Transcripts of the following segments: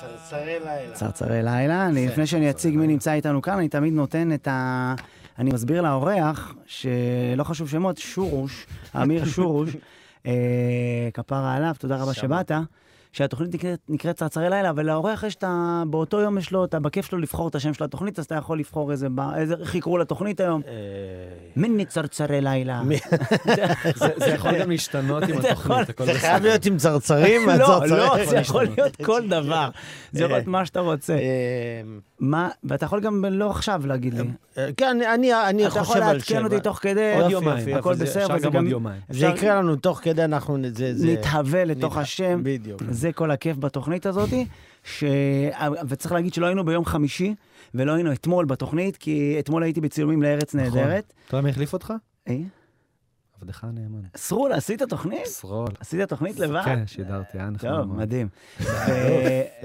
צרצרי לילה. צרצרי לילה. אני, יפה, לפני שאני אציג מי לילה. נמצא איתנו כאן, אני תמיד נותן את ה... אני מסביר לאורח, שלא חשוב שמות, שורוש, אמיר שורוש, אה, כפרה עליו, תודה רבה שמע. שבאת, שהתוכנית נקראת, נקראת צרצרי לילה, ולאורח יש את ה... באותו יום יש לו, את ה- בכיף שלו לבחור את השם של התוכנית, אז אתה יכול לבחור איזה... ב- איזה איך יקראו לתוכנית היום? אה, מיני צרצרי לילה. מי- זה זה יכול גם להשתנות עם זה יכול- התוכנית, הכל זה בסדר. חייב להיות עם צרצרים? לא, הצרצרים? לא, זה יכול להיות כל דבר. זה יכול להיות מה שאתה רוצה. אה, מה, ואתה יכול גם לא עכשיו להגיד לי. אה, כן, אני- אני אני אתה חושב על יכול שבע. לעדכן אותי תוך כדי, עוד יופי, יומיים, יופי, הכל אבל זה- בסדר, אפשר וזה גם גם עוד יומיים. זה אפשר- יקרה לנו תוך כדי, אנחנו... נ- זה... זה- נתהווה לתוך נתהווה, השם. בדיוק. זה כל הכיף בתוכנית הזאת, ש... וצריך להגיד שלא היינו ביום חמישי, ולא היינו אתמול בתוכנית, כי אתמול הייתי בצילומים לארץ נכון. נהדרת. אתה יודע מי החליף אותך? אה, עבדך הנאמן. סרול, עשית תוכנית? שרול. עשית תוכנית לבד? כן, נכון. שידרתי, היה נחמד. טוב, מאוד. מדהים. ו-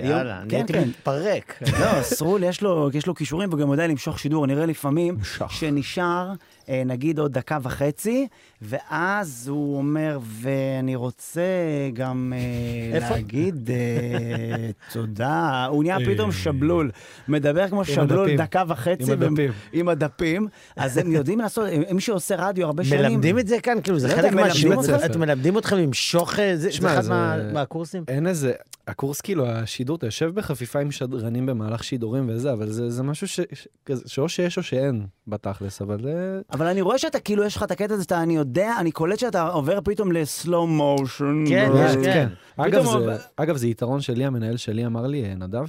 יאללה, אני כן, הייתי כן. מתפרק. לא, סרול יש לו, יש לו כישורים וגם יודע למשוך שידור. נראה לפעמים שנשאר, אה, נגיד עוד דקה וחצי, ואז הוא אומר, ואני רוצה גם אה, איפה?" להגיד אה, תודה. הוא נהיה פתאום שבלול, מדבר כמו שבלול הדפים. דקה וחצי. עם ו- הדפים. עם הדפים. אז הם יודעים לעשות, הם- מי שעושה רדיו הרבה שנים... מלמדים את זה כאן? כאילו, זה לא חלק יודע, מהשיעור? מלמדים אותך? אתם מלמדים אתכם למשוך... אה, זה זה שמע, אחד זה- מה- מהקורסים? אין איזה, הקורס כאילו, השידור, אתה יושב בחפיפה עם שדרנים במהלך שידורים וזה, אבל זה זה משהו ש- ש- כזה- שאו שיש או שאין בתכלס, אבל זה... אבל אני רואה שאתה, כאילו, יש לך את הקטע הזה שאתה, אני יודע, אני קולט שאתה עובר פתאום אה, לסלואו מושן. כן, יש, כן. כן. אגב, פתאום- זה- אגב, זה יתרון שלי, המנהל שלי אמר לי, אה, נדב,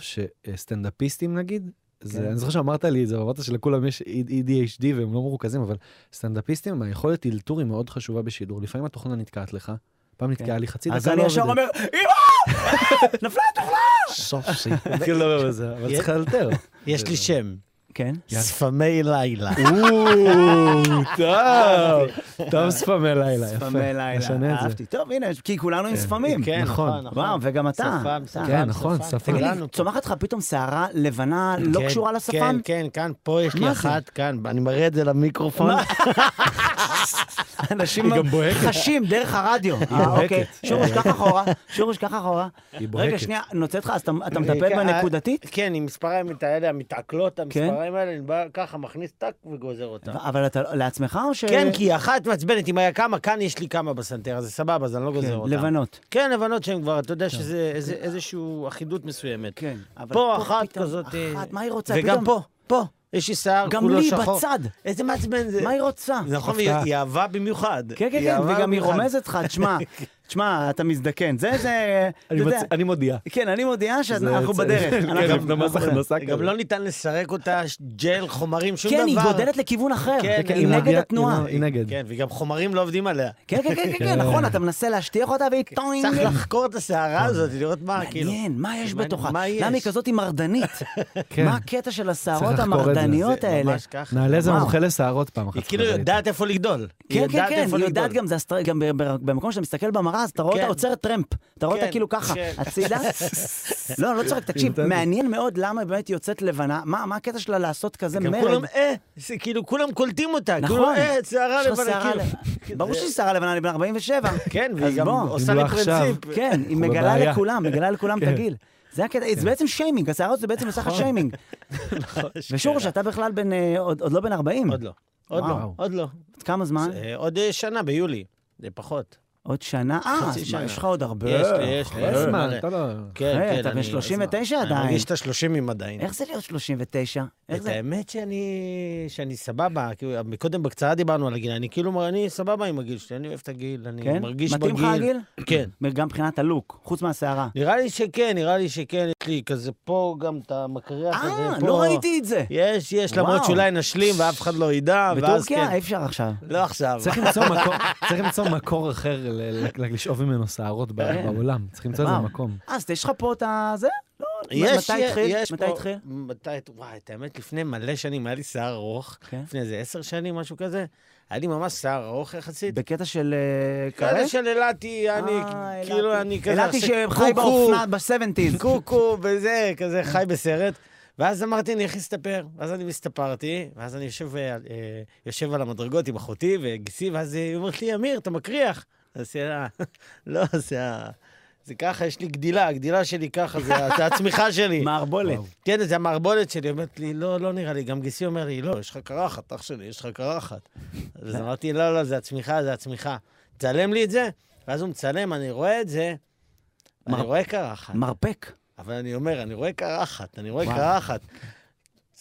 שסטנדאפיסטים נגיד, כן. זה, אני זוכר שאמרת לי את זה, אמרת שלכולם יש E EDHD והם לא מרוכזים, אבל סטנדאפיסטים, היכולת אלתור היא מאוד חשובה בשידור. לפעמים התוכנה נתקעת לך, פעם נתקעה לי חצי דקה, כן. אז אני לא ישר עובדת. אומר, נפלה התוכנה! סופסי. מתחיל לדבר על זה, לא אבל יש- צריך לאלתר. יש לי שם, כן. ספמי לילה. טוב, טוב ספמי לילה, יפה. אה, ספמי לילה, נשנה את אהבתי. טוב, הנה, כי כולנו עם ספמים. כן, נכון. נכון, נכון. וואו, וגם אתה. שפם, אתה. שפם, כן, נכון, שפם. תגיד לי, כולנו פה. צומחת לך פתאום שערה לבנה לא כן, קשורה לשפם? כן, כן, כאן, פה יש לי מה זה? אחת, כאן, אני מראה את זה למיקרופון. אנשים לא- היא גם בוהקת. חשים דרך הרדיו. אה, בוהקת. אוקיי. שורוש, קח אחורה. שורוש, קח אחורה. היא רגע, בוהקת. שנייה, נוצאת לך, אז אתה אתה כן, מטפל בנקודתית? כן. כן, עם מספריים את האלה, המתעכלות, המספריים האלה, אני בא ככה, מכניס טאק וגוזר אותם. אבל אתה לעצמך או ש... לא. כן, כי אחת מעצבנת, אם היה כמה, כאן יש לי כמה בסנטר, אז זה סבבה, אז אני לא גוזר כן, אותם. לבנות. כן, לבנות שהן כבר, אתה יודע שזה איזה- איזושהי אחידות מסוימת. כן. אבל פה פה אחת פתאום, כזאת... אה, אחת, מה היא רוצה? וגם פתאום- פה, פה. יש לי שיער גם כולו לי שחור. בצד. איזה מעצבן זה. מה היא רוצה? נכון, היא היא אהבה במיוחד. כן, כן, היא כן, אהבה וגם היא במיוחד. כן. רומזת לך, תשמע, תשמע, אתה מזדקן. זה, זה, אתה יודע, אני מודיע. כן, אני מודיעה שאנחנו בדרך. אנחנו- כן, מס הכנסה גם לא ניתן לסרק אותה, ש- ג'ל, חומרים, שום דבר. כן, היא גודלת לכיוון אחר. כן, היא נגד התנועה. היא נגד. כן, וגם חומרים לא עובדים עליה. כן, כן, כן, כן, כן, נכון, אתה מנסה להשטיח אותה והיא טוינג. אה. כן. צריך לחקור את הסערה הזאת, לראות מה, כאילו. מעניין, מה יש מעניין, בתוכה? מה יש? למה היא כזאת מרדנית? כן. מה הקטע של הסערות צריך לחקור את זה. המרדניות זה האלה? ממש ככה. נעלה זה וואו. מומחה לשערות פעם אחת. היא כאילו חבר'ה. יודעת איפה לגדול. כן, כן, כן, איפה היא לגדול. יודעת גם, זה הסטר- גם ב- ב- במקום שאתה מסתכל במראה, אז אתה רואה אותה כן. עוצרת טרמפ. אתה רואה אותה כן, כאילו ככה, כן. הצידה. לא, לא צוחק, תקשיב, מעניין מאוד למה באמת היא יוצאת לבנה, מה מה הקטע שלה לעשות כזה גם מרד? כולם, אה, זה כאילו כולם קולטים אותה. כאילו, נכון. אה, שערה יש לך לבנה, שערה כאילו. ל- ברור שהיא שערה לבנה, אני בן 47. כן, אז והיא גם בוא. עושה אם לי לא עכשיו. פרינציפ. כן, היא אנחנו מגלה בבעיה. לכולם, מגלה לכולם כן. את הגיל. זה הקטע, זה בעצם שיימינג, השערה הזאת זה בעצם עושה לך נכון. שיימינג. ושורש, אתה בכלל בן, אה, עוד עוד לא בן 40. כן. עוד לא. עוד לא, וואו. עוד לא. עוד כמה זמן? אה, עוד אה, שנה, ביולי. זה פחות. עוד שנה? אה, חצי אז שנה. מה, יש לך עוד הרבה. יש לי, יש לי. אין אה, זמן, מלא. אתה לא... כן, אחי, כן. אה, אתה בן אני- 39 אני עדיין. מרגיש את השלושים עדיין. איך זה להיות 39? איך את זה? האמת שאני, שאני סבבה, כאילו, מקודם בקצרה דיברנו על הגיל, אני כאילו, אני סבבה עם הגיל שלי, אני אוהב את הגיל, אני כן? מרגיש בגיל. מתאים לך הגיל? כן. גם מבחינת הלוק, חוץ מהשערה. נראה לי שכן, נראה לי שכן, יש לי כזה פה גם את המקריח הזה, פה. אה, לא ראיתי את זה. יש, יש, וואו. למרות שאולי נשלים ואף אחד לא ידע, ואז כן. בטורקיה אה, אי אפשר עכשיו. לא עכשיו. צריך למצוא מקור- צריך למצוא מקור אחר ל- ל- לשאוב ממנו שערות ב- כן. בעולם. צריך למצוא וואו. איזה מקום. אז יש לך פה את הזה? לא, יש, מתי יש, התחיל? יש מתי פה- התחיל? מתי, וואי, את האמת, לפני מלא שנים היה לי שיער ארוך, כן. לפני איזה עשר שנים, משהו כזה, היה לי ממש שיער ארוך יחסית. בקטע של אה, כאלה קרש? של אילתי, אני, אה, כאילו, אילתי. אני כזה... אילתי עושה שחי קוקו, באופנה ב-70's. קוקו וזה, כזה חי בסרט. ואז אמרתי, אני איך אסתפר? ואז אני מסתפרתי, ואז אני יושב, אה, אה, יושב על המדרגות עם אחותי וגיסי, ואז היא אומרת לי, אמיר, אתה מקריח. אז היא אמרה, לא, זה ה... זה ככה, יש לי גדילה, הגדילה שלי ככה, זה, זה הצמיחה שלי. מערבולת. כן, זה המערבולת שלי, אומרת לי, לא, לא נראה לי. גם גיסי אומר לי, לא, יש לך קרחת, אח שלי, יש לך קרחת. אז אמרתי, לא, לא, זה הצמיחה, זה הצמיחה. צלם לי את זה, ואז הוא מצלם, אני רואה את זה, מר- אני רואה קרחת. מרפק. אבל אני אומר, אני רואה קרחת, אני רואה וואו. קרחת.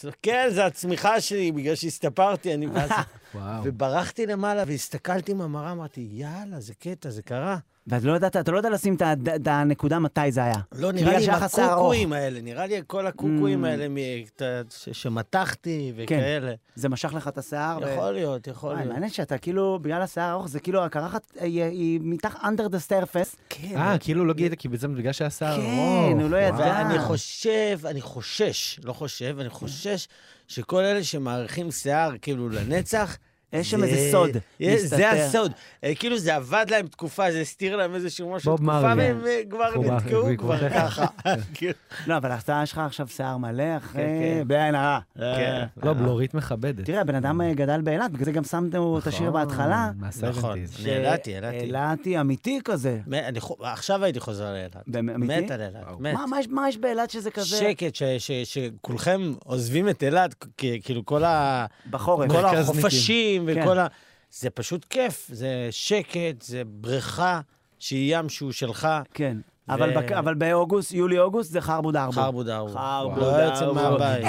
אז כן, זה הצמיחה שלי, בגלל שהסתפרתי, אני... ואז- וואו. וברחתי למעלה והסתכלתי במראה, אמרתי, יאללה, זה קטע, זה קרה. ואתה לא יודעת, אתה לא יודע לשים את הד- את הנקודה מתי זה היה. לא, בגלל נראה לי עם שהיה לך שיער ארוך. הקוקואים האלה, נראה לי כל הקוקואים Mm. האלה מ- ת- ש- שמתחתי וכאלה. זה משך לך את השיער. ו- יכול להיות, יכול וואי, להיות. מעניין שאתה כאילו, בגלל השיער הארוך, זה כאילו הקרחת אה, היא- היא מתחת under the surface. כן. אה, כאילו לא גילית, כי בעצם בגלל שהיה שיער כן, ארוך. הוא לא וואו. ידע. ואני חושב, אני חושש, לא חושב, אני חושש שכל אלה שמאריכים שיער כאילו לנצח, יש שם זה- איזה סוד. יש- מסתתר. זה הסוד. אה, כאילו זה עבד להם תקופה, זה הסתיר להם איזשהו משהו. בוב תקופה, מרלי. והם אה, כבר הוא בא- נתקעו הוא כבר כבר- ככה. כאילו, לא, אבל אתה, יש לך עכשיו שיער מלא, אחרי... כן. בלי עין הרע. אה, כן. לא, בלורית מכבדת. תראה, הבן אדם אה, גדל באילת, בגלל זה גם שמנו את השיר נכון, בהתחלה. נכון. מה-seventies. אני ילדתי, ילדתי. אילת היא אמיתי כזה. מ- אני חו- עכשיו הייתי חוזר לאילת. באמת, אמיתי? מת על אילת, וואו. מת. מה- מה יש- מה יש באילת שזה כזה? שקט, ש- ש- שכולכם עוזבים את אילת, כ- כאילו כל ה- בחורף. אוקיי, כל מרכזניקים. החופשים כן. וכל ה... זה פשוט כיף, זה שקט, זה בריכה שהיא ים שהוא שלך, כן. אבל בק- אבל באוגוסט, יולי-אוגוסט, זה חרבו דרבו. חרבו דרבו. חרבו לא יוצא דרבו. מהבית.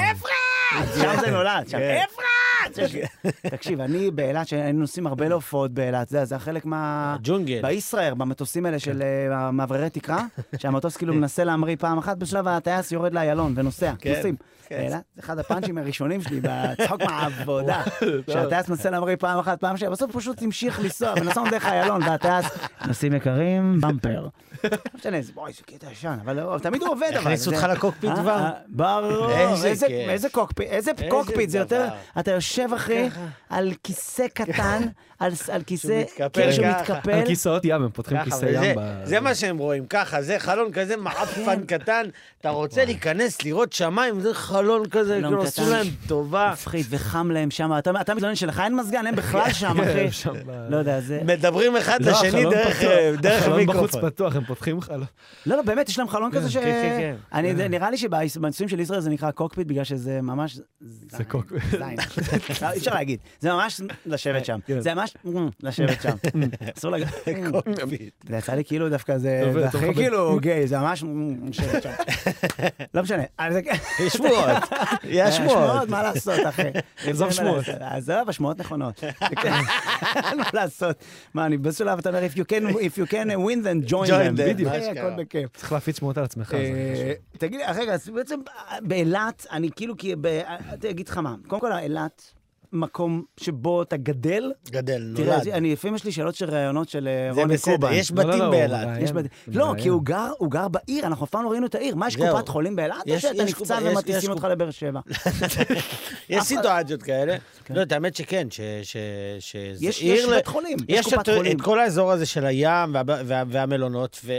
שם זה נולד, שם כן. אפרת! תקשיב, אני באילת, שהיינו נוסעים הרבה להופעות באילת, זה זה חלק מה... ג'ונגל. בישראייר, במטוסים האלה כן. של אה, המאווררי תקרה, שהמטוס כאילו מנסה להמריא פעם אחת, בשלב הטייס יורד לאיילון ונוסע, כן, נוסעים. כן. אלא, זה אחד הפאנצ'ים הראשונים שלי בצחוק מהעבודה, שהטייס מנסה להמריא פעם אחת, פעם שנייה, בסוף פשוט המשיך לנסוע, ונסענו דרך איילון, והטייס, נוסעים יקרים, במפר. לא משנה, זה בואי, זה קטע ישן, אבל לא, תמיד הוא עובד, אבל... הכניסו זה- אותך לקוקפיט אה, כבר? אה, ברור, איזה איזה- כיף. איזה קוקפיט, איזה איזה קוקפיט, זה יותר, דבר. אתה יושב אחי ככה. על כיסא קטן, על על כיסא, מתקפל כאילו שהוא ככה. מתקפל, על כיסאות ים, הם פותחים ככה, כיסא וזה- ים. ב- כן. זה מה שהם רואים, ככה, זה חלון כזה מעפן קטן, אתה רוצה להיכנס, לראות שמיים, זה חלון כזה, חלון כאילו קטן. עשו להם טובה. מפחיד וחם להם שם, אתה אתה מתלונן שלך אין מזגן, הם בכלל שם, אחי. הם שם ב- לא יודע, זה... מדברים אחד לא, לשני החלון דרך פתוח. אה, דרך החלון בחוץ מיקרופון. פתוח, הם פותחים אה, חלון. לא, לא, באמת, יש להם חלון כזה ש... כן, כן, כן. אני- זה- נראה לי שבניסויים של ישראל זה נקרא קוקפיט, בגלל שזה ממש... זה קוקפיט. זין. לא, אי אפשר להגיד. זה ממש לשבת שם. כן. זה ממש mm, לשבת שם. אסור להגיד... זה יצא לי כאילו דווקא זה... טוב, זה טוב, הכי חבר. כאילו גיי, זה ממש לשבת שם. לא משנה. אז זה- אה, יש שמועות, יש שמועות. מה לעשות, אחי? עזוב אין מה שמועות. לעשות. עזוב, השמועות נכונות. אין מה לעשות. מה, אני בשלב, אתה אומר, if you can- if you can win, then join Join them. them, בדיוק. מה אחי, שקרה. נכון, הכל בכיף. צריך להפיץ שמות על עצמך. זה חשוב. אה, תגיד לי, רגע, אז בעצם באילת, אני כאילו, כי... ב- אני אגיד לך מה, קודם כל, אילת, מקום שבו אתה גדל, גדל, תראה, נולד. אז אני לפעמים יש לי שאלות של ראיונות של אה, זה רוני בסדר, קובן. יש לא, לא, לא, בתים הוא באילת. בעיה. יש בעיה, בד... לא, בעיה. כי הוא גר, הוא גר בעיר, אנחנו אף פעם לא ראינו את העיר. מה, יש זהו. קופת חולים באילת? או יש- שאתה יש נפצע קופ- יש- יש ומטיסים אותך קופ- לבאר שבע? יש אף אחד- סיטואציות כאלה. כן. לא, את האמת שכן, ש- ש- שזה יש עיר יש ל- בית חולים, יש יש קופת את חולים. את כל האזור הזה של הים וה- וה- והמלונות, ו-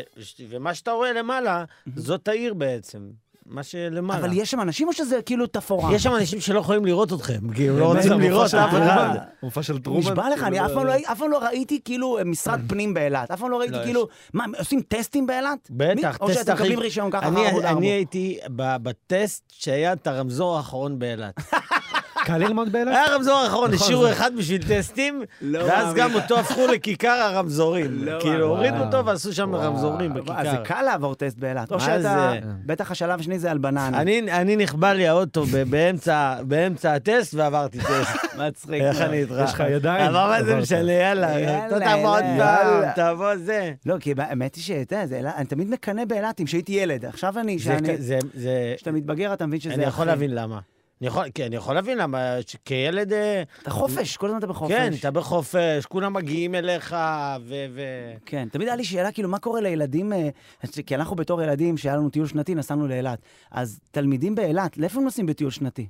ומה שאתה רואה למעלה, זאת העיר בעצם. מה שלמעלה. אבל יש שם אנשים או שזה כאילו תפאורה? יש שם אנשים שלא יכולים לראות אתכם, כי הם לא באמת, רוצים המופע לראות של אף אחד. טרומן, המופע של טרומן. נשבע לך, אני כאילו, אף פעם לא- אף פעם לא ראיתי כאילו אה, משרד פנים באילת. אף פעם לא ראיתי לא, כאילו... מה, הם עושים טסטים באילת? מי- בטח, או טסט שאתם הכי- מקבלים רישיון ככה אני- אחר אני עבודה. הייתי ב- בטסט שהיה את הרמזור האחרון באילת. קל ללמוד באילת? היה הרמזור האחרון, השאירו אחד בשביל טסטים, נכון, לא ואז מאמין. גם אותו הפכו לכיכר הרמזורים. לא מאמין. כאילו, הורידו אותו וואו. ועשו שם וואו. רמזורים אז זה בכיכר. קל לעבור טסט באילת. או מה שאתה... זה? בטח השלב השני זה על בננה. אני, אני נכבה לי האוטו ב- באמצע, באמצע הטסט ועברתי טסט. מצחיק. איך אני איתך? יש לך ידיים? אבל מה זה עברת. משנה, יאללה, יאללה, אתה תבוא עוד יאללה. פעם, תבוא זה. לא, כי האמת היא שאתה יודע, זה אילת- אני תמיד מקנא באילתים, כשהייתי ילד. עכשיו אני, זה- שאני- זה, זה, כשאתה מתבגר, אתה מבין שזה... אני יכול אחי. להבין למה. אני יכול, כן, אני יכול להבין למה, ש- כילד, אה, אתה חופש, כל הזמן אתה בחופש. כן, אתה בחופש, כולם מגיעים אליך, ו... ו- כן, תמיד היה לי שאלה, כאילו, מה קורה לילדים, אה, ש- כי אנחנו בתור ילדים, שהיה לנו טיול שנתי, נסענו לאילת. אז תלמידים באילת, לאיפה הם נוסעים בטיול שנתי?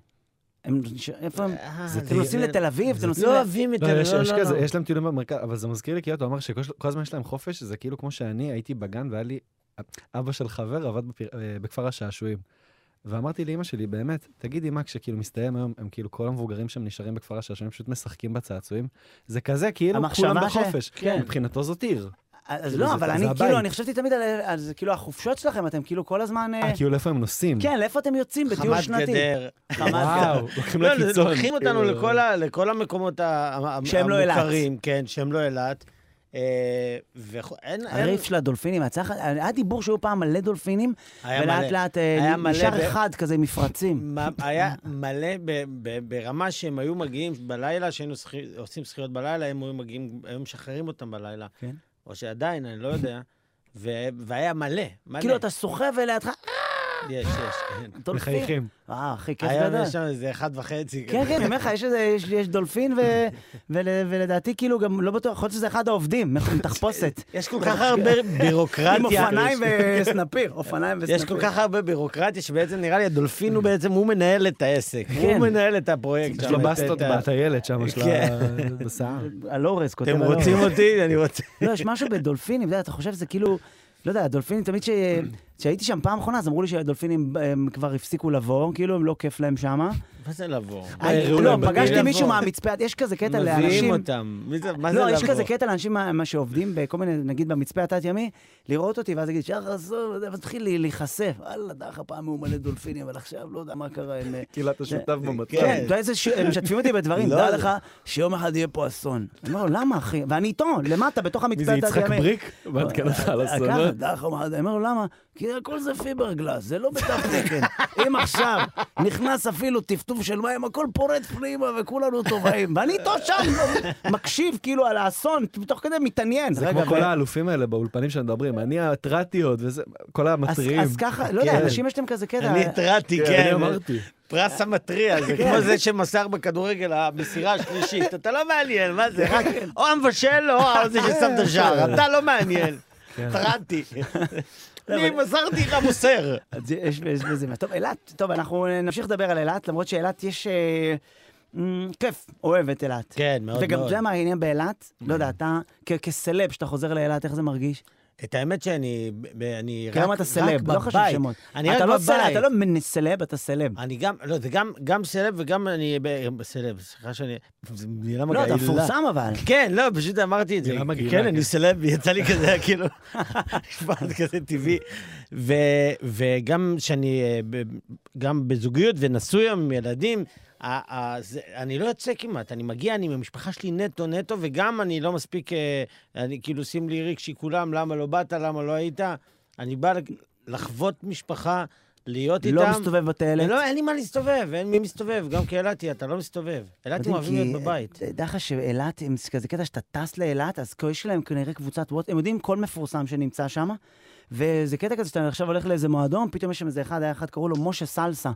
הם, ש- איפה הם? אה, אתם נוסעים לתל אביב? אתם נוסעים... לא ל- אוהבים את לא, זה, יש- לא, יש לא, כזה, לא. יש להם טיולים במרכז, אבל זה מזכיר לי, כי אתה אומר שכל הזמן יש להם חופש, זה כאילו כמו שאני הייתי בגן והיה לי, אבא של חבר עבד בפיר- אה, בכפר השעשועים. ואמרתי לאימא שלי, באמת, תגידי מה, כשכאילו מסתיים היום, הם כאילו כל המבוגרים שם נשארים בכפר השעשועים, פשוט משחקים בצעצועים. זה כזה, כאילו כולם המחשבה ש- בחופש. כן. מבחינתו זאת עיר. אז כאילו, לא, זה- אבל זה אני, הבית. כאילו, אני חשבתי תמיד על- על זה, כאילו, החופשות שלכם, אתם כאילו כל הזמן... אה, אה, כאילו איפה הם נוסעים? כן, לאיפה אתם יוצאים? בטיול חמת שנתי. גדר. חמת וואו, לוקחים לא, זה- לקיצון. לוקחים אותנו כאילו, לכל ה- לכל המקומות ה- המ- שהם לא אילת. המוכרים, כן, שהם לא אילת. אה, וכו- אין, אין- הריף של הדולפינים, היה צריך- היה דיבור שהיו פעם מלא דולפינים, היה מלא. ולאט לאט אה, היה מלא נשאר ב- אחד כזה עם מפרצים. מה- היה מלא ב- ב- ברמה שהם היו מגיעים בלילה, שהיינו שחי- עושים שחיות בלילה, הם היו מגיעים, היו משחררים אותם בלילה. כן. או שעדיין, אני לא יודע. ו- והיה מלא, מלא. כאילו, אתה סוחב ולידך יש, יש, כן. דולפין. מחייכים. אה, אחי, כיף גדול. היום יש שם איזה אחד וחצי. כן, כן, אני אומר לך, יש איזה- יש- יש דולפין, ו- ול- ולדעתי, כאילו, גם לא בטוח, יכול להיות שזה אחד העובדים, עם תחפושת. יש כל כך הרבה בירוקרטיה. עם אופניים וסנפיר, אופניים וסנפיר. יש כל כך הרבה בירוקרטיה, שבעצם נראה לי הדולפין הוא בעצם, הוא מנהל את העסק. כן. הוא מנהל את הפרויקט. יש שם, לו את- בסטות את ה- כן. בטיילת שם, של ה- בשיער. הלורס, כותב אתם הלורס. רוצים אותי? אני רוצה... לא, יש משהו בדולפינים, אתה יודע, אתה חושב שזה כאילו, לא יודע, הדולפינים תמיד ש... כשהייתי שם פעם אחרונה, אז אמרו לי שהדולפינים הם כבר הפסיקו לבוא, כאילו הם לא כיף להם שמה. מה זה לבוא? אני- הראו לא, להם פגשתי לבוא. מישהו מהמצפה, יש כזה קטע מביאים לאנשים... אותם. מי זה- מה זה לא, לבוא? יש כזה קטע לאנשים מה- מה שעובדים בכל מיני, נגיד במצפה התת-ימי, לראות אותי, ואז להגיד, שחר, עזוב, ואז מתחיל לי- להיחשף. וואלה, דרך הפעם הוא מלא דולפינים, אבל עכשיו לא יודע מה קרה עם... אה, כאילו אתה שותף במטרה. כן, אתה יודע איזה ש- הם משתפים אותי בדברים, לא, דע זה- לך שיום אחד יהיה פה אסון. אני אומר לו, למה אחי? ואני איתו, למטה, בתוך מי המצפה זה, התת-ימי. יצחק בריק? מעדכן אותך על אה, ככה, אסונות? דע לך, מה- אני אומר לו, למה? כי הכל זה פיברגלס, זה לא בתו תקן. אם עכשיו נכנס אפילו טפטוף של מים, הכל פורט פנימה וכולנו טובעים. ואני איתו שם, לא מקשיב כאילו על האסון, תוך כדי מתעניין. זה רגע, כמו ו- כל האלופים האלה באולפנים שמדברים, אני האטרטיות וזה, כל אז- המתריעים. אז ככה, לא יודע, כן. אנשים יש להם כזה קטע. אני התרעתי, כן, כן. אני אמרתי. פרס המתריע, זה כמו זה שמסר בכדורגל, המסירה השלישית. אתה לא מעניין, מה זה? רק או המבשל או זה ששם את השער. אתה לא מעניין. התרעתי. אני מסרתי לך מוסר. אז יש יש בזה, מה. טוב, אילת, טוב, אנחנו נמשיך לדבר על אילת, למרות שאילת יש... אה, מ, כיף, אוהב את אילת. כן, מאוד וגם מאוד. אתה יודע מה העניין באילת? לא יודע, אתה כ- כסלב, כשאתה חוזר לאילת, איך זה מרגיש? את האמת שאני ב- אני רק כי היום אתה רק סלב, לא חשוב בבית. שמות. אני רק אתה לא סלב, בבית. אתה לא מנ- סלב, אתה סלב. אני גם, לא, זה גם, גם סלב וגם אני, ב- סלב, סליחה שאני, זו מילה לא, מגעילה. אתה מפורסם אבל. כן, לא, פשוט אמרתי את זה. מילה מגעילה, כן, כן. אני סלב, יצא לי כזה, כאילו, משפט כזה טבעי. ו- וגם שאני, אה, ב- גם בזוגיות ונשוי היום עם ילדים, ה- ה- זה- אני לא יוצא כמעט, אני מגיע, אני עם המשפחה שלי נטו נטו, וגם אני לא מספיק, אה, אני כאילו, שים לי ריק שכולם, למה לא באת, למה לא היית. אני בא לחוות משפחה, להיות איתם. לא מסתובב בטיילת. לא, אין לי מה להסתובב, אין מי מסתובב. גם כאילתי, אתה לא מסתובב. אילתים יודעים, אוהבים להיות בבית. כי דע לך שאילת, הם כזה קטע שאתה טס לאילת, אז כאילו יש להם כנראה קבוצת וואטסאפ, הם יודעים כל מפורסם שנמצא שם, וזה קטע כזה שאתה עכשיו הולך לאיזה מועדון, פתאום יש שם איזה אחד, היה אחד, קראו לו משה סלסה.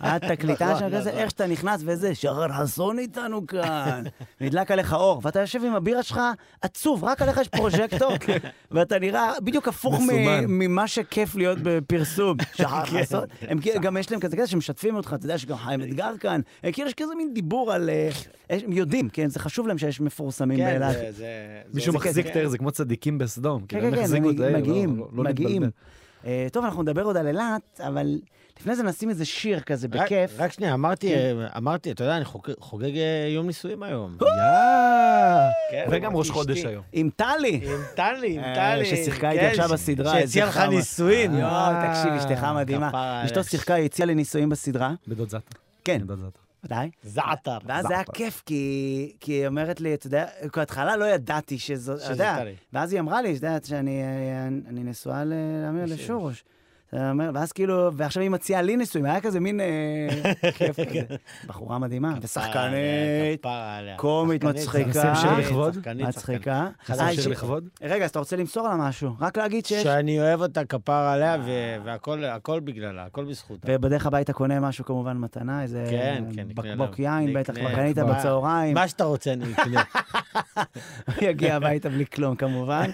היה נכון, תקליטה שם כזה, איך שאתה נכנס וזה, שרר חסון איתנו כאן. נדלק עליך אור, ואתה יושב עם הבירה שלך עצוב, רק עליך יש פרוז'קטור, כן. ואתה נראה בדיוק הפוך מ- מסומן. ממה שכיף להיות בפרסום. שחר כן. חסון, הם כאילו, גם יש להם כזה קטע שמשתפים אותך, אתה יודע שגם חיים אתגר כאן, אה, כאילו יש כזה מין דיבור על... אה, יש- הם יודעים, כן, זה חשוב להם שיש מפורסמים כן, באילת. זה- זה... מישהו זה- מחזיק כן. את העיר, זה כמו צדיקים בסדום. כן, כאילו, הם כן, כן, החזיקו את העיר, לא- מגיעים, לא- לא מגיעים. להתבלבל. אה, טוב, אנחנו נדבר עוד על אילת, אבל לפני זה נשים איזה שיר כזה רק- בכיף. כן. רק שנייה, אמרתי, אה, אמרתי, אתה יודע, אני חוג- חוגג אה, יום נישואים היום. יאה. כן, וגם ראש אשתי. חודש היום. עם טלי. עם טלי, עם אה, טלי. ששיחקה איתי כן, עכשיו ש- בסדרה, איזה שהציעה לך חמה. נישואים. יואו, אה, תקשיב, אשתך מדהימה. כפרה אשתו עליה. שיחקה, היא הציעה לי נישואים בסדרה. בדוד זאטה. כן. בדוד זאטה. ודאי. זעתר. ואז זה היה כיף, כי כי היא אומרת לי, אתה יודע, בהתחלה לא ידעתי שזו, אתה שזה יודע, טלי. ואז היא אמרה לי, אתה יודעת, שאני אה, אני נשואה לאמיר לשורש. אתה אומר, ואז כאילו, ועכשיו היא מציעה לי נישואים, היה כזה מין אה, כיף כזה. בחורה מדהימה, ושחקנית, כפרה עליה. קומית שחקנית, מצחיקה. שחקנית, נשים שיר לכבוד? שחקנית, שחקנית. מצחיקה. חזר אה, שיר ש- אישי. לכבוד? רגע, אז אתה רוצה למסור לה משהו? רק להגיד שיש... שאני אוהב אותה כפרה אה. עליה, ו- והכל הכל בגללה, הכל בזכותה. ובדרך הביתה קונה משהו, כמובן, מתנה, איזה כן, כן, נקנה לה. בקבוק יין, בטח, נקנה, כבר קנית כבר- בצהריים, מה שאתה רוצה, אני אקנה. יגיע הביתה בלי כלום, כמובן,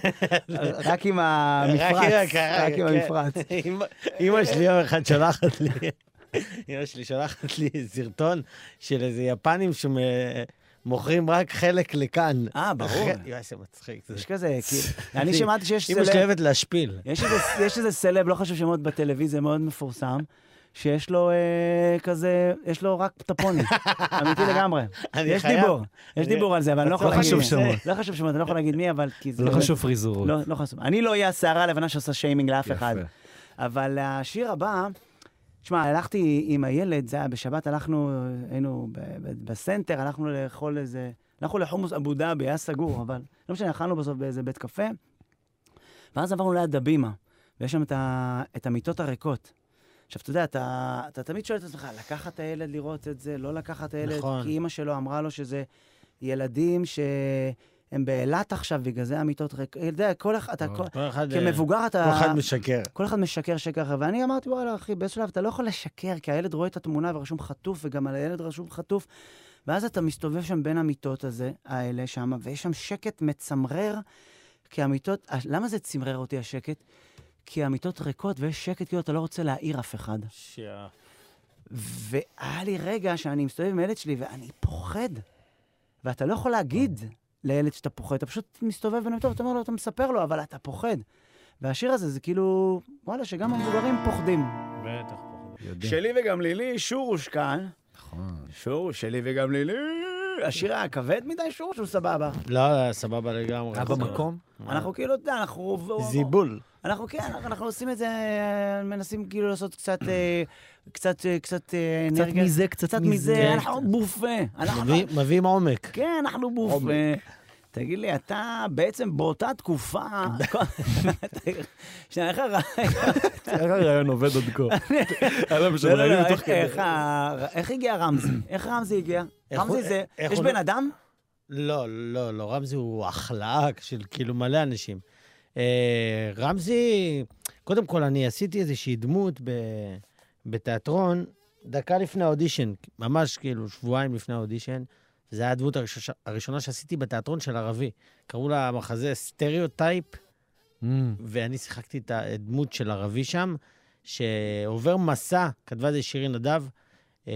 רק עם המפרץ, רק- רק כן. עם המפרץ. אמא- אמא שלי יום אחד שולחת לי, אמא שלי שולחת לי סרטון של איזה יפנים שמוכרים רק חלק לכאן. אה, ברור. אחרי- יואי, זה מצחיק. זה- יש כזה, כאילו, אני שמעתי שיש אמא שלי סלב, אוהבת להשפיל. יש איזה- יש איזה סלב, לא חשוב שמות בטלוויזיה, מאוד מפורסם, שיש לו אה, כזה, יש לו רק טפונים. אמיתי לגמרי. אני יש חייב- דיבור, יש אני- דיבור על זה, אבל אני לא יכול לא להגיד... חשוב מי. שמות. לא חשוב שמות, אני לא יכול להגיד מי, אבל כי זה... לא חשוב פריזורות. לא, לא חשוב. אני לא אהיה השערה הלבנה שעושה שיימינג לאף יפה. אחד. אבל השיר הבא, תשמע, הלכתי עם הילד, זה היה בשבת, הלכנו, היינו ב- ב- בסנטר, הלכנו לאכול איזה... הלכנו לחומוס אבו דאבי, היה סגור, אבל לא משנה, אכלנו בסוף באיזה בית קפה. ואז עברנו ליד הבימה, ויש שם את, ה... את המיטות הריקות. עכשיו, אתה יודע, אתה, אתה תמיד שואל את עצמך, לקחת את הילד לראות את זה, לא לקחת את הילד, נכון. כי אימא שלו אמרה לו שזה ילדים שהם באילת עכשיו, בגלל זה המיטות ריקות. אתה יודע, כל אחד, אתה, כל... כל אחד, אה, כמבוגר אתה... כל אחד משקר. כל אחד משקר שקר אחר, ואני אמרתי, וואלה, אחי, באיזשהו שלב אתה לא יכול לשקר, כי הילד רואה את התמונה ורשום חטוף, וגם על הילד רשום חטוף, ואז אתה מסתובב שם בין המיטות הזה, האלה שם, ויש שם שקט מצמרר, כי המיטות, אה, למה זה צמרר אותי השקט? כי המיטות ריקות ויש שקט, כאילו אתה לא רוצה להעיר אף אחד. והיה לי רגע שאני מסתובב עם הילד שלי ואני פוחד. ואתה לא יכול להגיד כן. לילד שאתה פוחד, אתה פשוט מסתובב ביניהם טוב, אתה אומר לו, אתה מספר לו, אבל אתה פוחד. והשיר הזה זה כאילו, וואלה, שגם המבוגרים פוחדים. בטח. יודע. שלי וגם לילי, שורוש כאן. נכון. שורוש, שלי וגם לילי. השיר היה כבד מדי, שורוש הוא סבבה. לא, סבבה לגמרי. אה, היה במקום? אנחנו כאילו, אתה יודע, אנחנו... זיבול. אנחנו כן, אנחנו אנחנו עושים את זה, מנסים כאילו לעשות קצת, אה, קצת, אה, קצת אה, קצת אנרגיה. מזה, קצת קצת מזה. מזה, כן, אנחנו בופה. אנחנו מביא- מביאים עומק. כן, אנחנו בוף. אה, תגיד לי, אתה בעצם באותה תקופה... שנייה, איך הרעיון? איך הרעיון עובד עוד כה? היה להם לא, לא, רעיונים לא, תוך איך- כדי. איך ה- איך הגיע רמזי? איך רמזי הגיע? איך הוא- רמזי זה... איך יש הוא בן לא- אדם? לא, לא, לא, רמזי הוא החלאה של כאילו מלא אנשים. אה, רמזי, קודם כל, אני עשיתי איזושהי דמות ב, בתיאטרון דקה לפני האודישן, ממש כאילו שבועיים לפני האודישן. זו הייתה הדמות הראש, הראשונה שעשיתי בתיאטרון של ערבי. קראו לה מחזה סטריאוטייפ, כן. אמ, ואני שיחקתי את הדמות של ערבי שם, שעובר מסע, כתבה את זה שירי נדב, אה,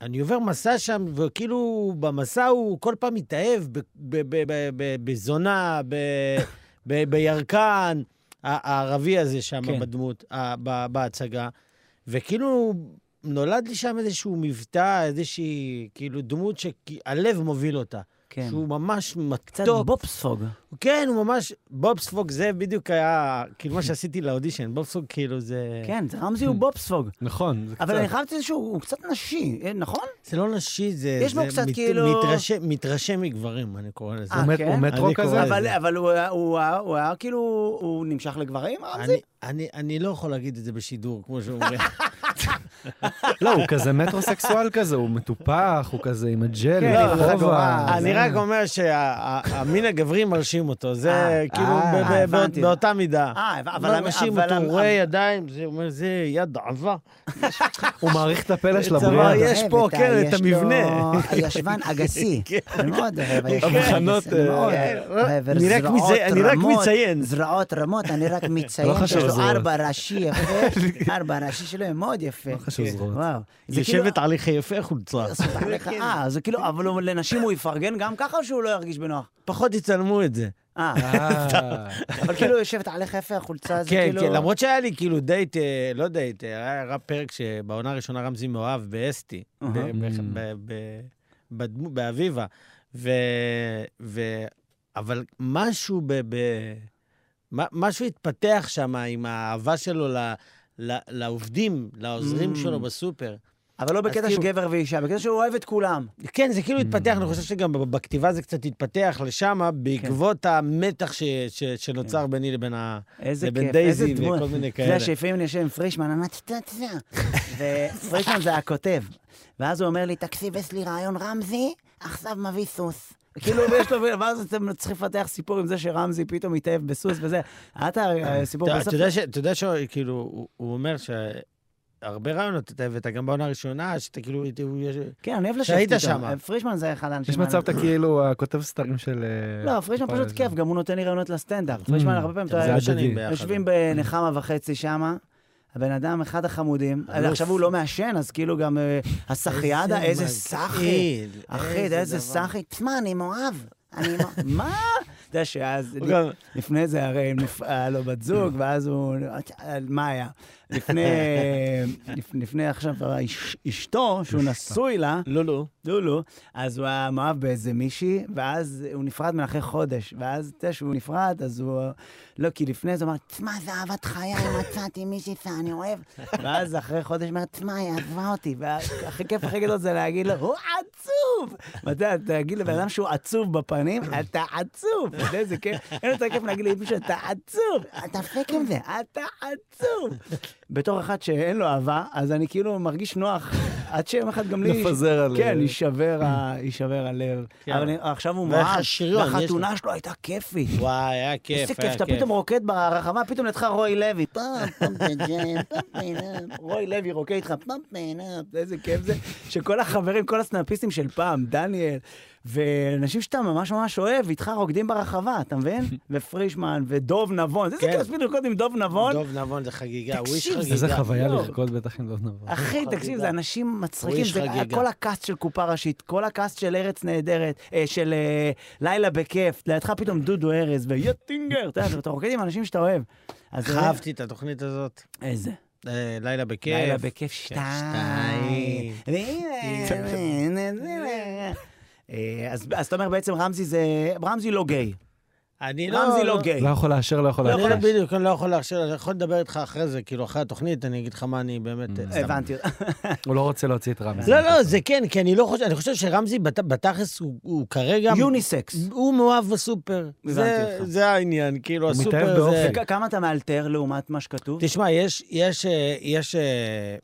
ואני עובר מסע שם, וכאילו במסע הוא כל פעם מתאהב ב- ב- ב- ב- ב- בזונה, ב- ב- בירקן, ה- הערבי הזה שם כן. בדמות, ה- ב- בהצגה. וכאילו נולד לי שם איזשהו מבטא, איזושהי כאילו דמות שהלב מוביל אותה. כן. שהוא ממש מתוק. קצת בובספוג. כן, הוא ממש, בובספוג זה בדיוק היה, כאילו מה שעשיתי לאודישן, בובספוג כאילו זה... כן, זה רמזי הוא בובספוג. נכון, זה קצת. אבל אני חייב לציין שהוא הוא קצת נשי, אה, נכון? זה לא נשי, זה... יש בו זה קצת כאילו- מתרשם, מתרשם מגברים, אני קורא לזה. אה, הוא מט- כן? הוא מטרו אני כזה? קורא לזה. אבל- אבל הוא היה- הוא היה- הוא היה כאילו, הוא נמשך לגברים, רמזי? אני, אני, אני לא יכול להגיד את זה בשידור, כמו שאומרים. לא, הוא כזה מטרוסקסואל כזה, הוא מטופח, הוא כזה עם הג'ל, כן, עם לא, החובה. חגורה. אה, אני זה- רק אומר שהמין הגברי מרשים אותו, זה אה, כאילו אה, ב- ב- הבנתי. בא- באותה מידה. אה, אבל... לא מרשים אותו, אבל- הוא רואה ידיים, זה אומר, זה יד עבה. הוא מעריך את הפלא של צבא, הבריאה. יש אוהב פה, ה- כן, את אה, יש המבנה. כן. לו הישבן אגסי. אני מאוד אוהב הישבן אגסי. הבחנות, אני מאוד אה, אוהב. אני רק זרועות מציין, אני רק רמות, מציין. זרועות רמות, אני רק מציין. לא חשוב יש לו זרועות. ארבע ראשי יפה, ארבע ראשי שלו, הם מאוד יפה. כן. לא חשוב זרועות. וואו. זה כאילו- יושבת עליך יפה חולצה. סליחה, לך- כן. אה, זה כאילו, אבל הוא- לנשים הוא יפרגן גם ככה או שהוא לא ירגיש בנוח? פחות יצלמו את זה. אה, אה, אבל כאילו יושבת עליך יפה החולצה, זה כן, כאילו... כן, למרות שהיה לי כאילו דייט, אה, לא דייט, אה, היה פרק שבעונה הראשונה רמזי מאוהב באסתי, ב- אהה. ב- Mm. ב- ב- בדמו- באביבה. ו... ו- אבל משהו ב... ב- מה- משהו התפתח שם עם האהבה שלו ל- ל- לעובדים, לעוזרים Mm. שלו בסופר. אבל לא בקטע אז של כאילו- גבר ואישה, בקטע שהוא אוהב את כולם. כן, זה כאילו התפתח, אני חושב שגם ב- בכתיבה זה קצת התפתח לשם, כן. בעקבות המתח ש- ש- שנוצר ביני לבין ה... איזה לבין כיף, דייזי איזה דמות. וכל מיני אתה יודע כאלה. שלפעמים אני יושב עם פרישמן, אני אומרת, "טה, טה". ופרישמן זה הכותב. ואז הוא אומר לי, תקשיב, יש לי רעיון רמזי, עכשיו מביא סוס. כאילו, ויש לו, ואז אתם צריכים לפתח סיפור עם זה שרמזי פתאום התאהב בסוס וזה. אתה, הסיפור אתה בסוף... אתה יודע ש- אתה יודע שכאילו, הוא- הוא אומר שהרבה רעיונות אתה הבאת, גם בעונה הראשונה, שאתה כאילו, הייתי- הוא יש- כן, אני אוהב לשבת שהיית איתו. שמה. פרישמן זה אחד האנשים... יש מצב האלה. אתה כאילו הכותב סתרים של... אה, לא, פרישמן פשוט כיף, גם הוא נותן לי רעיונות לסטנדאפ. פרישמן הרבה פעמים... אתם אתה- הרבה הדדי. שנים לא ביחד. יושבים בנחמה וחצי שמה. הבן אדם, אחד החמודים, אז אלוף. עכשיו הוא לא מעשן, אז כאילו גם אה, הסחיאדה, איזה סאחי. מגעיל, אחי, אתה יודע איזה דבר. סאחי. תשמע, אני מאוהב. אני מאוהב. מה? אתה יודע שאז, הוא גם- לפני זה הרי נפעה לו בת זוג, ואז הוא... מה היה? לפני, לפ- לפני עכשיו האיש- אשתו, שהוא נשוי לה, לא, לא. לולו, אז הוא היה מאוהב באיזה מישהי, ואז הוא נפרד ממנה אחרי חודש. ואז, אתה יודע, שהוא נפרד, אז הוא... לא, כי לפני זה הוא אמר, תשמע, זה אהבת חיי, מצאתי מישהי שאני אוהב. ואז אחרי חודש הוא אומר, תשמע, היא עזבה אותי. והכי כיף הכי גדול זה להגיד לו, הוא עצוב! ואתה יודע, תגיד לבן אדם שהוא עצוב בפנים, אתה עצוב! אתה יודע, זה כיף. אין יותר כיף להגיד למישהו, אתה עצוב! אתה פייק עם זה, אתה עצוב! בתור אחת שאין לו אהבה, אז אני כאילו מרגיש נוח, עד שיום אחד גם לי... לפזר על... כן, יישבר ה- יישבר הלב. כן. אבל אני- עכשיו הוא ואיך מואב, השריון, יש לו. והחתונה שלו הייתה כיפית. וואי, היה כיף, היה איזה כיף. כיף, אתה פתאום רוקד ברחבה, פתאום לידך רוי לוי. פאם, פאם, פאם, פאם. רוי לוי רוקד איתך, פאם, פאם, איזה כיף זה, שכל החברים, כל הסנאפיסטים של פעם, דניאל, ואנשים שאתה ממש ממש אוהב, איתך רוקדים ברחבה, אתה מבין? ופרישמן, ודוב נבון, איזה כן. כיף בדיוק קודם דוב נבון. דוב נבון זה חגיגה, הוא איש תקשיב, חגיגה. איזה חוויה לא. לרקוד בטח עם דוב נבון. אחי, חגיגה. תקשיב, זה אנשים מצחיקים, איש זה חגיגה. כל הקאסט של קופה ראשית, כל הקאסט של ארץ נהדרת, אה, של אה, לילה בכיף, לידך פתאום דודו ארז ויוטינגר, אתה יודע, אתה רוקד עם אנשים שאתה אוהב. אז זה- חייבתי את התוכנית הזאת. איזה? אה, לילה בכיף. לילה בכיף שתיים. שתיים. אה, אז אז אתה אומר בעצם רמזי זה, רמזי לא גיי. אני לא... רמזי לא גיי. לא יכול לאשר, לא יכול לא יכול, לאשר. בדיוק, אני לא יכול לאשר, אני יכול לדבר איתך אחרי זה, כאילו, אחרי התוכנית, אני אגיד לך מה אני באמת... אה, סתם. הבנתי. הוא לא רוצה להוציא את רמזי. לא, לא, זה כן, כי אני לא חושב, אני חושב שרמזי בת- בתכלס הוא- הוא כרגע... יוניסקס. הוא מאוהב בסופר. הבנתי זה- אותך. זה העניין, כאילו, הוא מתאהב הסופר זה... באופק. וכ- כמה אתה מאלתר לעומת מה שכתוב? תשמע, יש, יש, אה, יש, אה,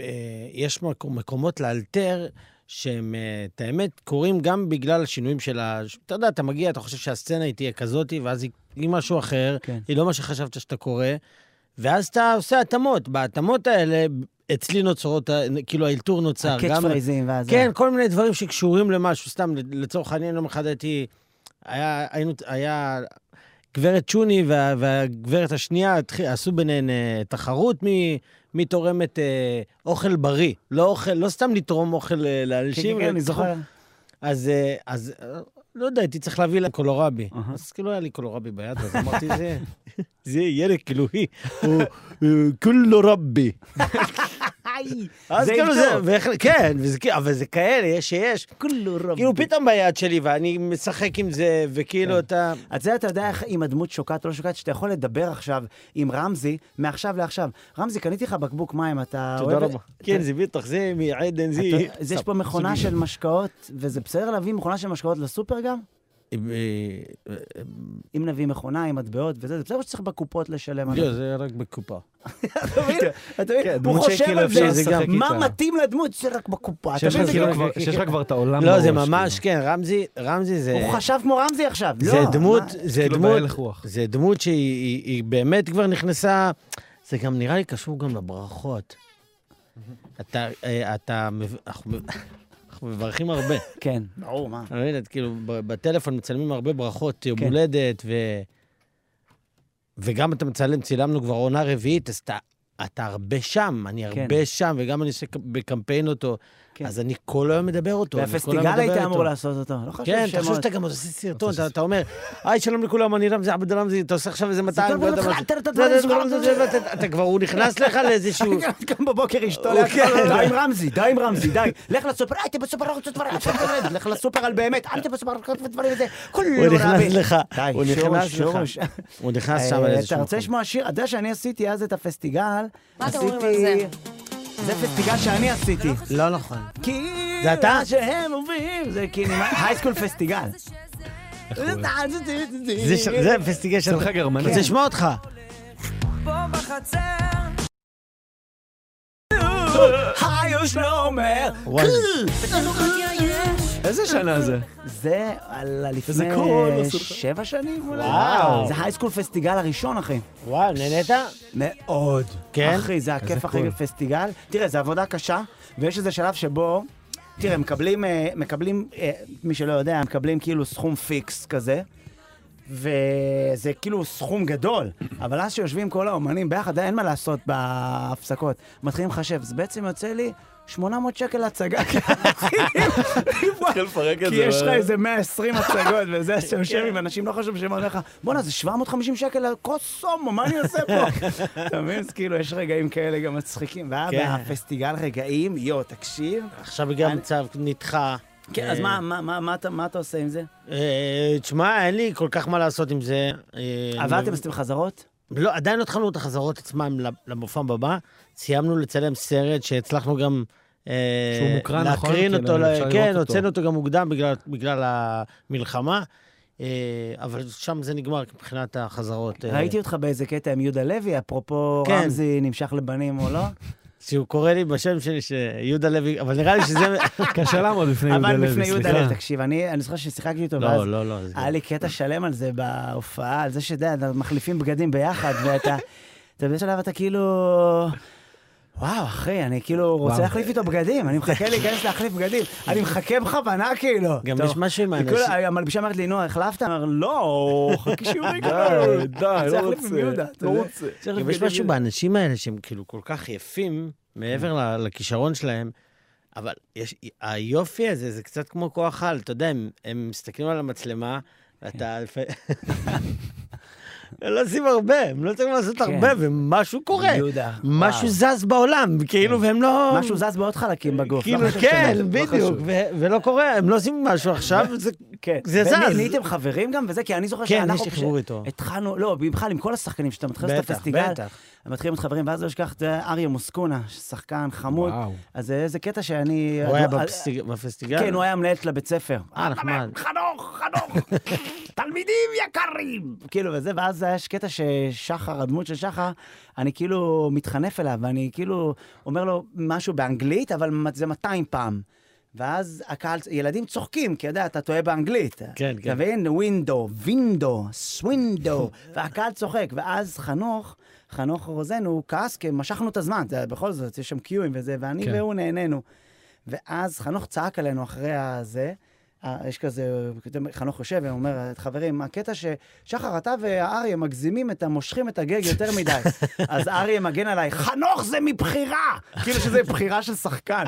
אה, יש מקו- מקומות לאלתר שהם, אה, את האמת, קורים גם בגלל השינויים של ה... ש- אתה יודע, אתה מגיע, אתה חושב שהסצנה היא תהיה כזאתי, ואז היא, היא משהו אחר, כן. היא לא מה שחשבת שאתה קורא, ואז אתה עושה התאמות. בהתאמות האלה, אצלי נוצרות, ה- כאילו האלתור נוצר. הקאץ' גם- פרייזים ואז... כן, כל מיני דברים שקשורים למשהו. סתם, לצורך העניין, יום אחד הייתי... היה, היינו, היה גברת צ'וני וה, והגברת השנייה התח- עשו ביניהן אה, תחרות מי, מי תורמת אה, אוכל בריא. לא אוכל, לא סתם לתרום אוכל אה, כן, לאנשים. כן, כן, לתרום- אני זוכר. אז, אה, אז אה, לא יודע, הייתי צריך להביא לה קולורבי. אהה. אז כאילו היה לי קולורבי ביד, אז אמרתי, זה, זה ילד כאילו, הוא הוא קולורבי. היי, אז זה כאילו איתו. זה, ואיך- כן, וזה כאילו- אבל זה כאלה, יש שיש. כולו רב. כאילו פתאום ביד שלי, ואני משחק עם זה, כן. וכאילו אתה... את זה אתה יודע איך אם הדמות שוקעת או לא שוקעת, שאתה יכול לדבר עכשיו עם רמזי מעכשיו לעכשיו. רמזי, קניתי לך בקבוק מים, אתה אוהב... כן, זה בטח, זה מעדן, זה... אתה- אז יש פה מכונה של משקאות, וזה בסדר להביא מכונה של משקאות לסופר גם? אה, אם נביא מכונה עם מטבעות וזה, זה בסדר או שצריך בקופות לשלם על זה? לא, זה רק בקופה. אתה מבין? אתה כן, מבין? דמות הוא חושב שכאילו על אפשר זה, לשחק גם מה איתה. מתאים לדמות? זה רק בקופה. אתה שיש מבין? לא, לך כאילו כבר- שיש לך כבר את העולם בראש. לא, זה ממש, כאילו. כן, רמזי, רמזי זה... אה, הוא חשב כמו רמזי עכשיו. זה לא, דמות, מה- זה כאילו דמות, בהלך רוח. זה דמות שהיא היא- היא באמת כבר נכנסה, זה גם נראה לי קשור גם לברכות. אתה, אה, אתה, מב- אנחנו אנחנו מברכים הרבה. כן. ברור, מה? אני לא יודעת, כאילו, ב- בטלפון מצלמים הרבה ברכות, יום כן. הולדת, ו... וגם אתה מצלם, צילמנו כבר עונה רביעית, אז אתה, אתה הרבה שם, אני הרבה כן. שם, וגם אני עושה ק- בקמפיין אותו, כן. אז אני כל היום מדבר אותו. אני כל היום והפסטיגל מדבר היית אותו. אמור לעשות אותו. לא חשוב כן, שמות. תחשוב שאתה גם עושה סרטון, אתה- אתה אומר, היי, שלום לכולם, אני רמזי עבד רמזי, אתה עושה עכשיו איזה 200... כבר ואתה- מתחיל, אתה- אתה- אתה- אתה- אתה- אתה- אתה- אתה- אתה כבר, הוא נכנס לך לאיזשהו... קם בבוקר אשתו לידך, אוקיי. די עם רמזי, די עם רמזי, די. לך לסופר, הייתי בסופר ארוחת דברים, לך לסופר על באמת, הייתי בסופר ארוחת דברים וזה. הוא נכנס לך, די, הוא נכנס שורש, לך. שורש. הוא נכנס שם אה, לאיזשהו... אתה רוצה לשמוע שיר? אתה יודע שאני עשיתי אז את הפסטיגל. מה אתם אומרים עשיתי- על זה פסטיגל שאני עשיתי. לא נכון. כי... זה אתה? שהם עוברים, זה כאילו הייסקול פסטיגל. זה ש- זה פסטיגל של... צריך הגרמני. כן. רוצה לשמוע אותך. היי הוא שלומר. וואי, כן. איזה שנה זה? זה על לפני איזה קול, עשו לך. שבע שנים אולי. וואו. זה הייסקול פסטיגל הראשון, אחי. וואו, נהנית? מאוד. כן? אחי, זה הכיף הכי קול. בפסטיגל. תראה, זו עבודה קשה, ויש איזה שלב שבו... תראה, מקבלים, אה, מקבלים, אה, מי שלא יודע, מקבלים כאילו סכום פיקס כזה, וזה כאילו סכום גדול, אבל אז שיושבים כל האומנים ביחד, אין מה לעשות בהפסקות. מתחילים לחשב, זה בעצם יוצא לי 800 שקל הצגה. כאילו, כי יש לך איזה 120 הצגות, וזה שאתה יושב כן. עם אנשים, לא חשוב שהם אומרים לך, בואנה, זה 750 שקל על כוס סומו, מה אני עושה פה? אתה מבין? אז כאילו, יש רגעים כאלה גם מצחיקים. והיה כן. בפסטיגל רגעים, יואו, תקשיב. עכשיו גם אני- צו נדחה. כן, אז מה- מה- מה- מה אתה- מה אתה עושה עם זה? אה, תשמע, אין לי כל כך מה לעשות עם זה. אה, עבדתם, אני- עשיתם חזרות? לא, עדיין לא התחלנו את החזרות עצמן למופע בבא. סיימנו לצלם סרט שהצלחנו גם... אה, שהוא מוקרן, נכון? להקרין כאילו, אותו, ל- אפשר לראות כן, אותו. הוצאנו אותו גם מוקדם בגלל- בגלל המלחמה, אה, אבל שם זה נגמר מבחינת החזרות. אה, ראיתי אותך באיזה קטע עם יהודה לוי, אפרופו כן. רמזי נמשך לבנים או לא? שהוא קורא לי בשם שלי, שיהודה לוי, אבל נראה לי שזה... קשה לעמוד בפני יהודה אבל לוי, לפני יהודה סליחה. לוי, תקשיב, אני אני זוכר ששיחקתי איתו, ואז לא, לא, לא. זה- היה לי קטע שלם על זה בהופעה, על זה שאתה יודע, אנחנו מחליפים בגדים ביחד, ואתה, אתה באיזשהו שלב אתה כאילו... וואו, אחי, אני כאילו רוצה וואו. להחליף איתו בגדים, אני מחכה להיכנס להחליף בגדים, אני מחכה בכוונה כאילו. גם טוב. יש משהו עם האנשים... וכאילו, המלבישה אומרת לי, נו, החלפת? אמר, לא, חכי שהוא רגע. די, די, צריך לא להחליף עם רוצה, יהודה, אה, אתה לא יודע. רוצה. צריך גם להחליף יש משהו בגדים. באנשים האלה שהם כאילו כל כך יפים, Mm. מעבר ל- לכישרון שלהם, אבל יש, היופי הזה זה קצת כמו כוח על, אתה יודע, הם, הם מסתכלים על המצלמה, כן. ואתה... לפ- הם לא עושים הרבה, הם לא צריכים לעשות הרבה, ומשהו קורה. כן. יהודה, כן. משהו זז בעולם, כאילו, והם לא... משהו זז בעוד חלקים בגוף. כאילו, לא חשוב כן, שזה- בדיוק, ו- ולא קורה, הם לא עושים משהו עכשיו, זה... כן. זה ונה- זז. נהייתם חברים גם וזה, כי אני זוכר כן, שאנחנו... יש שחרור איתו. התחלנו, לא, בכלל עם כל השחקנים, שאתה מתחיל לעשות את בטח, הפסטיגל, בטח. הם מתחילים להיות חברים, ואז לא אשכח את אריה מוסקונה, שחקן חמוד. וואו. אז זה איזה קטע שאני... הוא היה אה, בפסטיג- בפסטיגל? כן, הוא היה מנהל של הבית ספר. אה, נחמד. חנוך, חנוך, תלמידים יקרים. כאילו, וזה, ואז יש קטע ששחר, הדמות של שחר, אני כאילו מתחנף אליו, ואני כאילו אומר לו משהו באנגלית, אבל זה 200 פעם. ואז הקהל, ילדים צוחקים, כי אתה יודע, אתה טועה באנגלית. כן, אתה כן. מבין? ווינדו, וינדו, סווינדו, והקהל צוחק. ואז חנוך, חנוך רוזן, הוא כעס, כי משכנו את הזמן, זה, בכל זאת, יש שם קיואים וזה, ואני כן. והוא נהנינו. ואז חנוך צעק עלינו אחרי הזה, אה, יש כזה, חנוך יושב ואומר, חברים, הקטע ששחר, אתה ואריה מגזימים את המושכים את הגג יותר מדי. אז אריה מגן עליי, חנוך זה מבחירה! כאילו שזה בחירה של שחקן.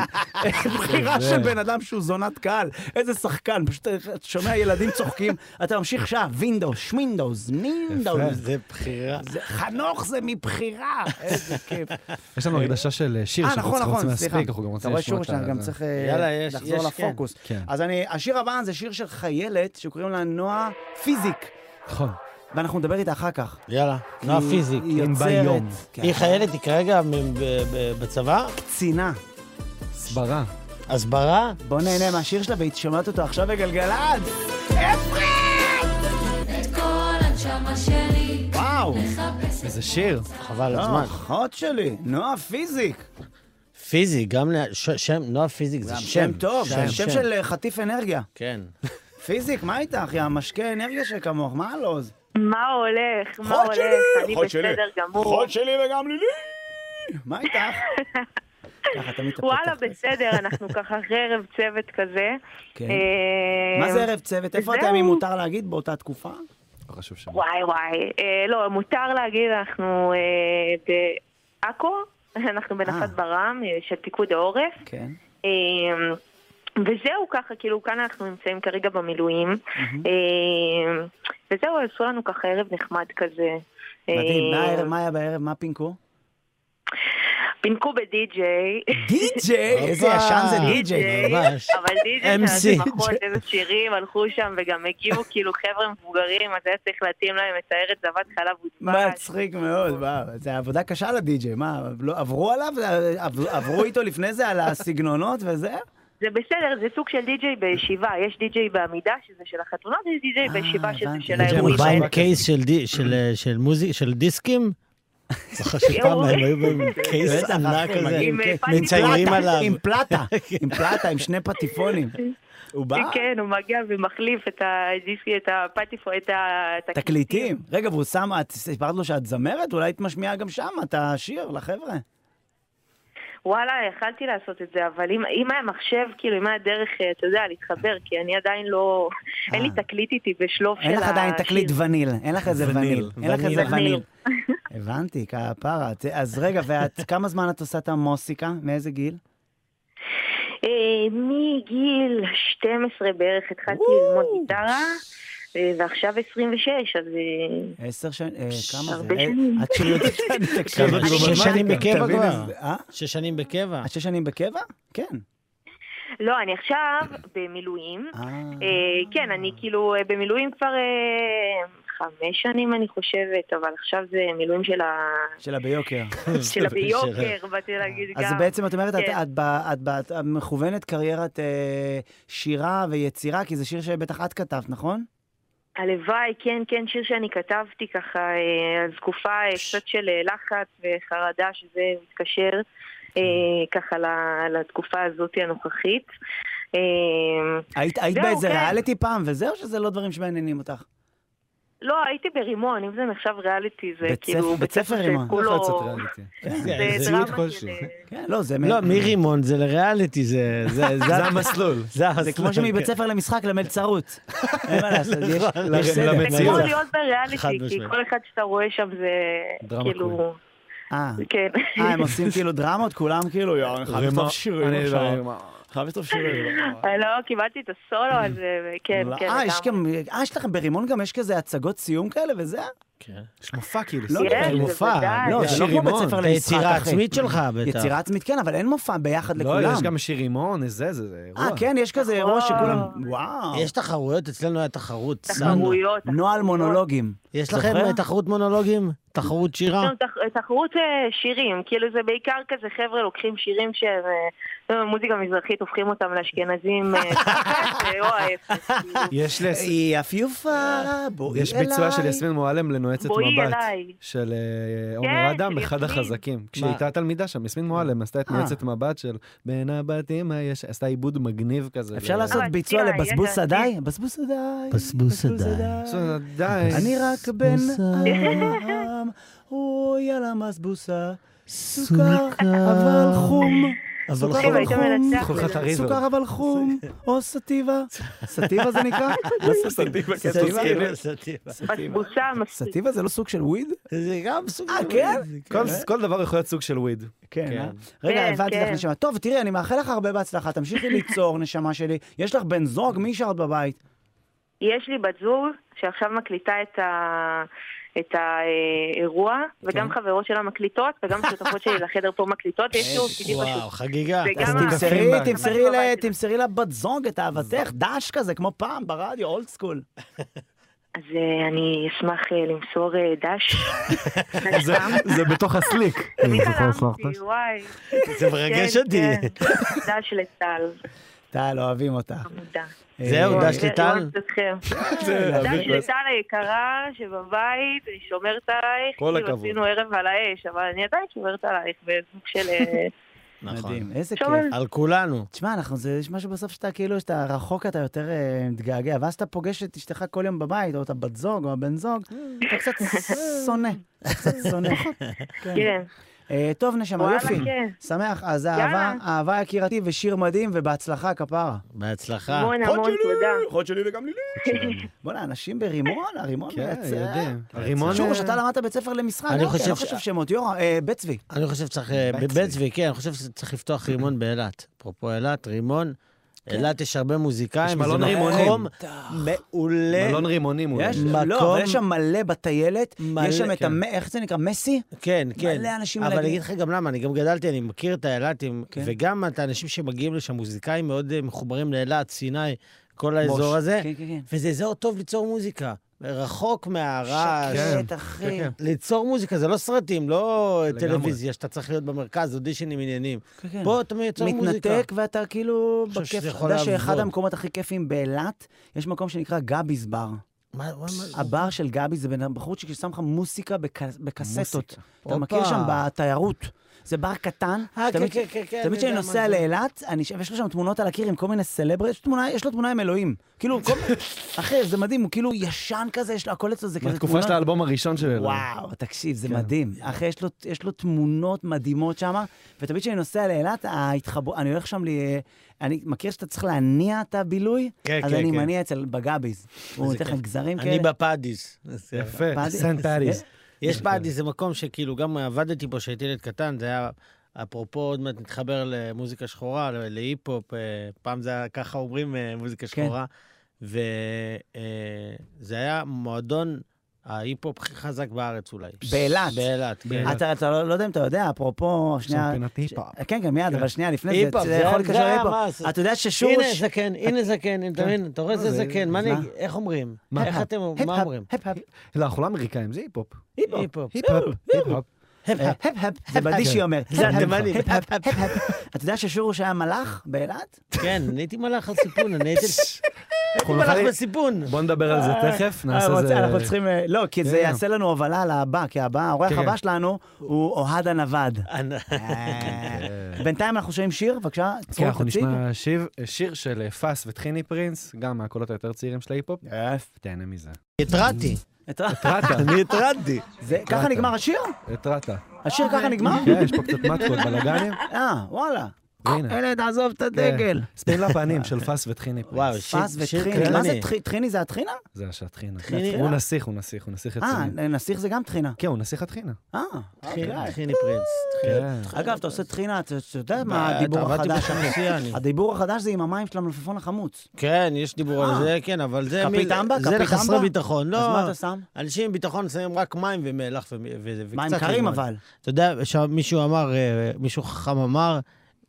בחירה של בן אדם שהוא זונת קהל. איזה שחקן, פשוט אתה שומע ילדים צוחקים, אתה ממשיך שעה, וינדוס, שמינדוס, מינדוס. זה בחירה. חנוך זה מבחירה! איזה כיף. יש לנו הקדשה של אה, שיר אה, שאנחנו נכון, צריכים נכון, סליחה. רוצים להספיק, אנחנו גם אתה רוצים רואה שור לשמוע את ה... שלנו, גם צריך אה, יאללה, יש- לחזור יש, כן. לפוקוס. כן. אז אני, השיר הבא זה שיר של חיילת שקוראים לה נועה פיזיק, נכון. ואנחנו נדבר איתה אחר כך. יאללה, נועה היא- פיזיק. היא אם בא יוצרת, יום. כן, היא חיילת, היא כרגע מ- ב- ב- בצבא, קצינה. הסברה. הסברה. בוא נהנה מהשיר שלה, והיא שומעת אותו עכשיו בגלגלצ. את כל הנשמה שלי, וואו! מחפשת איזה שיר. חבל על לא, הזמן. אחות שלי, נועה פיזיק. פיזיק, גם ל- ש- שם, נועה פיזיק זה שם. שם טוב, זה שם של אה, חטיף אנרגיה. כן. פיזיק, מה איתך, יא משקה אנרגיה שכמוך, מה הלו"ז? מה הולך? מה הולך? אני בסדר גמור. שלי וגם לילי! מה איתך? ככה תמיד אתה וואלה, פותח. בסדר, אנחנו ככה אחרי ערב צוות כזה. כן. אה, מה זה ערב צוות? איפה זהו. אתם, אם מותר להגיד, באותה תקופה? לא חשוב שם. וואי וואי. אה, לא, מותר להגיד, אנחנו אה, בעכו, אנחנו אה. בנחת ברם אה, של פיקוד העורף. כן. אה, וזהו ככה, כאילו כאן אנחנו נמצאים כרגע במילואים. אה, וזהו, עשו לנו ככה ערב נחמד כזה. מדהים, מה אה, הערב, מה היה בערב, מה פינקו? פינקו בדי-ג'יי. די-ג'יי, איזה הופה. ישן זה די-ג'יי. די-ג'יי. ממש. אבל די.ג'י MC. שעשו מחול, איזה שירים, הלכו שם וגם הגיעו כאילו חבר'ה מבוגרים, אז היה צריך להתאים להם את הארץ זבת חלב ודבש. מצחיק מאוד, וואו, זה עבודה קשה לדי-ג'יי, מה, לא- עברו עליו, עב- עברו איתו לפני זה על הסגנונות וזה? זה בסדר, זה סוג של די.ג'יי בישיבה, יש די.ג'יי בעמידה שזה של החתונות, יש די.ג'יי אה, בישיבה שזה הבנתי. של יש האירועים גם בא האלה. עם קייס של די- של, אה, של מוזיק, של דיסקים. זוכר שפעם הם היו בהם קייס בטח, ענק אחי, כזה. מגיעים, עם, כן, אה, עם מציירים פלטה, עליו. עם פלטה, עם פלטה, עם שני פטיפונים. הוא בא? כן, הוא מגיע ומחליף את הדיסקי, את הפטיפו, את ה- תקליטים. רגע, והוא שם, את סיפרת לו שאת זמרת? אולי את משמיעה גם שם את השיר לחבר'ה. וואלה, יכלתי לעשות את זה, אבל אם, אם היה מחשב, כאילו, אם היה דרך, אה, אתה יודע, להתחבר, כי אני עדיין לא... אין לי תקליט איתי בשלוף של אה. אין לך עדיין תקליט כאילו- וניל, אין לך איזה וניל. אין לך איזה וניל. וניל. הבנתי, כפרה. ת- אז רגע, ואת, כמה זמן את עושה את המוסיקה? מאיזה גיל? אה, מגיל 12 בערך התחלתי ללמוד גיטרה, אה, ועכשיו 26, אז... אה, עשר שנים, אה, כמה זה? הרבה אה, שנים. את שלי יודעת, תקשיב, כמה- את שש שש שנים בקבע כן, תבין כבר. איזה- אה? שש שנים בקבע. את שש שנים בקבע? כן. לא, אני עכשיו במילואים. אה. אה, כן, אני כאילו אה, במילואים כבר אה, חמש שנים, אני חושבת, אבל עכשיו זה מילואים של ה... שלה ביוקר. של הביוקר, באתי להגיד גם. אז בעצם את אומרת, את- כן. את ב- את ב- את מכוונת קריירת אה, שירה ויצירה, כי זה שיר שבטח את כתבת, נכון? הלוואי, כן, כן, שיר שאני כתבתי ככה, אה, על תקופה אה, קצת של אה, לחץ וחרדה, שזה מתקשר אה, כן. ככה ל- לתקופה הזאת הנוכחית. אה, היית היית זהו, באיזה כן. ריאליטי פעם, וזה, או שזה לא דברים שמעניינים אותך? לא, הייתי ברימון, אם זה נחשב ריאליטי, זה בית כאילו... ספר- בית ספר זה רימון. לא כולו- זה- אה, זה זה- סיוט דרמה כלשהו. של, אה, כן, לא, זה... לא, מרימון זה לריאליטי, זה... זה- זה כן. המסלול. זה כמו שמבית ספר למשחק למד צרות. אין מה לעשות, יש- נכון, יש סדר. למד זה כמו מציאות. להיות חד בריאליטי, כי משמעית. כל אחד שאתה רואה שם זה דרמה קווין. כאילו... אה, כן. אה, הם עושים כאילו דרמות, כולם כאילו, יואו, אני חייב לכתוב שירים אני לא- עכשיו. חייב לכתוב שירים. לא, קיבלתי את הסולו, אז אה, כן, לא, כן. אה, יש לגמרי. גם, אה, יש לכם ברימון גם יש כזה הצגות סיום כאלה וזה? יש מופע כאילו. לא, סוג כן, של אבל מופע. בוודאי. לא, זה זה שיר לא כמו בית רימון, ספר את למשחק, אחי. היצירה העצמית שלך, בטח. יצירה עצמית כן, אבל אין מופע ביחד לא, לכולם. יש גם שיר רימון, זה, זה, זה אירוע. אה, כן, יש כזה אירוע נכון. שכולם... וואו. יש תחרויות, אצלנו היה תחרות. סאנו. תחרויות. לא, נוהל מונולוגים. יש לכם זוכר? אה, תחרות מונולוגים? תחרות שירה? גם תח- תחרות אה, שירים, כאילו זה בעיקר כזה חבר'ה לוקחים שירים שהם אה, מוזיקה מזרחית, הופכים אותם לאשכנזים, אה, זה או ההפך, כאילו. יש לס- היא עפיופה, בואי אליי. יש ביצוע של יסמין מועלם לנועצת בואי מבט. אליי. של אה, כן, עומר של אדם, אחד יסמין. החזקים. כשהיא הייתה תלמידה שם, יסמין מועלם עשתה את אה. נועצת מבט של בין הבתים, היש-" עשתה עיבוד מגניב כזה. אפשר ל- לעשות אבל ביצוע לא, תראה, לבסבוס ידע, עדיי? בסבוס עדיי. בסבוס עדיי. בסדר, אה, די. אני רק בן בסבוסה. העם, אוי על המסבוסה. סוכר, אבל חום. אבל סוכר, תקשיב, חום. היית מנצח חוכת בזה. הריבר. סוכר אבל חום, או סטיבה. סטיבה זה נקרא? לא סטיבה, זה סטיבה, סטיבה. בתבוסה מספיק. סטיבה זה לא סוג של וויד? זה גם סוג... אה, של- כן? זה- כל- כל דבר יכול להיות סוג של וויד. כן, אה? כן, רגע, הבנתי לך כן. נשמה. טוב, תראי, אני מאחל לך הרבה בהצלחה. תמשיכי ליצור, נשמה שלי. יש לך בן זוג, מי שרת בבית? יש לי בת זוג שעכשיו מקליטה את ה... את האירוע, וגם חברות שלה מקליטות, וגם שותפות שלי לחדר פה מקליטות, יש לי OCD וואו, פשוט. חגיגה. זה אז גם ה- תמסרי, אבל תמסרי ל- בבית. תמסרי לבת זוג את אהבתך, דש כזה, כמו פעם ברדיו, אולד סקול. אז אה, אני אשמח אה, למסור אה, דש. זה- זה בתוך הסליק. תמיד אני לא זוכר, סלחת. חלמתי, וואי. זה מרגש כן, אותי. לא כן. דש לטל, לא טל, לא אוהבים אותך. עמודה. כן, זהו, אה, דש לטל? דש לטל היקרה שבבית, אני שומרת עלייך. כל כאילו, הכבוד. עשינו ערב על האש, אבל אני עדיין שומרת עלייך בסוג של... אה, נכון. מדהים, איזה שומר. כיף. על כולנו. תשמע, אנחנו, זה, יש משהו בסוף שאתה כאילו, שאתה רחוק, אתה יותר אה, מתגעגע, ואז אתה פוגש את אשתך כל יום בבית, או את הבת זוג, או הבן זוג, אתה קצת שונא, קצת שונא. כן. כן. אה, טוב, נשמה, וואלה, יופי. כן. שמח, אז אהבה, אהבה יקירתי ושיר מדהים, ובהצלחה, כפרה. בהצלחה. המון המון תודה. חוד שלי וגם לילי. בואנה, אנשים ברימון, הרימון כן, מייצר. יודעים. הרימון... שוב, אה, שאתה למדת בית ספר למשחק, אני אוקיי, חושב אני לא ש- חושב שמות, יורם, אה, בית צבי. אני חושב שצריך... אה, בית בבית צבי. צבי, כן, אני חושב שצריך לפתוח רימון באילת. אפרופו אילת, רימון. אילת יש הרבה מוזיקאים, כן. יש זה מלון מקום רימונים. אה, מעולה. מלון רימונים הוא. יש, מקום- לא, אבל יש שם מלא בטיילת, מלא, יש שם את כן. המ... איך זה נקרא? מסי? כן, כן. מלא אנשים אבל מלגים. אני אגיד לך גם למה, אני גם גדלתי, אני מכיר את האילתים, כן. וגם את האנשים שמגיעים לשם, מוזיקאים מאוד אה, מחוברים לאילת, סיני, כל האזור מוש. הזה, כן, כן, כן. וזה אזור טוב ליצור מוזיקה. רחוק מהרעש. שקט, אחי. כן, ליצור מוזיקה, זה לא סרטים, לא לגמרי. טלוויזיה, שאתה צריך להיות במרכז, אודישנים עניינים. כן, כן. פה אתה מייצר מוזיקה. מתנתק ואתה כאילו חושב בכיף. שזה אתה יכול יודע שאחד לעבוד. המקומות הכי כיפים באילת, יש מקום שנקרא גבי's בר. מה, מה, מה? הבר של גבי זה בן אדם- בחור ששם לך מוסיקה בקס- בקסטות. אתה הופה. מכיר שם בתיירות. זה בר קטן, אה, כן, תמיד- כן, כן, כן, תמיד אני כשאני יודע נוסע מה זה. לאילת, אני ש- ויש לו שם תמונות על הקיר עם כל מיני סלברי, יש תמונה- יש לו תמונה עם אלוהים. כאילו, כל מיני- אחי, זה מדהים, הוא כאילו ישן כזה, יש לו הכל אצלו, זה כזה מהתקופה תמונות. של האלבום הראשון שלו. וואו, תקשיב, כן. זה מדהים. אחי, יש לו, יש לו תמונות מדהימות שם, ותמיד כשאני נוסע לאילת, ההתחבור, אני הולך שם ל... אני מכיר שאתה צריך להניע את הבילוי? כן, אז כן, אני כן. מניע אצל בגאביז. הוא נותן לך גזרים כאלה. אני בפאדיס. יפה, פאדיס. סן פאדיס. יש פאדיס, זה מקום שכאילו, גם עבדתי פה כשהייתי ילד קטן, זה היה אפרופו, עוד מעט נתחבר למוזיקה שחורה, ל- להיפ-הופ, אה, פעם זה היה, ככה אומרים אה, מוזיקה שחורה. וזה היה מועדון ההיפ-הופ הכי חזק בארץ אולי. באילת. באילת, כן. אתה, אתה לא, לא יודע אם אתה יודע, אפרופו, שנייה... מבחינת היפ-הופ. כן, כן, מיד, אבל שנייה לפני היפ-הופ, זה, זה- יכול זה לקשר היה להיפ-הופ. מה- אתה יודע ששורש... הנה זקן, הנה זקן, אתה מבין? אתה רואה לא, זה זה- זקן, מה אני מה? אגיד? איך אומרים? מה? איך אתם, מה הפ-הפ, אומרים? הפ-הפ, לא, אנחנו לא אמריקאים, זה היפ-הופ. היפ-הופ. היפ-הופ, היפ-הופ. אה, הפ-הפ, הפ-הפ, זה בדישי אומר. זה הפ-הפ, התימנים. הפ-הפ, הפ-הפ. אתה יודע ששורש היה מלאך באילת? כן, אני הייתי מלאך על סיפון, אני הייתי הייתי מלאך נוכל- בסיפון. בוא נדבר על זה תכף, אה, נעשה רוצה- זה... אנחנו צריכים... אה, לא, כי זה כן. יעשה לנו הובלה לבא, כי הבא, האורח כן. הבא שלנו הוא אוהד הנווד. אני- אה, בינתיים אנחנו שומעים שיר, בבקשה, כן, צור אנחנו תציג. נשמע שיר- שיר של אה, פאס וטחיני פרינס, גם מהקולות היותר צעירים של ההיפ-הופ. יפ. תהנה מזה. התרעתי. התרעת, אני התרעתי. זה- ככה אתה. נגמר השיר? התרעת. השיר ככה נגמר? כן, יש פה קצת מתקות, בלאגנים. אה, וואלה. והנה. ילד, עזוב את הדגל. ספין לפנים אה, של פאס וטחיני וואו, פרינס. שיר פס שיר וטחיני. מה זה קטלני. טחי- טחיני? זה הטחינה? זה השעה טחינה. טחינה? הוא נסיך, הוא נסיך, הוא נסיך אה, רציני. נסיך זה גם טחינה. כן, הוא נסיך הטחינה. אה, טחיני- אוקיי. טחיני פרינס. טחיני- כן. אגב, אתה עושה טחינה, אתה אתה יודע מה אה, הדיבור עבדתי החדש? בקפיטני. הדיבור החדש זה עם המים של המלפפון החמוץ. כן, יש דיבור על אה. זה, כן, אבל זה... כפית מיל- אמבה? זה כפית לחסרי אמבה? ביטחון. לא, אז מה אתה שם? אנשים עם ביטחון שמים רק מים ומלח ו- ו- ו- וקצת... מים קרים לימון. אבל. אתה יודע, שם מישהו אמר, אה, מישהו חכם אמר,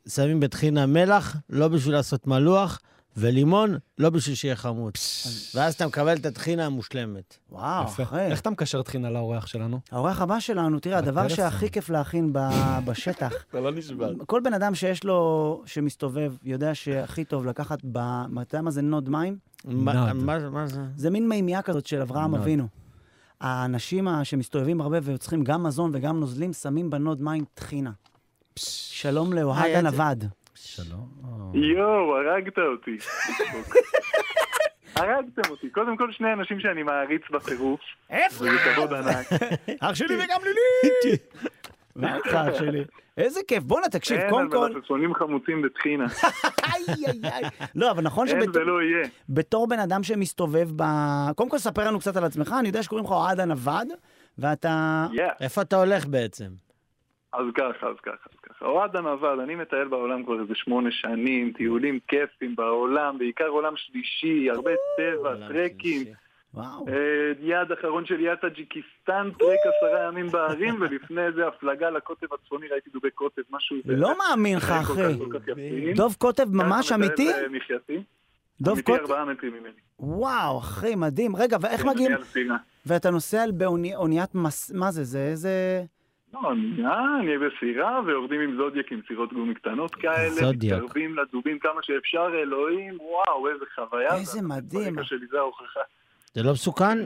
שמים בטחינה מלח, לא בשביל לעשות מלוח, ולימון, לא בשביל שיהיה חמוץ. ואז אתה מקבל את הטחינה המושלמת. וואו, יפה. אחי. איך אתה מקשר טחינה לאורח שלנו? האורח הבא שלנו, תראה, הדבר בטלפון. שהכי כיף להכין ב- בשטח. אתה לא נשבר. כל בן אדם שיש לו, שמסתובב, יודע שהכי טוב לקחת ב... אתה יודע מה זה נוד מים? מה נאדה. מה- מה זה? זה מין מימייה כזאת של אברהם נוד. אבינו. האנשים ה- שמסתובבים הרבה וצריכים גם מזון וגם נוזלים, שמים בנוד מים טחינה. שלום לאוהד היה את זה. הנווד. שלום. יואו, הרגת אותי. הרגתם אותי. קודם כל, שני אנשים שאני מעריץ בטירוף. איפה? זה כבוד ענק. אח שלי וגם לילי! מה איתך, אח שלי? איזה כיף. בואנה, תקשיב, אין לא על קודם כל... מלפפונים חמוצים בטחינה. איי, איי, איי. לא, אבל נכון אין שבת... ולא יהיה. בתור בן אדם שמסתובב ב... קודם כל, ספר לנו קצת על עצמך, אני יודע שקוראים לך אוהד הנווד, ואתה... יא. איפה אתה הולך בעצם? אז ככה, אז ככה, אז ככה. אוהד הנווד, אני מטייל בעולם כבר איזה שמונה שנים, טיולים כיפים בעולם, בעיקר עולם שלישי, הרבה אה, טבע, טרקים. וואו. אה, יעד אחרון שלי היה טאג'יקיסטן, טרק עשרה ימים בערים, ולפני זה הפלגה לקוטב הצפוני, ראיתי דובי קוטב, משהו... לא מאמין לך, אה, כל כך, אחי. כל כך יפים. דוב קוטב ממש ככה אמיתי? מתאר, אה, מחייתי. דוב אמיתי קוטב? ארבעה מטרים ממני. וואו, אחי, מדהים. רגע, ואיך כן, מגיעים? אני על סירה. ואתה נוסע על באוני- אוניית מס... מה זה? זה איזה... לא, אני אה, אני בסירה, ויורדים עם זודיאק עם סירות גומי קטנות כאלה, זודיאק. מתקרבים לדובים כמה שאפשר, אלוהים, וואו, איזה חוויה. איזה זה. מדהים. ברקע שלי זה ההוכחה. זה לא מסוכן?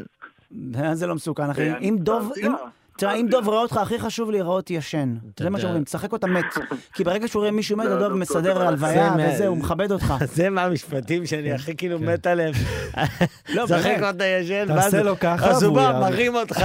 זה לא מסוכן, אחי. אה, אני אם דוב... מתפעל, אם- אה, תראה, אם מתפעל. דוב רואה אותך, הכי חשוב להיראות ישן. זה מה יודע. שאומרים, תשחק אותה מת. כי ברגע שהוא רואה מישהו מת, לא, הדוב דוב מסדר קוטב, הלוויה זה מה- וזה, הוא מכבד אותך. זה מהמשפטים שאני הכי כאילו מת עליהם. לא, זחק באמת. אותה ישן, תעשה ואז- לו ככה, אז הוא והוא בא, יעריך. מרים אותך,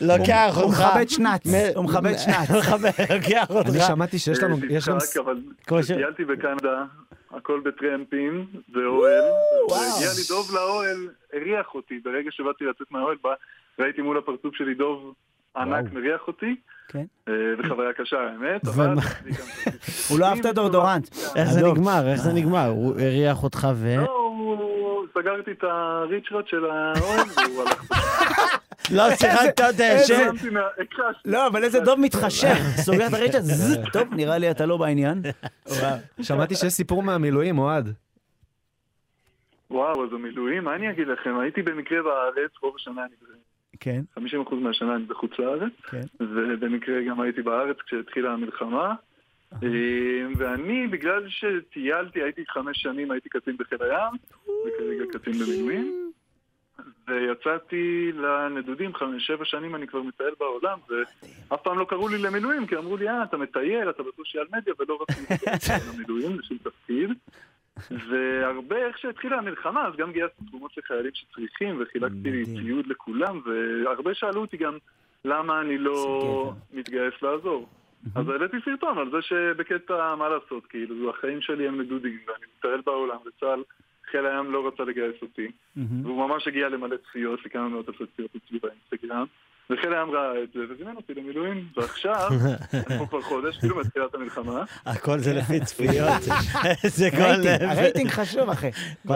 לוקח הוא אותך. מכבד שנץ, מ- הוא מכבד שנץ. מכבד, לוקח אני אותך. שמעתי שיש לנו, אה, יש לנו... תצחק, אבל כמו ש- טיילתי בקנדה, הכל בטרמפים, ואוהל, והגיע לי דוב לאוהל, הריח אותי, ברגע שבאתי לצאת מהאוהל, בא- ראיתי מול הפרצוף שלי דוב ענק מריח אותי. כן. אה, זו חוויה קשה, האמת, אבל... ומה- אני גם- הוא לא אהב את הדאודורנט. איך זה הדוב. נגמר? איך זה נגמר? הוא הריח אותך ו... לא, הוא- סגרתי את הריצ'רד של האוהל, והוא הלך... לא שיחקת אותה ישן? הבנתי מה- הכחשתי. לא, אבל איזה דוב מתחשב. סוגר את הרשת, זז, טוב, נראה לי אתה לא בעניין. שמעתי שיש סיפור מהמילואים, אוהד. וואו, אז המילואים, מה אני אגיד לכם? הייתי במקרה בארץ, רוב השנה אני... כן. 50% מהשנה אני בחוץ לארץ, כן. ובמקרה גם הייתי בארץ כשהתחילה המלחמה. אמ, ואני, בגלל שטיילתי, הייתי חמש שנים, הייתי קצין בחיל הים, וכרגע קצין במילואים, ויצאתי לנדודים, חמש, שבע שנים אני כבר מטייל בעולם, ואף פעם לא קראו לי למילואים, כי אמרו לי, אה, אתה מטייל, אתה בטוח על מדיה, ולא רק למילואים, לשום תפקיד. והרבה, איך שהתחילה המלחמה, אז גם גייסתי תרומות לחיילים שצריכים, וחילקתי מדהים. ציוד לכולם, והרבה שאלו אותי גם למה אני לא מתגייס לעזור. אז העליתי סרטון על זה שבקטע, מה לעשות, כאילו, החיים שלי הם נדודים, ואני מטייל בעולם, וצה"ל, חיל הים לא רצה לגייס אותי, והוא ממש הגיע למלא צפיות, לכמה מאות אלפי צפיות אצלי באינסטגרם, וחיל הים ראה את זה, וזימן אותי למילואים, ועכשיו, אנחנו כבר חודש, כאילו מתחילת המלחמה, הכל זה לפי צפיות. זה כל... רייטינג, הרייטינג חשוב, אחי. לא,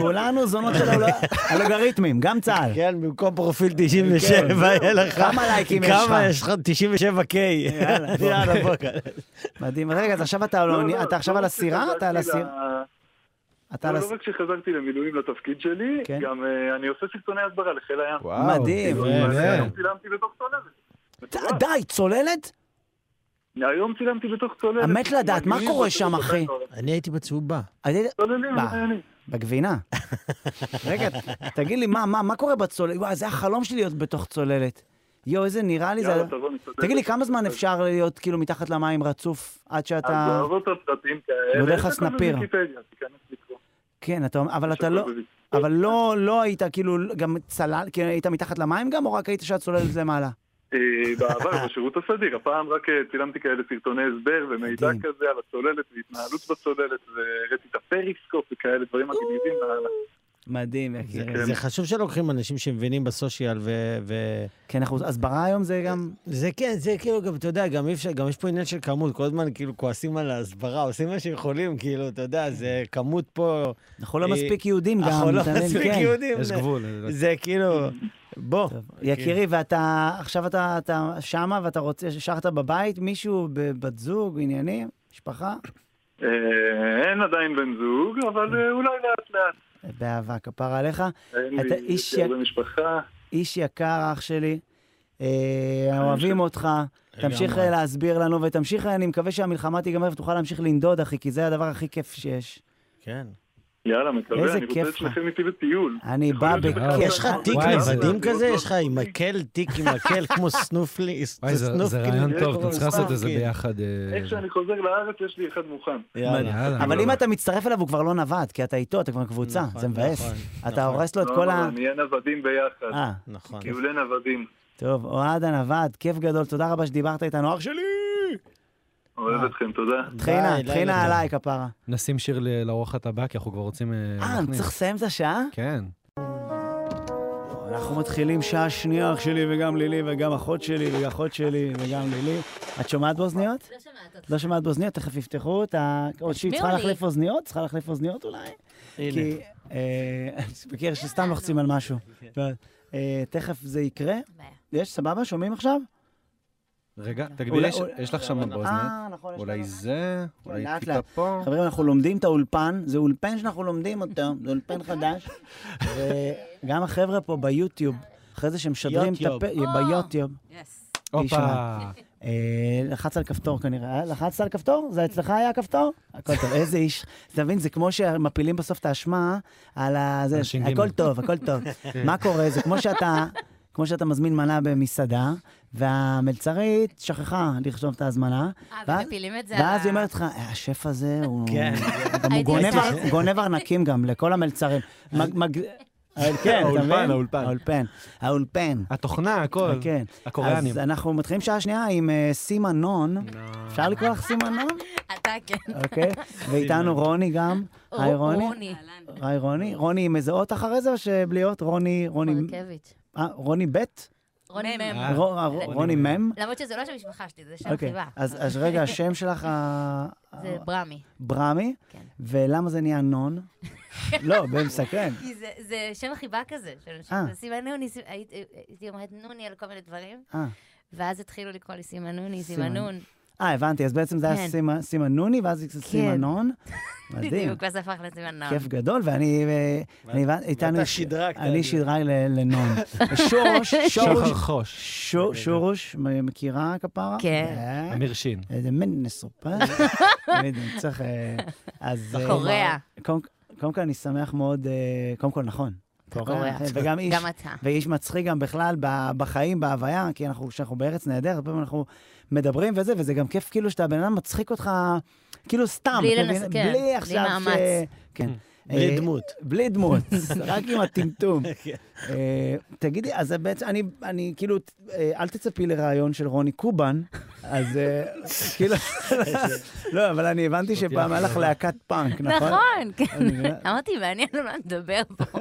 כולנו זונות של האלו- אלוגריתמים, גם צה"ל. כן, במקום פרופיל 97, יהיה לך... כמה לייקים יש לך? כמה יש לך? 97K. יאללה, בוא. יאללה, בוא. מדהים. רגע, אז עכשיו אתה על לא, האונייה- לא, אתה עכשיו לא על רק הסירה? אתה על שחזרתי הסירה? ל- אתה לא על לא הסירה? רק שחזרתי למילואים לתפקיד שלי, כן. גם אה, אני עושה סרטוני הסברה לחיל הים. וואו. מדהים. אבל אה, היום צילמתי בתוך צוללת. מטורף. ד- די, צוללת? היום צילמתי בתוך צוללת. המת לדעת, מה מגניב, קורה עושה שם, סרטוני אחי? צוללת. אני הייתי בצהובה. אני- צוללים, מה? מצוינים. בגבינה. רגע, תגיד לי, מה, מה, מה קורה בצוללת? וואי, זה החלום שלי להיות בתוך צוללת. יואו, איזה נראה לי זה... יאללה, תבוא, נסתדר. תגיד לי, כמה זמן אפשר להיות כאילו מתחת למים רצוף עד אז שאתה... תעזוב את הפרטים כאלה. אני הולך יש הכל לסנפיר. בוויקיפדיה, תיכנס לקרוא. כן, אתה אומר, אבל יש אתה הכל לא... בוויק- אבל לא, לא היית כאילו גם צלל, כאילו היית מתחת למים גם, או רק היית שאת צוללת למעלה? אה, בעבר, בשירות הסדיר. הפעם רק אה, צילמתי כאלה סרטוני הסבר ומידע מדהים. כזה על הצוללת והתנהלות בצוללת, והראיתי את הפריסקופ וכאלה דברים מגניבים. לאללה. מדהים, יקירי. זה כן. חשוב שלוקחים אנשים שמבינים בסושיאל ו- ו... כן, אנחנו... הסברה היום זה גם... זה כן, זה כאילו גם, אתה יודע, גם אי אפשר, גם יש פה עניין של כמות, כל הזמן כאילו כועסים על ההסברה, עושים מה שיכולים, כאילו, אתה יודע, זה כמות פה... אנחנו לא אה, מספיק יהודים גם, אנחנו לא אתה מבין? מספיק כן. יהודים. יש זה- גבול. זה כאילו, בוא. טוב, כן. יקירי, ואתה, עכשיו אתה, אתה שמה ואתה רוצה, שרת בבית, מישהו, ב- בת זוג, עניינים, משפחה? אה, אין עדיין בן זוג, אבל אה, אולי לאט לאט. באהבה, כפרה עליך. אין אתה לי איש יש לי הרבה משפחה. איש יקר, אח שלי, אה, כן. אוהבים אותך. תמשיך אה, להסביר לנו, ותמשיך, אה, אני מקווה שהמלחמה תיגמר ותוכל להמשיך לנדוד, אחי, כי זה הדבר הכי כיף שיש. כן. יאללה, מקווה, איזה אני רוצה כיף את לך. שלכם איתי בטיול. אני יכול בא להיות שבכלל בכיף. זה- יש לך אה, תיק זה- נוודים זה- כזה? זה- יש לך עם מקל, תיק עם מקל, כמו סנופלי, נכון, וואי, זה- זה סנופקין. רעיון טוב, כמו אתם צריכים לעשות את זה סנופקין. ביחד. אה, איך שאני חוזר לארץ, יש לי אחד מוכן. יאללה. יאללה. אבל אם אתה מצטרף אליו, הוא כבר לא נווט, כי אתה איתו, אתה כבר קבוצה, נכון, זה מבאס. נכון, נכון. אתה הורס לו לא, את כל ה... לא, אבל נהיה נוודים ביחד. אה, נכון. טיולי נוודים. טוב, אוהד הנווד, כיף גדול, תודה רבה שדיברת איתנו, אח שלי! אה. אוהב אתכם, תודה. טחינה, ביי, לילה טחינה טוב. עליי, כפרה. נשים שיר ל- לאורחת הבאה, כי אנחנו כבר רוצים אה, אה, להכניס. צריך לסיים את השעה? כן. אנחנו מתחילים שעה שנייה, אח שלי וגם לילי וגם אחות שלי ואחות שלי וגם לילי. את שומעת באוזניות? לא שומעת אותך. לא שומעת באוזניות, תכף יפתחו אותה. או שהיא צריכה לי. להחליף אוזניות? צריכה להחליף אוזניות אולי? כי... אה, מכיר שסתם לוחצים על משהו. אה, תכף זה יקרה. בעיה. יש, סבבה? שומעים עכשיו? רגע, תגבילי, אולי- יש- אולי- יש לך שם באוזניות? אה, נכון, יש אולי לנו. זה, אולי לאט טיפה לאט. פה. חברים, אנחנו לומדים את האולפן, זה אולפן שאנחנו לומדים אותו, זה אולפן חדש. וגם החבר'ה פה ביוטיוב, אחרי זה שמשדרים את יוטיוב. הפ... ביוטיוב. יס. היא הופה. שומעת. אה, לחץ על כפתור כנראה, אה, לחצת על כפתור? זה אצלך היה כפתור? הכל טוב, איזה איש. אתה מבין, זה כמו שמפילים בסוף את האשמה על ה... זה, על הש"ג. הכל טוב, הכל טוב. מה קורה? זה כמו שאתה... כמו שאתה מזמין מנה במסעדה, והמלצרית שכחה לכתוב את ההזמנה. אה, ואז- ומפילים את זה על ואז היא ה- אומרת לך, "אה, השף הזה, הוא... כן. גם הוא הייתי גונב עושה אר- את זה. גונב ארנקים גם, לכל המלצרים. מג- מג- אה, כן, אתה האולפן, מבין? האולפן. האולפן. האולפן. התוכנה, הכל. כן. הקוריאנים. אז אנחנו מתחילים שעה שנייה עם אה, סימה נון. אפשר לקרוא לך סימה נון? אתה כן. אוקיי. ואיתנו רוני גם. היי רוני. רוני. היי רוני. רוני עם איזה אות אחרי זה או שבלי אות? רוני, רוני... מרקביץ'. אה, רוני ב'? רוני מם. אה. רו- אה, רוני מ'? למרות שזה לא שם משפחה שלי, זה שם אוקיי. חיבה. אז אז רגע, השם שלך ה- זה ברמי. ברמי? כן. ולמה זה נהיה נון? לא, במסקרן. כי זה- זה שם חיבה כזה. של אנשים. אה. זה סימן נוני, סימן- הייתי הייתי אומרת נוני על כל מיני דברים, אה. ואז התחילו לקרוא לי סימן נוני, סימן. סימן נון. אה, הבנתי, אז בעצם זה היה כן. סימה- סימה נוני, ואז זה סימה נון. מדהים. בדיוק, נכון. ואז זה הפך לסימן נון. כיף גדול, ואני... אה, אני הבנ- איתנו... ש- שדרגת, אני אני- שדרג ל- לנון. שורש, שחר שורש, חוש, שו- שורש, מ- מכירה כפרה? כן. אה, אמיר שין. איזה מן מסופר. צריך... אה, אז... אה, קוריאה. קודם- קודם כל, אני שמח מאוד, אה, קודם כל, נכון. קוריאה. נכון, וגם איש, גם אתה. ואיש מצחיק גם בכלל ב- בחיים, בהוויה, כי אנחנו, כשאנחנו בארץ נהדרת, הרבה פעמים אנחנו מדברים וזה, וזה גם כיף כאילו שאתה בן אדם מצחיק אותך, כאילו סתם. בלי אתה מבין? לנס- כן, בלי בלי עכשיו ש... מאמץ. כן. בלי אה, דמות. בלי דמות, רק עם הטמטום. כן. אה, תגידי, אז זה בעצם, אני, אני כאילו, אה, אל תצפי לרעיון של רוני קובן, אז אה, כאילו, לא, אבל אני הבנתי שפעם היה לך להקת פאנק, נכון? נכון, כן. אני- אמרתי, מעניין על מה נדבר פה.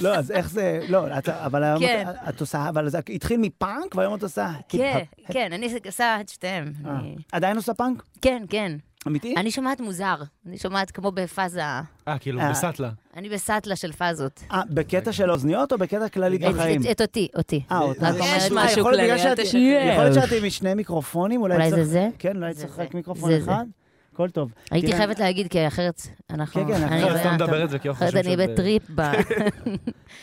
לא, אז איך זה, לא, את, אבל היום כן. את, את עושה, אבל זה התחיל מפאנק והיום את עושה... כן, היפ-הפ. כן, אני עושה את שתיהם. אה, אני- עדיין עושה פאנק? כן, כן. אמיתי? אני שומעת מוזר. אני שומעת כמו בפאזה. אה, כאילו, אה. בסטלה. אני בסאטלה של פאזות. אה, בקטע של האוזניות או בקטע כללי את- בחיים? את- את אותי, אותי. לא אה, אותה. רק אומרת אה, משהו יכול להיות כללי, בגלל אל שאת- תשקרי. יכול להיות שאת עם שני מיקרופונים, אולי אולי זה צריך- זה? כן, אולי זה צריך זה. רק מיקרופון זה זה. אחד. הכל טוב. הייתי תראה, חייבת להגיד, כי אחרת אנחנו... כן, כן, אני אחרת ב- סתם מדבר את זה, כי אנחנו אחרת חושבים אני שאת ב- בטריפ ב...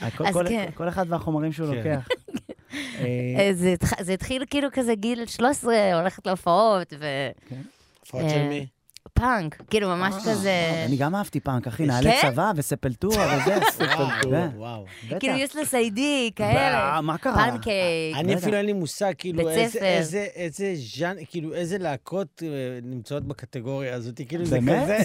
הכל- אז אה, כל- כן. כל אחד והחומרים שהוא כן. לוקח. אה, אה, זה התח- זה התחיל כאילו כזה גיל 13, הולכת להופעות, ופאנק. לפחות אה, של מי? כאילו, ממש כזה... אה, אני גם אהבתי פאנק, אחי, נעלי כן? צבא וספלטורה וזה. וואו, זה, וואו. בטח. כאילו, יש לה סיידי, כאלה. מה קרה? פנקייק. לא אני אפילו אין לי מושג, כאילו, בית איזה- ספר. איזה- איזה ז'אן, כאילו, איזה להקות אה, נמצאות בקטגוריה הזאת, כאילו, זה באמת? כזה,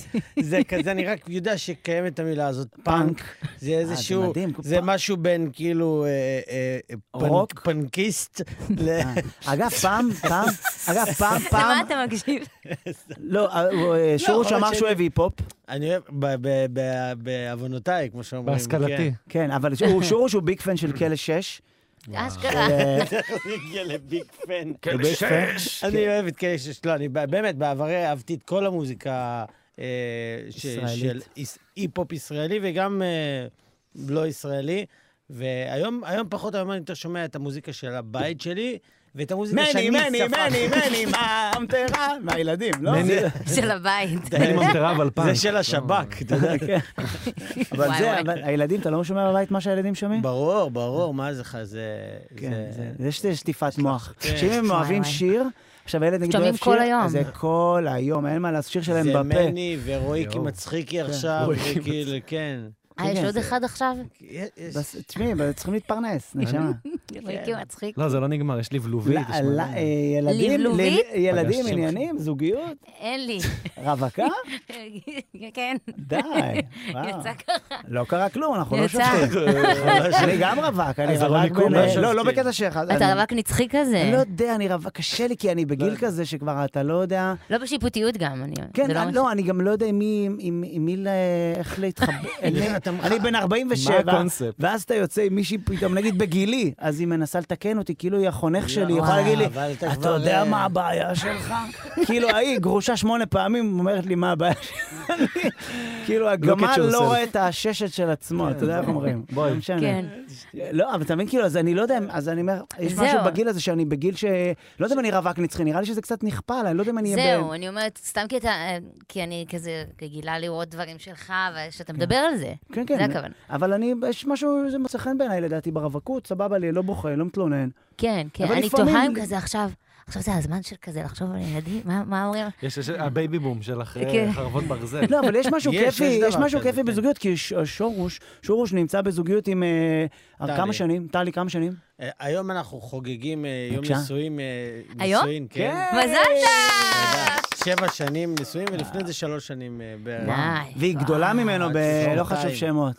זה כזה, אני רק יודע שקיימת המילה הזאת, פאנק. פאנק. אה, זה זה איזשהו, מדהים, זה פאנק. משהו בין כאילו אה, אה, אה, פנק- רוק? פנקיסט ל... אה, אגב, פעם, פעם, אגב, פעם, למה פעם, אתה מקשיב? לא, אה, הוא, אה, יכול שורוש להיות אמר שהוא שאני- אוהב היפ-הופ, אני אוהב, ב- ב- ב- בעוונותיי, כמו שאומרים. בהשכלתי. כן, אבל הוא- שורוש הוא ביג פן של כלא 6. אשכרה. אה, כן. אני הגיע לביג פן. שש. אני אוהב את כאלה שיש, לא, אני ב- באמת, בעברי אהבתי את כל המוזיקה אה, ש- ישראלית. של איס- אי-פופ ישראלי וגם אה, לא ישראלי. והיום היום פחות, היום אני יותר שומע את המוזיקה של הבית שלי, ואת המוזיקה שאני מני, מני, מני, ספגתי. מני, ממטרה, מהילדים, לא? מני- זה- של הבית. אני ממטרה, אבל פעם. זה של השב"כ, אתה יודע. כן. אבל וואי, זה, וואי. אבל הילדים, אתה לא שומע בבית מה שהילדים שומעים? ברור, ברור, מה זה לך, זה... כן, זה- זה- זה שתי שטיפת מוח. כן. שאם הם וואי, אוהבים וואי. שיר, עכשיו הילד נגיד שומעים אוהב כל שיר, היום. אז זה כל היום, אין מה לעשות, שיר שלהם זה בפה. מני ורואיקי מצחיקי עכשיו, וכאילו, כן. אה, כן, יש כן, עוד זה- אחד עכשיו? יש- בס- תשמעי, אבל צריכים להתפרנס, נשמה. ריקי כאילו, מצחיק. לא, זה לא נגמר, יש לבלובית. לא, יש לא, מלא. אה, ילדים, לבלובית? ל- ילדים, פגשתי. עניינים, זוגיות, אין לי. רווקה, כן, די. וואו. יצא ככה. לא קרה כלום, אנחנו לא יצא. שופטים. אני גם רווק, אני אז זה לא רווק מיקום, בין... לא לא, שופטים. לא בקטע שאחד... אתה אני- רווק אה. נצחי כזה. אני לא יודע, אני רווק, קשה לי, כי אני בגיל כזה שכבר אתה לא יודע... לא בשיפוטיות גם, אני... כן, זה אני- מה- לא, אני גם לא יודע עם מי, עם- עם מי, ל- איך להתחבר. אלה- אתה- אני בן 47, מה הקונספט? ואז אתה יוצא עם מישהי פתאום, נגיד בגילי, אז היא מנסה לתקן אותי, כאילו היא החונך שלי, היא יכולה וואו, להגיד לי, אבל אתה אתה כבר, יודע אה, מה הבעיה שלך? כאילו, ההיא גרושה שמונה פעמים, אומרת לי מה הבעיה שלי. כאילו, הגמל yourself. לא רואה את העששת של עצמו, אתה יודע איך אומרים. בואי. לא משנה. כן. לא, אבל אתה מבין, כאילו, אז אני לא יודע, אז אני אומר, יש זהו. משהו בגיל הזה שאני בגיל ש... לא יודע אם אני רווק נצחי, נראה לי שזה קצת נכפה עליי, לא יודע אם אני... אהיה ב- זהו, אני אומרת, סתם כי אתה... אה, כי אני כזה רגילה לראות דברים שלך, ושאתה מדבר על זה. כן, כן. זה הכוונה. אבל אני, יש משהו, זה מוצא חן בעיניי לדעתי ברווקות, סבבה לי, לא בוכה, לא מתלונן. כן, כן. אבל אני לפעמים- תוהה אם כזה עכשיו... עכשיו זה הזמן של כזה לחשוב על ילדים, מה- מה אומרים? יש יש- הבייבי בום של אחרי כן. חרבות ברזל. לא, אבל יש משהו יש, כיפי, יש דבר יש משהו כזה, כיפי כן. בזוגיות, כי ש- שורוש, שורוש נמצא בזוגיות עם... אה, טלי. כמה שנים? טלי, כמה שנים? אה, היום אנחנו חוגגים אה, יום בבקשה? נישואים. אה, היום? נישואים, כן. מזל תודה. טוב! שבע שנים נישואים, ולפני זה שלוש שנים אה, בערך. ניי. והיא אה, גדולה ממנו ב... צפרתיים. לא חשוב שמות.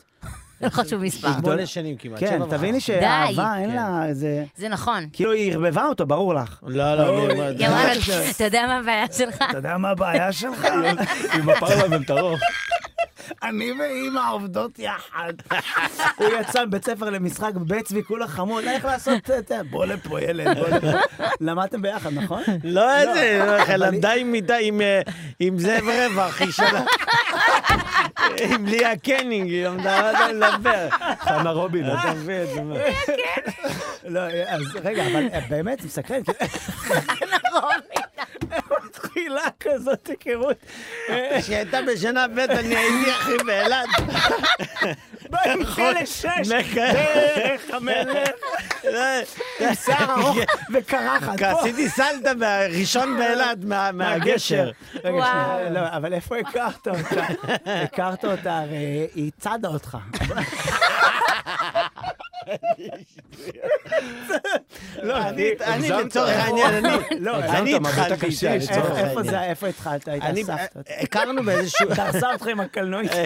לא חשוב מספר. שמונה שנים כמעט, כן, שבע וחצי. תביני שאהבה, אין כן. לה איזה... זה נכון. כאילו, היא ערבבה אותו, ברור לך. לא, לא, אני- היא אמרה לו, חושב. אתה יודע מה הבעיה שלך? אתה יודע מה הבעיה שלך? עם הפרלמנט ארוך. אני ואימא עובדות יחד. הוא יצא מבית ספר למשחק בבית צבי, כולה חמוד, איך לעשות את זה? בוא לפה, ילד, בוא לפה. למדתם ביחד, נכון? לא, איזה, אבל היא- למדה עם מידה, עם, אה, עם זאב רווח, היא שלה. עם ליה קנינג, היא למדה, לא יודעת לדבר. חנה רובין. אתה מבין, זה מה. לא, אז רגע, אבל אה, באמת, זה מסקרן. כי- נכון. תחילה כזאת היכרות. אה, כשהייתה בשנה ב' אני הייתי אחי באילת. בא עם נכון. כלא שש, מכ- דרך המלך, לא, עם שיער ארוך וקרחת. פה. עשיתי סלטה מהראשון באילת, מה- מהגשר. רגע, וואו. שנייה, לא, אבל איפה הכרת אותה? הכרת אותה, הרי היא צדה אותך. לא, אני, אני הגזמת. לצורך העניין, אני, לא, הגזמת, אני מבט התחלתי הקשה, איתה, יש לצורך צורך. איפה- איפה העניין. זה, איפה התחלת? היית אני- סבתא. הכרנו באיזשהו... דרסה אותך עם הקלנועית.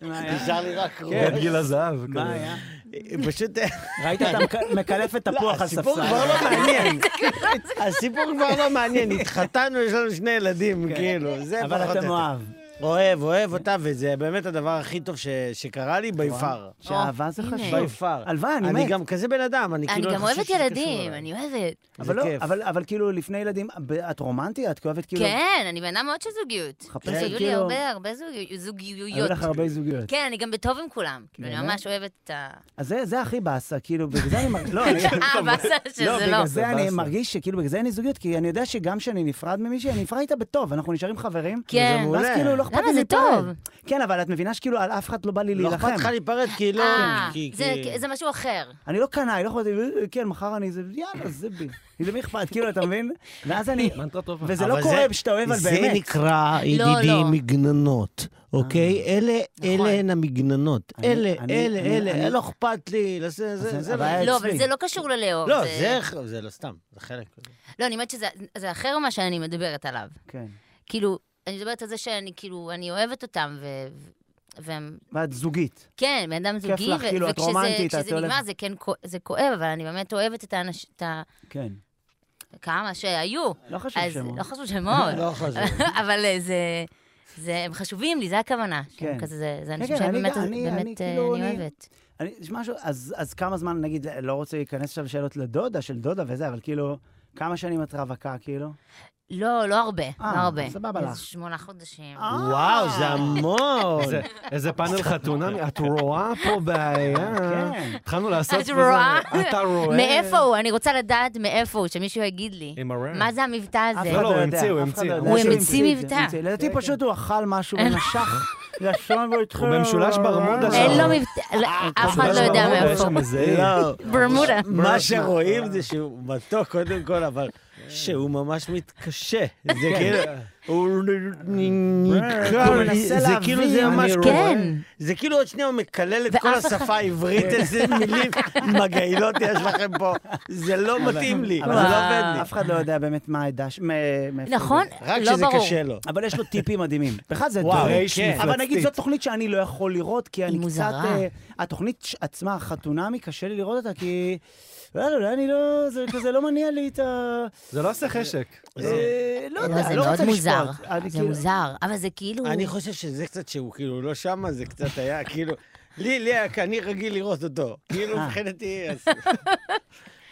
מה היה? נשאר לי רק רוב. עד גיל הזהב. מה כזה. היה? כן, פשוט... ראית אותה מק- מקלפת תפוח על הסיפור ספסל. כבר לא מעניין. הסיפור כבר לא מעניין. התחתנו, יש לנו שני ילדים, כאילו. זה אבל פחות אתה או יותר. מאוהב. אוהב, אוהב אותה, וזה באמת הדבר הכי טוב ש- שקרה לי בי פאר. שאהבה זה הנה. חשוב. בי פאר. אוקיי. הלוואי, אני אני מת. גם כזה בן אדם, אני אני כאילו... גם חושב אוהבת שזה קשור ילדים, אליי. אני אוהבת. זה אבל לא, כיף. אבל- אבל כאילו, לפני ילדים, ב- את רומנטית? את אוהבת כאילו... כן, אני בן אדם מאוד של זוגיות. מחפשת היו לי כאילו- הרבה, הרבה זוגי- היו זוגיויות. לך הרבה זוגיות. כן, אני גם בטוב עם כולם. כאילו, אני באמת? ממש אוהבת את ה... אז זה- זה הכי באסה, כאילו, בגלל זה אני... מרגיש- לא, אני- אה, באסה לא, שזה לא. בגלל זה אני באסה. מרגיש שכאילו, בגלל זה אין לי זוגיות, כי אני יודע שגם כשאני נפרד ממישהי, אני נפרד איתה בטוב, אנחנו נשארים חברים. כן. ואז מעולה. כאילו לא אכפת למה לי זה להיפרד. טוב? כן, אבל את מבינה שכאילו על אף אחד לא בא לי לא להילחם. אכפת לך להיפרד, כי לא... אה, כי- זה- כי- זה משהו אחר. אני לא קנאי, לא אכפת לי, כן, מחר אני זה, יאללה, זה בי. למי אכפת? כאילו, אתה מבין? ואז אני... מנטרה טובה. וזה לא אבל קורה כשאתה אוהב על זה באמת. נקרא, ידידי, לא. מגננות, אוקיי? אלה נכון. אלה הן המגננות. אני- אלה, אני- אלה, אני- אלה. אני- לא אכפת לי, לא זה, זה, אז זה לא... הבעיה לא, אה, אצלי. אבל זה לא קשור ללאום. לא, זה זה לא סתם, זה חלק. לא, אני אומרת שזה זה אחר מה שאני מדברת עליו. כן. כאילו, אני מדברת על זה שאני כאילו, אני אוהבת אותם, ו... ו- והם... ואת זוגית. כן, בן אדם כיף זוגי, לך, כאילו, את רומנטית, את וכשזה הולכת- נגמר זה כן כו- זה כואב, אבל אני באמת אוהבת את האנשים, את ה- כן. כמה שהיו. לא חשוב אז שמות. לא חשוב שמות, לא חשוב. אבל אה, זה... זה, הם חשובים לי, זה הכוונה. שהם כן. כזה, זה, זה כן, אנשים שאני אני באמת, גם- אני- באמת, אני אה, כאילו, אני אני- אוהבת. אני, יש משהו, אז, אז כמה זמן, נגיד, לא רוצה להיכנס עכשיו לשאלות לדודה של דודה וזה, אבל כאילו, כמה שנים את רווקה, כאילו? לא, לא הרבה, לא אה, הרבה. סבבה איזה לך. שמונה חודשים. אה, וואו, זה המון. איזה- איזה פאנל חתונה, את רואה פה בעיה. כן. התחלנו לעשות... את וזה- רואה? אתה רואה? מאיפה הוא? אני רוצה לדעת מאיפה הוא, שמישהו יגיד לי. עם הרע. מה זה המבטא אף הזה? אחד לא, לא, הוא יודע, המציא, הוא אף אחד לא המציא. יודע הוא שהוא המציא המציא את זה, מבטא. המציא. לדעתי פשוט הוא אכל משהו ונשך לשון והוא התחיל... הוא במשולש אה. ברמודה אין שם. לו מבטא, לא, אף אחד ממש לא יודע ברור, יש מאיפה שם הוא. איזה- לא, ברמודה. מה שרואים זה שהוא מתוק קודם כל, אבל שהוא ממש מתקשה. זה כאילו, הוא אה, נקרע, הוא מנסה זה כאילו זה להבין, ממש אני כאילו- כן. זה כאילו עוד שנייה הוא מקלל את כל ואף אחד- השפה העברית, איזה מילים מגעילות יש לכם פה. זה לא מתאים לי, זה אבל לא עובד לי. אף אחד לא יודע באמת מה העדה... ש- מ- מאיפה נכון? זה. רק לא שזה ברור. קשה לו. אבל יש לו טיפים מדהימים. בכלל זה וואו, דברים. כן. אבל נגיד, זאת תוכנית שאני לא יכול לראות, כי אני קצת... מוזרה. אה, התוכנית ש- עצמה, חתונמי, קשה לי לראות אותה, כי... לא, לא, לא, אני לא... זה כזה לא מניע לי את ה... זה לא עושה חשק. אה, לא לא, יודע, זה לא מאוד רוצה מוזר. לשפוט. אני זה כאילו- מוזר, אבל זה כאילו... אני חושב שזה קצת שהוא כאילו לא שמה, זה קצת היה כאילו, לי, לי, היה- אני רגיל לראות אותו. כאילו אה. מבחינתי, אז-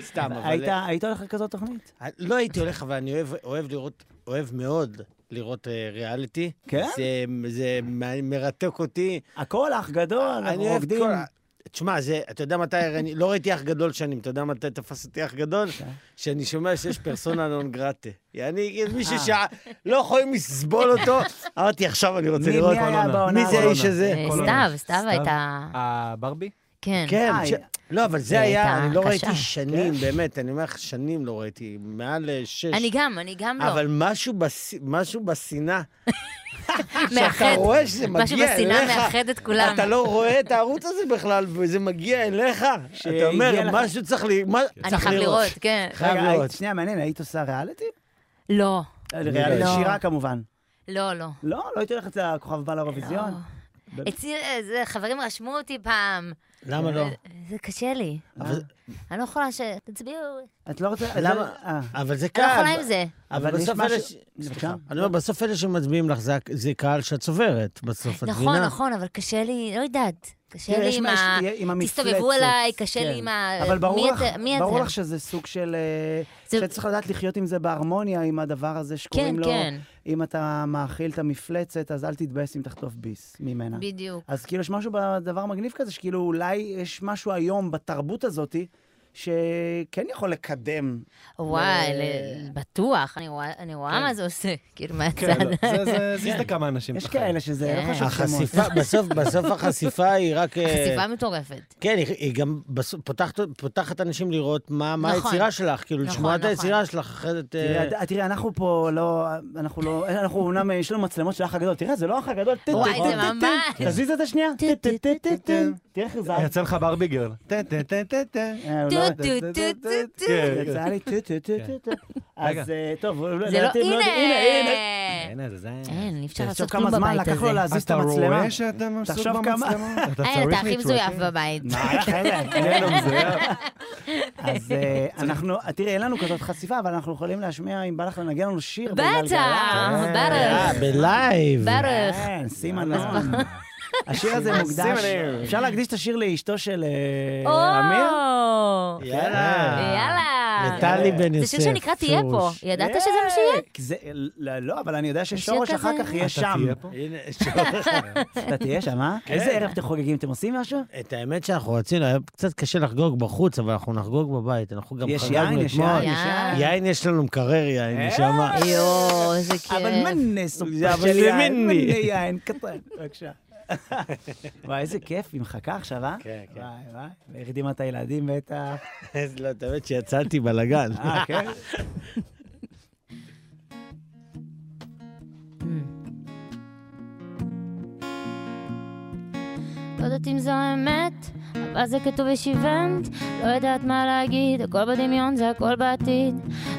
סתם, אבל... היית- היית הולך לכזאת תוכנית? לא הייתי הולך, אבל אני אוהב, אוהב לראות, אוהב מאוד לראות אה, ריאליטי. כן? זה, זה מ- מרתק אותי. הכל אח גדול, אנחנו אני אוהב את עובדים. כל... ה- תשמע, זה, אתה יודע מתי, אני לא ראיתי אח גדול שנים, אתה יודע מתי תפס אותי אח גדול? כן. שאני שומע שיש פרסונה נון גרטה. אני, מישהו אה. שלא יכולים לסבול אותו, אמרתי, עכשיו אני רוצה מי- לראות מי היה בעונה מי זה האיש האחרונה? הזה? אה, כל אה, סתיו, הזמן. סתיו הייתה... הברבי? כן. כן, אה, כן. ש- היא- לא, אבל זה היא הייתה היה, אני לא קשה. ראיתי שנים, באמת, אני אומר לך, שנים לא ראיתי, מעל אה, שש. אני גם, אני גם לא. אבל משהו בס- משהו בשנאה, אה, מאחד. שאתה רואה שזה מגיע אליך. משהו בשנאה מאחד את כולם. אתה לא רואה את הערוץ הזה בכלל, וזה מגיע אליך. אתה שהגיע אומר, לך. משהו צריך ל- מה- אני צריך חייב לראות, כן. חייב רגע, היית- לראות. שנייה, מעניין, היית עושה ריאליטי? לא, ריאליטי לא. שירה כמובן. לא, לא. לא, לא הייתי הולכת לכוכב בא לאירוויזיון. באמת? אצלי, אה, זה, חברים רשמו אותי פעם. למה לא? זה קשה לי. אבל- אני לא יכולה ש... תצביעו. את לא רוצה... את לא- למה? אה, אבל זה אני קל. לא יכולה עם זה. אבל אבל יש בסוף אלה... משהו- ש- בבקשה. סליחה. אני אומר, בסוף אלה שמצביעים לך, זה ה- זה קהל שאת צוברת. בסוף את נכון, מבינה. נכון, אבל קשה לי, לא יודעת. קשה תראה, לי יש עם מה- ה... יש- עם המפלצת. תסתובבו עליי, קשה כן. לי עם ה... אבל ברור מי לך, את- מי ברור אתם? לך שזה סוג של... אה, זה- שצריך לדעת לחיות עם זה בהרמוניה, עם הדבר הזה שקוראים כן, לו... כן. אם אתה מאכיל את המפלצת, אז אל תתבאס אם תחטוף ביס ממנה. בדיוק. אז כאילו יש משהו בדבר מגניב כזה, שכאילו אולי יש משהו היום בתרבות הזאת, שכן יכול לקדם. וואי, ל- ל- בטוח, אני רואה- אני רואה מה זה עושה, כאילו, כן, מהצד. לא, זה- זה זיזת כמה אנשים. יש בחיים. כאלה שזה, כן. לא חשוב שמות. החשיפה, בסוף, בסוף החשיפה היא רק... אה, חשיפה מטורפת. כן, היא- היא גם בסוף פותחת- פותחת אנשים לראות מה מה נכון. היצירה שלך, כאילו, נכון, לשמוע את נכון. היצירה שלך, אחרת... אה, תראה, אה, תראה, אנחנו פה לא, אנחנו לא, אנחנו אמנם, אה, יש לנו מצלמות של האח הגדול, תראה, זה לא האח הגדול, טה, טה, וואי, טה, זה טה, ממש. כן. טה. תזיז את השנייה, טה, טה, טה, טה, טה. תראה איך זה זז. יצא לך ברבי גרל. טה, טה, טה, טה, טה. אה, הוא טו לא- טו טו טו כן, טו. כן. יצא לי טה, טה, טה, טה, טה. רגע. אז אה, טוב, אולי- זה לא, אתם יודעים- הנה, הנה. הנה. אין, זה זה... אין, אי אפשר תחשוב לעשות כמה כלום זמן בבית לקח הזה. לו להזיז את אתה המצלמה. רואה שאתה מבסוט תחשוב כמה- במצלמה? אתה אין, אה, אתה צריך הכי מישהו, מזויף אחי. בבית. מה, חבר'ה? אין לנו מזויף. אה, אז אה, אנחנו, תראי, אין לנו כזאת חשיפה, אבל אנחנו יכולים להשמיע, אם בא לך לנגן לנו שיר בגלגלצ. בטח, אה, ברך, בלייב. ברך. כן, סימן נון. השיר הזה מוקדש, סימן. אפשר להקדיש את השיר לאשתו של אה, או, אמיר? אה. יאללה. יאללה. לטלי בן יוסף. זה שיר שנקרא תהיה פה. פירוש. ידעת שזה מה שיהיה? כי אה, זה- לא, לא, אבל אני יודע השיר ששורש אחר כזה? כך יהיה אתה שם. תהיה פה? הנה, שוב. אתה תהיה שם, אה? איזה ערב אתם חוגגים? אתם עושים משהו? את האמת שאנחנו רצינו, היה קצת קשה לחגוג בחוץ, אבל אנחנו נחגוג בבית, אנחנו גם יש יין, חגגנו יש אתמול. יין, יש יין. יין יש לנו מקרר אה. יין, נשמה. יואו, איזה אבל כיף. מנה סופה אבל של זה יין, מנה מיני. יין קטן. בבקשה. וואי, איזה כיף עם חכה עכשיו, אה? כן, כן. וואי, וואי, והרדימה את הילדים ואת ה... אז לא, את האמת שיצאתי בלאגן. אה, כן? לא יודעת אם זו אמת, אבל זה כתוב יש איבנט. לא יודעת מה להגיד, הכל בדמיון זה הכל בעתיד.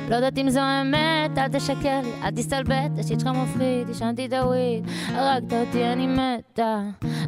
לא יודעת אם זו אמת, אל תשקר לי, אל תסתלבט, השיט שלך מפחיד, עישנתי דאוויד. הרגת אותי, אני מתה.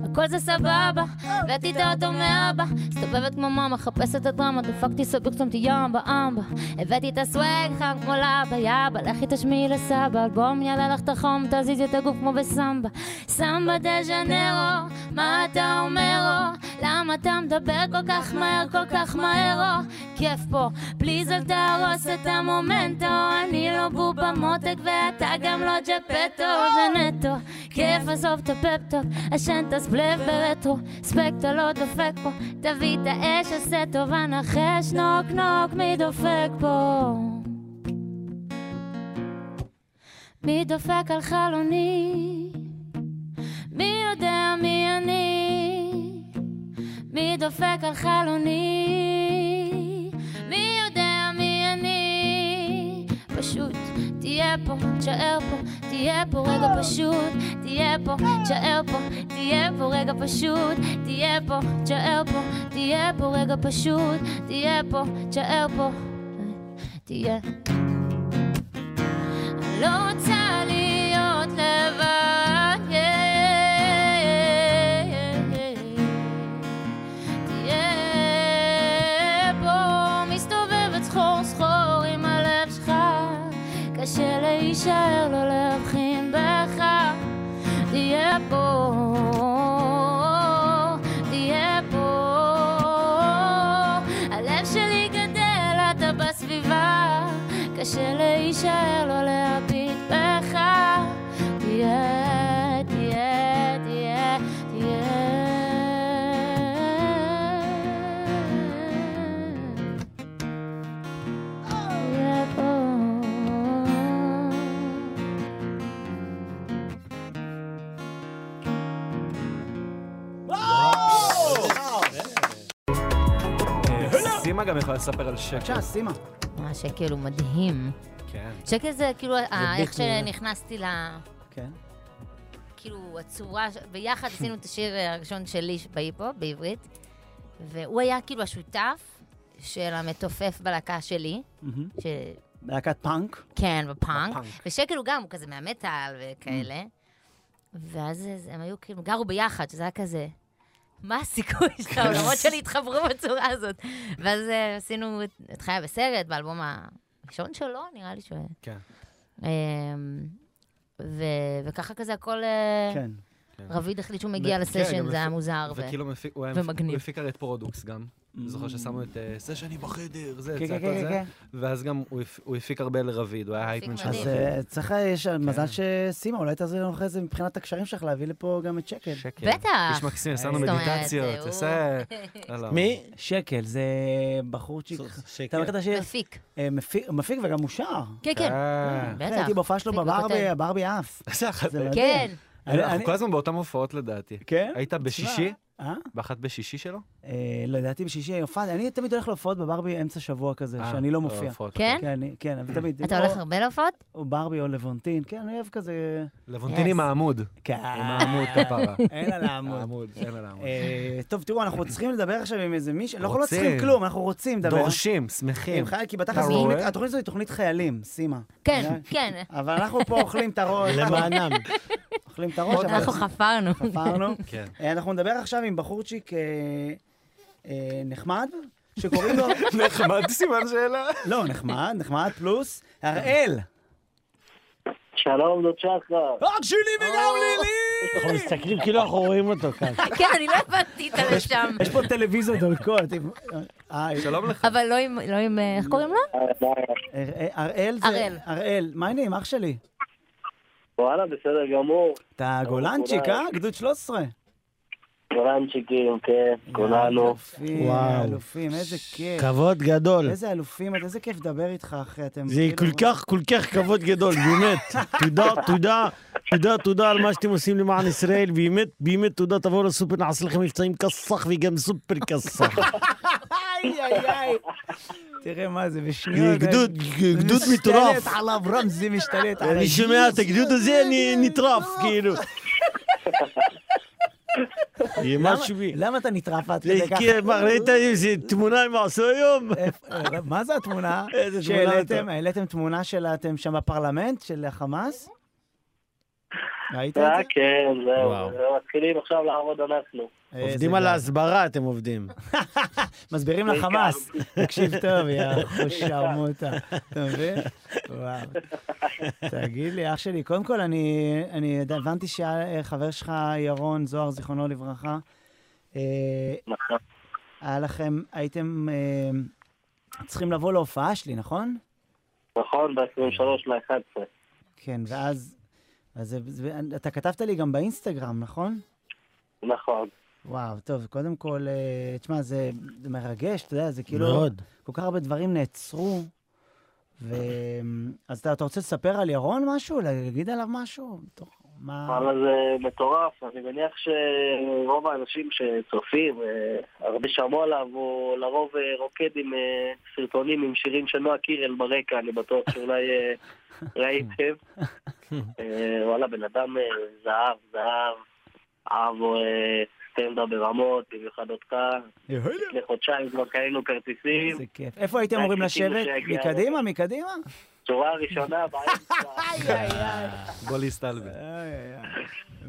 הכל זה סבבה, הבאתי את האוטו מאבא. מסתובבת כמו מאמה, חפשת את הדרמה, דפקתי סוביק, שמתי ימבה, אמבה. הבאתי את הסוואג חם כמו לאבא, יאבא, לכי תשמיעי לסבא, אלבום יאללה לך תחום, תזיזי את הגוף כמו בסמבה. סמבה דה ז'נרו, מה אתה אומר או? למה אתה מדבר כל כך מהר, כל כך מהר או? כיף פה, פליז אל תהרוס את המומנטו, אני לא בובה מותק ואתה גם לא ג'פטו, זה נטו. כיף עזוב את הפפטופ, עשן תסבלב ברטרו, ספקטה לא דופק פה, תביא את האש, עשה טובה, נחש, נוק נוק, מי דופק פה? מי דופק על חלוני? מי יודע מי אני? מי דופק על חלוני? מי יודע מי אני? פשוט תהיה פה, תשאר פה, תהיה פה רגע פשוט, תהיה פה, תשאר פה, תהיה פה רגע פשוט, תהיה פה, תשאר פה, תהיה פה רגע פשוט, תהיה פה, תשאר פה, תהיה. לא רוצה להיות לבד. תהיה פה, מסתובבת סחור סחור עם הלב שלך. קשה להישאר, לא להבחין בך. תהיה פה. תהיה פה. הלב שלי גדל, אתה בסביבה. קשה להישאר, לא להביט בך. תהיה, תהיה, תהיה, תהיה. Oh. תהיה פה. סימה גם יכולה לספר על שקל. בבקשה, סימה. מה שכאילו מדהים. כן. שקל זה כאילו, ה- ביט איך שנכנסתי ל... כן. כאילו, הצורה, ש- ביחד עשינו את השיר הראשון שלי ש- בהיפו, בעברית, והוא היה כאילו השותף של המתופף בלהקה שלי, מהמם. ש... להקת פאנק. כן, בפאנק, בפאנק. ושקל הוא גם, הוא כזה מהמטאל וכאלה, ואז אז הם היו כאילו, גרו ביחד, שזה היה כזה... מה הסיכוי שהעולמות שלי התחברו בצורה הזאת? ואז אה, עשינו את- את חיי בסרט, באלבום הראשון שלו, נראה לי שהוא... כן. אמ, ו- וככה כזה הכל... אה, כן. רביד החליט שהוא מגיע כן, לסשן, גם זה היה מפ- מוזר. ו- וכאילו מפיק, הוא היה ומגניב. מפיק הרי את פרודוקס גם. זוכר ששמו את אה, זה שאני בחדר, זה, כן, צעקות כן, כן, זה. כן. ואז גם הוא הפ- הוא הפיק הרבה לרביד, הוא היה הייטמן של מדהים. אז רביד. אה, צריך, יש מזל שסימה, אולי תעזרי לנו אחרי זה מבחינת הקשרים שלך להביא לפה גם את שקל. שקל. בטח. איש מקסים, עשינו זאת אומרת, מדיטציות, הוא- עושה... לא, לא. מי? שקל, זה בחורצ'יק. שקל. כן. אתה מכיר את השיר? מפיק. אה, מפיק- מפיק וגם הוא שר. כן, כן. אה. בטח. הייתי בהופעה שלו מפיק בברבי, וכותב. הברבי עף. איזה אחת. זה מדהים. כן. אני- אנחנו אני- כל הזמן באותן הופעות לדעתי. כן? היית תשמע, בשישי? אה? באחת בשישי שלו? אה, לא, לדעתי בשישי הופעה, אני תמיד הולך להופעות בברבי אמצע שבוע כזה, אה, שאני לא מופיע. הופעות. כן? כן, אני- כן, אבל תמיד. אתה או- הולך הרבה להופעות? או ברבי או לבונטין, כן, אני אוהב כזה... לבונטין Yes. עם העמוד. כן. עם העמוד, כפרה. אין על העמוד. העמוד, אין על העמוד. אה, טוב, תראו, אנחנו צריכים לדבר עכשיו עם איזה מישהו, אנחנו לא רוצים. צריכים כלום, אנחנו רוצים לדבר. דורשים, שמחים. עם חייל, כי בתכלס אתה התוכנית- רואה? התוכנית הזו היא תוכנית חיילים, סימה. כן, אה, כן. אבל אנחנו פה אוכלים את הראש, למענם. אוכלים את הראש, אבל אנחנו חפרנו. חפרנו. כן. אה, אנחנו נדבר עכשיו עם בחורצ'יק אה, אה, נחמד, שקוראים לו... נחמד, סימן שאלה. לא, נחמד, נחמד פלוס, הראל. שלום, דוד שחר. אח שלי וגם לילי! אנחנו מסתכלים כאילו אנחנו רואים אותו כאן. כן, אני לא הבנתי את הלשם. יש פה טלוויזיות דולקות. עם- אה, שלום לך. אבל לא עם, לא עם, אה, איך קוראים לו? אה, הראל זה... הראל. הראל, מה העניינים, אח שלי? וואלה, בסדר גמור. אתה גולנצ'יק, אה? גדוד 13. גולנצ'יקים, כן, כולנו. אלופים, וואו. אלופים, איזה כיף. כבוד גדול. כן. איזה אלופים, את- איזה כיף לדבר איתך, אחי, אתם... זה כאילו- כל כך, כל כך כבוד גדול, באמת. תודה, תודה, תודה, תודה על מה שאתם עושים למען ישראל, באמת, באמת תודה, תבואו לסופר, נעשה לכם מבצעים כסח וגם סופר כסח. איי, איי, איי. תראה מה זה, בשניות. גדוד, גדוד זה מטורף. משתלט עליו, רמזי משתלט עליו. אני שומע את הגדוד הזה, אני נטרף, כאילו. יהיה משהו בי. למה אתה נטרף עד כדי זה ככה? כי מה, ראית איזה תמונה הם עשו היום? איפה- מה זה התמונה? איזה תמונה שהעליתם? אתה. העליתם תמונה של אתם שם בפרלמנט, של החמאס? ראית את אה, זה? כן, וואו. זהו. זהו, מתחילים עכשיו לעבוד אנחנו. איזה עובדים על גאון. ההסברה, אתם עובדים. מסבירים לחמאס. כן, תקשיב טוב, יא חושרמוטה. אתה מבין? וואו. תגיד לי, אח שלי, קודם כל, אני, אני הבנתי שהחבר שלך, ירון זוהר, זיכרונו לברכה, אה, נכון. היה לכם, הייתם אה, צריכים לבוא להופעה שלי, נכון? נכון, ב-23 ל-11. כן, ואז... אז זה- זה- אתה כתבת לי גם באינסטגרם, נכון? נכון. וואו, טוב, קודם כל, אה, תשמע, זה זה מרגש, אתה יודע, זה כאילו... מאוד. כל כך הרבה דברים נעצרו. ו... אז אתה, אתה רוצה לספר על ירון משהו? להגיד עליו משהו? טוב, מה... וואלה, זה מטורף. אני מניח שרוב האנשים שצופים, אה, הרבה שמעו עליו, הוא לרוב אה, רוקד עם אה, סרטונים עם שירים של נועה קירל ברקע, אני בטוח שאולי אה, ראיתם. אה, וואלה, בן אדם אה, זהב, זהב, אהב אה, סטנדאפ ברמות, במיוחד אותך. לפני חודשיים כבר קנינו כרטיסים, איזה כיף. איפה הייתם אמורים חיכינו לשבת? שיגיע. מקדימה, מקדימה? שורה ראשונה באמצע. בוא להסתלבט. איי, איי, איי.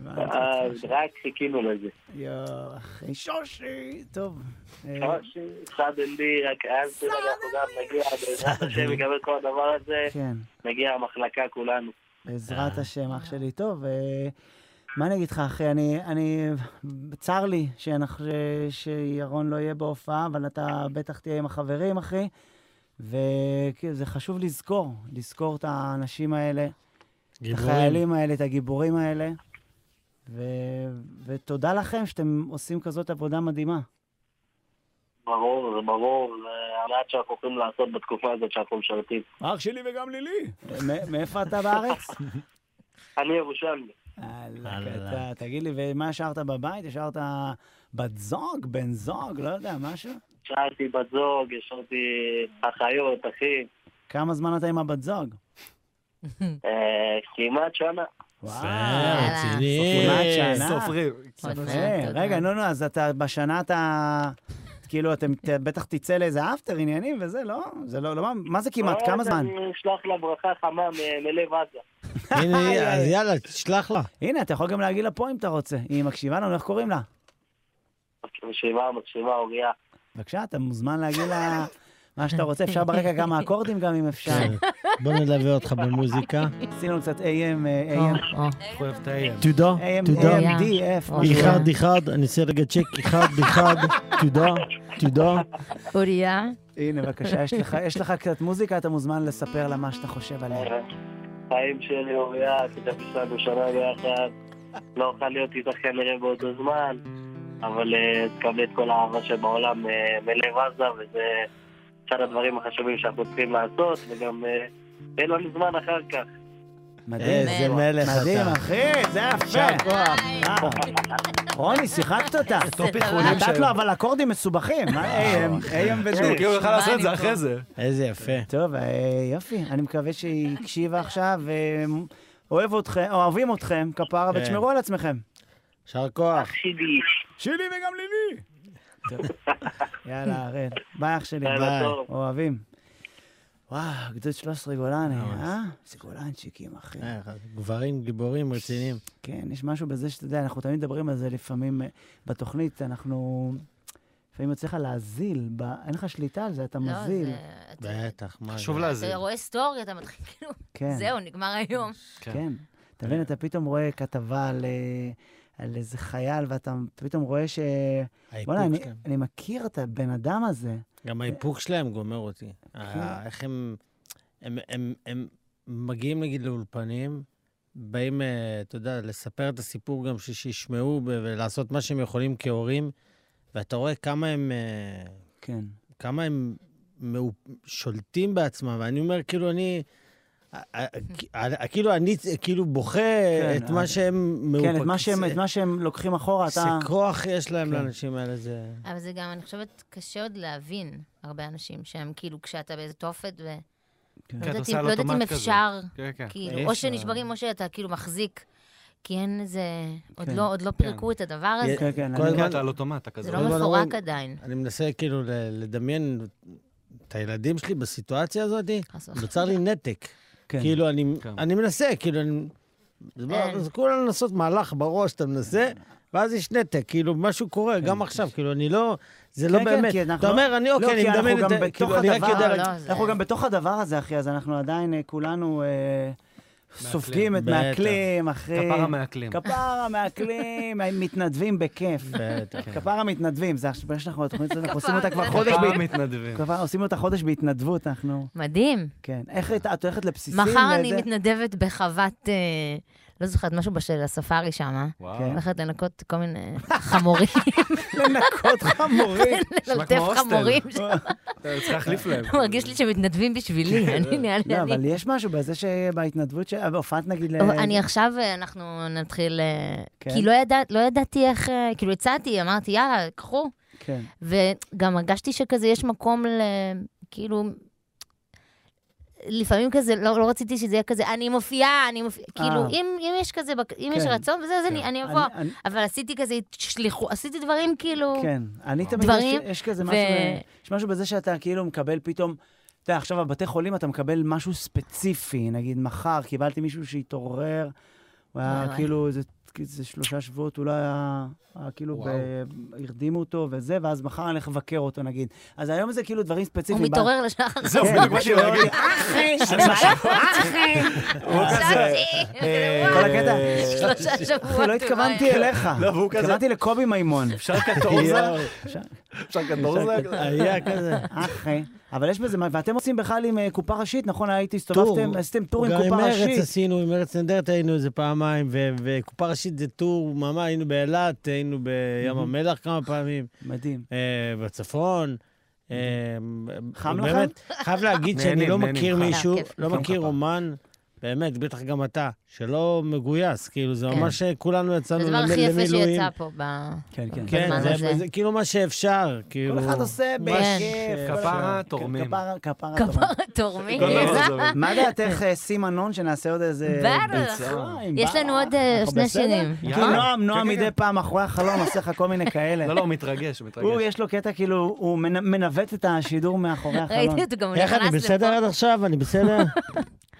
הבנתי. אז רק חיכינו לזה. יואו, אחי שושי. טוב. אה, סאדנלי, רק אז אנחנו גם נגיע, בעזרת השם נקבל כל הדבר הזה, כן, נגיע המחלקה כולנו. בעזרת השם, אח שלי. טוב, אה, מה אני אגיד לך, אחי? אני... אני... צר לי שאנחנו... ש- שירון לא יהיה בהופעה, אבל אתה בטח תהיה עם החברים, אחי. וזה חשוב לזכור, לזכור את האנשים האלה. את גיבורים. החיילים האלה, את הגיבורים האלה. ו... ותודה לכם שאתם עושים כזאת עבודה מדהימה. ברור, זה ברור, זה המעט שאנחנו יכולים לעשות בתקופה הזאת שאנחנו משרתים. אח שלי וגם לילי. מאיפה אתה בארץ? אני ירושלמי. אללה, אתה- תגיד לי, ומה השארת בבית? השארת בת זוג, בן זוג, לא יודע, משהו? שאלתי בת זוג, ישבתי אחיות, אחי, כמה זמן אתה עם הבת זוג? אה, כמעט שנה. וואו. רציני. כמעט שנה. סופרים. עוד מעט, אה, עוד רגע, מעט. נו, נו, אז אתה בשנה אתה... כאילו, אתם ת- בטח תצא לאיזה אפטר עניינים וזה, לא? זה לא, לא, מה- מה זה כמעט? ואז כמה זמן? אני אשלח לה ברכה חמה מ- מלב עזה. הנה, אז יאללה, תשלח לה. הנה, אתה יכול גם להגיד לה פה אם אתה רוצה. היא מקשיבה לנו, איך קוראים לה? מקשיבה, מקשיבה, אוריה. בבקשה, אתה מוזמן להגיד לה מה שאתה רוצה. אפשר ברקע גם האקורדים גם אם אפשר. כן. בוא נלווה אותך במוזיקה. עשינו קצת AM, אה, או, AM, או. כואב את האם. תודה, AM, תודה. AMDF. משהו. אחד אחד, אני עושה רגע צ'ק, אחד אחד, תודה, עידו? אוריה. הנה, בבקשה, יש לך- יש לך קצת מוזיקה, אתה מוזמן לספר לה מה שאתה חושב עליה. חיים שלי, אוריה, תדפס לנו שנה ביחד. לא אוכל להיות איתך כנראה באותו זמן, אבל אה, תקבלי את כל האהבה שבעולם אה, מלב עזה, וזה אחד הדברים החשובים שאנחנו צריכים לעשות, וגם אה, אין לנו זמן אחר כך. מדהים. איזה מלך אתה. מדהים, אחי, זה יישר יפה. כוח. וואו. רוני, שיחקת אותה. פיחולים נתת לו אבל אקורדים מסובכים, מה AM? AM הוא ו-D. כאילו יכל לעשות את זה אני פה? אחרי זה. איזה יפה. טוב, אה, יופי, אני מקווה שהיא הקשיבה עכשיו. אה, אוהב אתכם, אוהבים אתכם, כפרה, כן. ותשמרו על עצמכם. יישר כוח. שידי, שלי וגם לילי. יאללה, אראל. ביי אח שלי. לילה ביי. טוב. אוהבים. וואו, גדוד 13 גולני, אה? איזה גולנצ'יקים, אחי. אה, גברים גיבורים רציניים. כן, יש משהו בזה שאתה יודע, אנחנו תמיד מדברים על זה לפעמים אה, בתוכנית, אנחנו... לפעמים יוצא לך להזיל, ב- אין לך שליטה על זה, אתה לא, מזיל. זה- אתה- בטח, מה חשוב זה? להזין. אתה רואה סטורי, אתה מתחיל כאילו, כן, זהו, נגמר היום. כן. אתה מבין, אתה פתאום רואה כתבה על, אה, על איזה חייל, ואתה פתאום רואה ש... האיפוק וואלה, אני, שלהם. אני מכיר את הבן אדם הזה. גם האיפוק שלהם גומר אותי. כן. ה- איך הם... הם- הם- הם מגיעים, נגיד, לאולפנים, באים, אה, אתה יודע, לספר את הסיפור גם ש- שישמעו ב- ולעשות מה שהם יכולים כהורים, ואתה רואה כמה הם... אה, כן. כמה הם מאו- שולטים בעצמם, ואני אומר, כאילו, אני... ה- ה- ה- כאילו, אני אה, כאילו בוכה את כן, מה אז- שהם מאופקים. כן, את מה, שהם, את מה שהם לוקחים אחורה, זה אתה... כוח יש להם כן. לאנשים האלה, זה... אבל זה גם, אני חושבת, קשה עוד להבין הרבה אנשים שהם כאילו, כשאתה באיזה תופת, ו... כן, לא אתה יודעת עושה אם- על לא יודעת אם אוטומט כזה. אפשר, כן, כן. יש כאילו, או לה- שנשברים או שאתה כאילו מחזיק, כי אין איזה, עוד כן. לא- עוד לא פירקו את הדבר הזה. כן, כן. כל אני- הזמן- אתה על אוטומט, אתה כזה. זה לא אבל מפורק אומרים- עדיין. אני מנסה כאילו ל- לדמיין את הילדים שלי בסיטואציה הזאת, חס נכון. נוצר לי נתק. כן. כאילו, אני- כן. אני מנסה, כאילו, אני... זה בא- אין. זה כולה לנסות מהלך בראש, אתה מנסה, ואז יש נתק, כאילו, משהו קורה, גם עכשיו, כאילו, אני לא... זה לא כן, כן, באמת. כי אנחנו אתה לא- אומר, אני לא, אוקיי, כי אני אנחנו מדמיין את גם זה, בתוך כאילו, אני רק הדבר, יודע... לא, רק- זה- אנחנו גם בתוך הדבר הזה, אחי, אז אנחנו עדיין אה, כולנו אה, סופגים את בטח. מעכלים, אחי. כפרה מעכלים. כפרה מעכלים, מתנדבים בכיף. בטח. כפרה מתנדבים, זה השאלה שלנו בתוכנית הזאת, אנחנו עושים אותה כבר כפרה חודש, כפרה בהת- מתנדבים. כפרה- עושים אותה חודש בהתנדבות, אנחנו, מדהים. כן. איך היית- את הולכת לבסיסים? מחר אני לאיזה- מתנדבת בחוות, אה, לא זוכרת, משהו בשל הספארי שם. וואו. כן. הולכת לנקות כל מיני חמורים, לנקות חמורים. ללטף כמו הוסטל. חמורים. צריך להחליף להם. מרגיש לי שמתנדבים בשבילי, אני נראה לי... לא, אני- אבל יש משהו בזה שבהתנדבות, ש- הופעת נגיד ל... אבל אני עכשיו, אה, אנחנו נתחיל... אה, כן. כי לא ידעת- לא ידעתי איך... אה, כאילו, הצעתי, אמרתי, יאללה, קחו. כן, וגם הרגשתי שכזה יש מקום ל... כאילו... לפעמים כזה, לא, לא רציתי שזה יהיה כזה, אני מופיעה, אני מופיעה, אה. כאילו, אם, אם יש כזה, בק- אם יש כן. רצון וזה, אז אני, אני אבוא. אני- אני- אבל עשיתי כזה, שליחו, עשיתי דברים כאילו... כן. אני תמיד, דברים, יש- יש כזה ו- משהו, יש משהו בזה שאתה כאילו מקבל פתאום, אתה יודע, עכשיו בבתי חולים אתה מקבל משהו ספציפי, נגיד מחר קיבלתי מישהו שהתעורר, הוא וואי, היה וואי. כאילו איזה... איזה שלושה שבועות, הוא לא היה, היה כאילו, ב- הרדימו אותו וזה, ואז מחר אני הולך לבקר אותו, נגיד. אז היום זה כאילו דברים ספציפיים. הוא מתעורר לשחר. זהו, כן, בדיוק מה שהוא מאוד- יגיד. אחי, אחי, כל הקטע, שלושה "אחי, שבועות. לא התכוונתי אליך, לא, והוא כזה- התכוונתי לקובי מימון. אפשר קטורזה? אפשר- אפשר קטורזה? היה כזה. אחי, אבל יש בזה, מה- ואתם עושים בכלל עם אה, קופה ראשית, נכון? הייתי, הסתובבתם, עשיתם טור עם גם קופה עם ארץ ראשית. עשינו, עם ארץ נהדרת היינו איזה פעמיים, ו- וקופה ראשית זה טור, ממש היינו באילת, היינו בים המלח כמה פעמים, מדהים. אה, בצפון. אה, חם באמת, חייב להגיד שאני נהנים, לא נהנים, מכיר חם. מישהו, כיף. לא חם מכיר כפרה. אומן, באמת, בטח גם אתה, שלא מגויס, כאילו, זה כן. ממש כולנו יצאנו זה הדבר למ- הכי יפה למילואים. שיצא פה. ב- כן, כן. כן, בזמן זה- הזה. זה כאילו מה שאפשר, כאילו... כל אחד עושה מה בכיף. ש- כל אחד- כפרה, כן. תורמים. לא, כפרה, כפרה, תורמים. כן. כפרה תורמי. כל דבר זה- מה דעתך, אה, סימה נון, שנעשה עוד איזה... בטח. ביצה? יש לנו עוד אה, אנחנו שני בסדר? שירים. כי יאללה. נועם, נועם כן, כן, מדי כן. פעם מאחורי החלום עושה לך כל מיני כאלה. לא, לא, הוא מתרגש, הוא הוא, מתרגש. יש לו קטע כאילו, הוא מנ- מנווט את השידור מאחורי החלון. ראיתי אותו גם הוא איך, נכנס לפה. אני בסדר עד עכשיו? אני בסדר?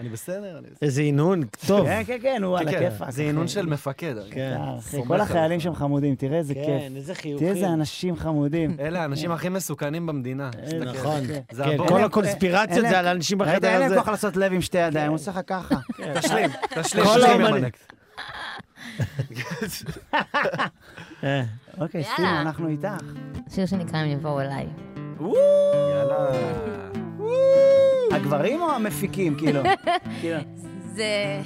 אני בסדר, אני בסדר. איזה הנהון, טוב. כן, כן, כן, הוא על כן, הכיפאק. זה אחי. עינון של מפקד. אחי. כן. אה, אחי, סומך כל עליך. החיילים שם חמודים, תראה איזה כיף. כן, איזה תראה חיוכים. איזה אנשים חמודים. אלה האנשים הכי מסוכנים במדינה. תסתכל. נכון. זה כן, הבור. כל אין- הקונספירציות אין זה להם- על האנשים ראית, בחדר אין להם הזה. כוח לעשות לב עם שתי ידיים, הוא עושה לך ככה. תשלים, תשלים. כל תשלים, האומנים. ירמנק. אה, אוקיי, יאללה. סימה, אוקיי, אנחנו איתך. שיר שנקרא הם יבואו אליי. יאללה. הגברים או המפיקים, כאילו? כאילו, זה...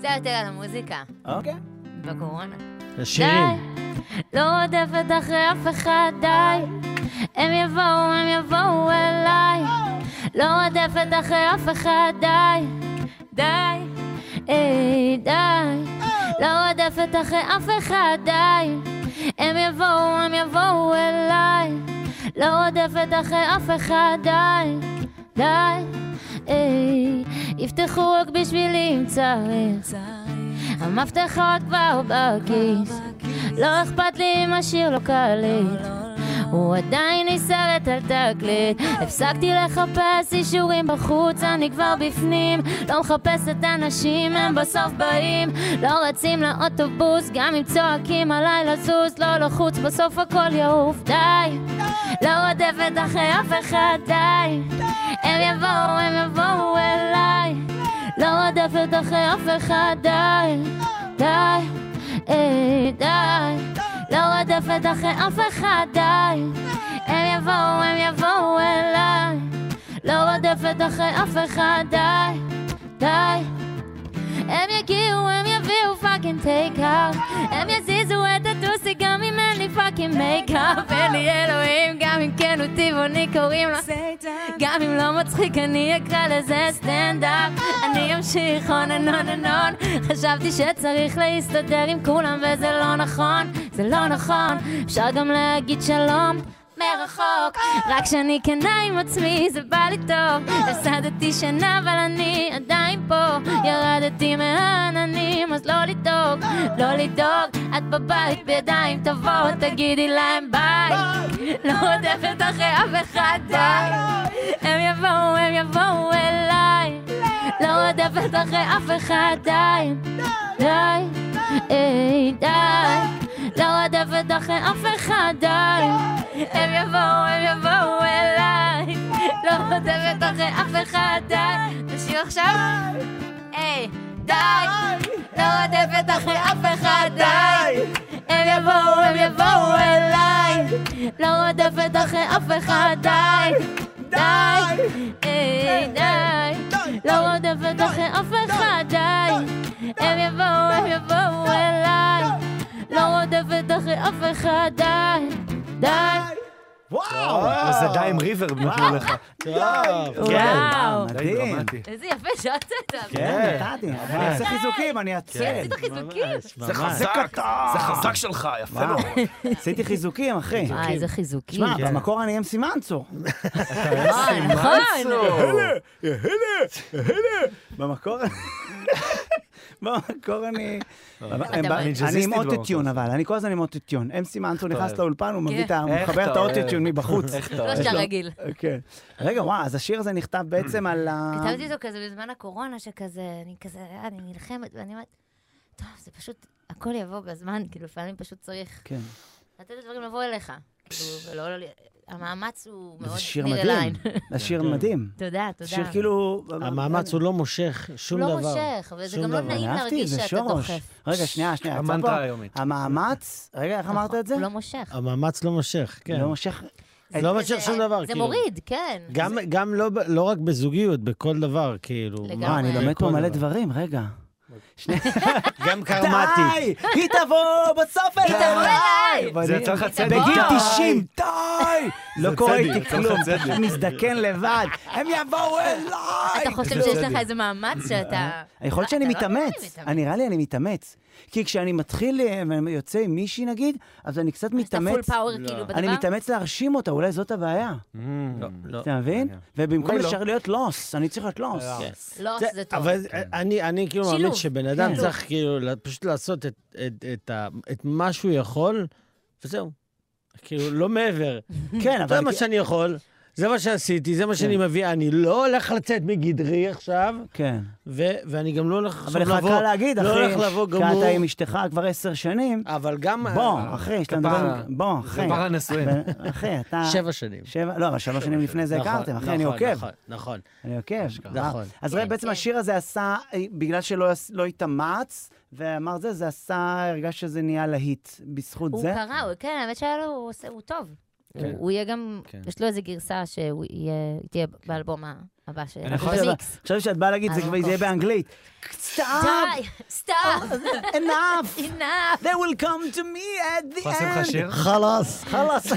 זה יותר על המוזיקה, אוקיי. בקורונה. השירים. די, לא רודפת אחרי אף אחד, די. הם יבואו, הם יבואו אליי. לא רודפת אחרי אף אחד, די. די, היי, די. לא רודפת אחרי אף אחד, די. הם יבואו, הם יבואו אליי. לא רודפת אחרי אף אחד, די. די, היי. יפתחו רק בשבילי אם צריך. המפתחות כבר בכיס. לא אכפת לי אם השיר לא קליט. הוא עדיין ניסלט על תקליט. הפסקתי לחפש אישורים בחוץ, אני כבר בפנים. לא מחפשת אנשים, הם בסוף באים. לא רצים לאוטובוס, גם אם צועקים עליי לזוז. לא לחוץ, בסוף הכל יעוף. די, לא רודפת אחרי אף אחד, די. הם יבואו, הם יבואו אליי. לא רודפת אחרי אף אחד, די. די, היי, די. לא רודפת אחרי אף אחד, די. הם יבואו, הם יבואו אליי. לא רודפת אחרי אף אחד, די. די. הם יגיעו, הם יביאו פאקינג טייקאפ. הם יזיזו את הטוסי גם אם אין לי פאקינג מייקאפ. אין לי אלוהים, גם אם כן הוא טבעוני קוראים לה. גם אם לא מצחיק אני אקרא לזה סטנדאפ אני אמשיך הון הנון הנון חשבתי שצריך להסתדר עם כולם וזה לא נכון זה לא נכון אפשר גם להגיד שלום מרחוק רק כשאני כנה עם עצמי זה בא לי טוב הפסדתי שנה אבל אני עדיין פה ירדתי מהעננים אז לא לדאוג לא לדאוג את בבית בידיים טובות תגידי להם ביי לא רודפת אחרי אף אחד די הם יבואו הם יבואו אליי לא רודפת אחרי אף אחד די די היי, די לא רודפת אחרי אף אחד די הם יבואו, הם יבואו אליי. לא עוזבת אחרי אף אחד, די. תשאיר עכשיו. היי, די. לא רודפת אחרי אף אחד, די. הם יבואו, הם יבואו אליי. לא רודפת אחרי אף אחד, די. כן, די. היי, די. לא רודפת אחרי אף אחד, די. הם יבואו, הם יבואו אליי. לא רודפת אחרי אף אחד, די. די. וואו! אה, זה די עם ריברב נתנו לך. טוב. וואו. די מדהים. דרמטי. איזה יפה שעת את זה. כן, נתתי. אני אעשה חיזוקים, אני אעצל. עשית חיזוקים. זה זה קטן. זה חזק שלך, יפה וואו, מאוד. עשיתי חיזוקים, אחי. וואי, איזה חיזוקים. שמע, כן. במקור אני אמסי מנצור. אה, לא. נכון. במקור... במקור אני... אתה אני נינג'זיסטית עם במקור. אוטוטיון, אבל אני כל הזמן עם אוטוטיון. אמסי מנצור נכנס לאולפן, כן. הוא מביא את ה... הוא איך מחבר אתה את האוטוטיון אוהב. מבחוץ. איך אתה לא אוהב. שאתה רגיל. כן. רגע, וואו, אז השיר הזה נכתב בעצם על ה... כתבתי אותו כזה בזמן הקורונה, שכזה, אני כזה, אה, אני נלחמת, ואני אומרת, טוב, זה פשוט, הכל יבוא בזמן, כאילו, לפעמים פשוט צריך כן. לתת לדברים לבוא אליך. כאילו, ולא, לא- המאמץ הוא מאוד זה שיר ניר מדהים. אליין. זה שיר מדהים. תודה, תודה. שיר כאילו... המאמץ הוא לא מושך שום לא דבר. מושך, וזה שום גם לא דבר. אני נעים אהבתי, להרגיש זה שאתה שורש. דוחף. רגע, שנייה, שנייה. יצא המנטרה פה היומית. המאמץ, רגע, איך אמרת את זה? הוא לא מושך. המאמץ לא מושך, כן. לא מושך. לא מושך זה- שום דבר, זה כאילו. מוריד, כן. גם, גם לא, ב- לא רק בזוגיות, בכל דבר, כאילו. לגמרי. אה, אני לומד פה בכל מלא דבר. דברים, רגע. שני... גם קרמטי. די! היא תבוא בסוף אליי! זה יצא לך צדק. בגיל די. 90, די! לא קורה צדק, איתי יצא לך כלום, צדק. פשוט מזדקן לבד. הם יבואו אתה אליי! חושב שיש לך איזה מאמץ שאתה... יכול להיות שאני אתה לא נראה לי מתאמץ. אני נראה לי אני מתאמץ. כי כשאני מתחיל אה, ואני יוצא עם מישהי נגיד, אז אני קצת אז אתה פול מתאמץ. פאוור כאילו בדבר? אני מתאמץ להרשים אותה, אולי זאת הבעיה. לא, לא, אתה מבין? ובמקום אולי לא. ישר להיות לוס, אני צריך להיות לוס. אה, לא, זה- זה טוב. אבל אני, אני כאילו שילוב. מאמין שבן אדם כן. צריך כאילו לה- פשוט לעשות את, את, את, ה- את מה שהוא יכול, וזהו. כאילו, לא מעבר. כן, אבל... זה מה שאני יכול, זה מה שעשיתי, זה מה שאני מביא. אני לא הולך לצאת מגדרי עכשיו, כן. ו- ואני גם לא הולך אבל עכשיו לך לבוא. קל להגיד, אחי, לא הולך לבוא כי גמור. אתה עם אשתך כבר עשר שנים, אבל גם... אה, בוא, אחי, שאתה מדבר... כפרה. בוא, זה אחי. פרה נשואים. בן- אחי, אתה... שבע שנים. שבע, לא, אבל שלוש שנים לפני זה נכון, הכרתם, אחי, אני נכון, עוקב. אה, נכון, נכון. אני עוקב. נכון. אז ראה, כן, בעצם כן. השיר הזה עשה, אה, בגלל שלא עש- לא התאמץ, ואמר זה, זה עשה, הרגש שזה נהיה להיט. בזכות הוא זה. קרא, הוא- כן, האמת שהיה לו, הוא עושה- הוא טוב. הוא- כן. הוא יהיה גם, כן. יש לו איזה גרסה שהוא יהיה, היא תהיה באלבום ה- הבא ש... אני יכול במיקס. לדבר- עכשיו שאת באה להגיד, זה אה, כבר- זה יהיה אוקיי. באנגלית. סטאפ! די, סתיו, enough! enough. They will come to me at the יכול לשים לך end. שיר? חלאס. חלאס.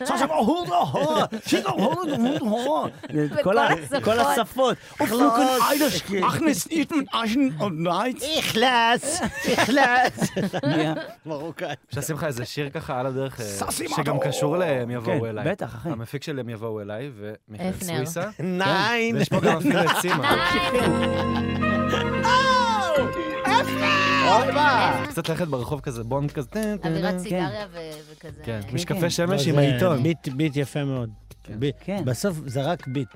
עכשיו הוד הוד, שיטה הוד הוד הוד. וכל כל השפות. ופלוקן איידש, כן. אכנס איתמן אשן עוד נייט. איכלס, איכלס. מרוקאי. אפשר לשים לך איזה שיר ככה על הדרך, אה, ששים שגם אותו. קשור להם כן, יבואו אליי. בטח, אחי. המפיק של הם יבואו אליי, ומיכאל הפנר. סוויסה. כן, ניין. ויש פה גם אפילו את סימה. קצת ללכת ברחוב כזה, בונד כזה. טן, טן, אווירת טן. סיגריה ו- וכזה. כן, כן. משקפי כן. שמש לא, עם זה העיתון. ביט, ביט יפה מאוד. ביט. כן. בסוף זה רק ביט.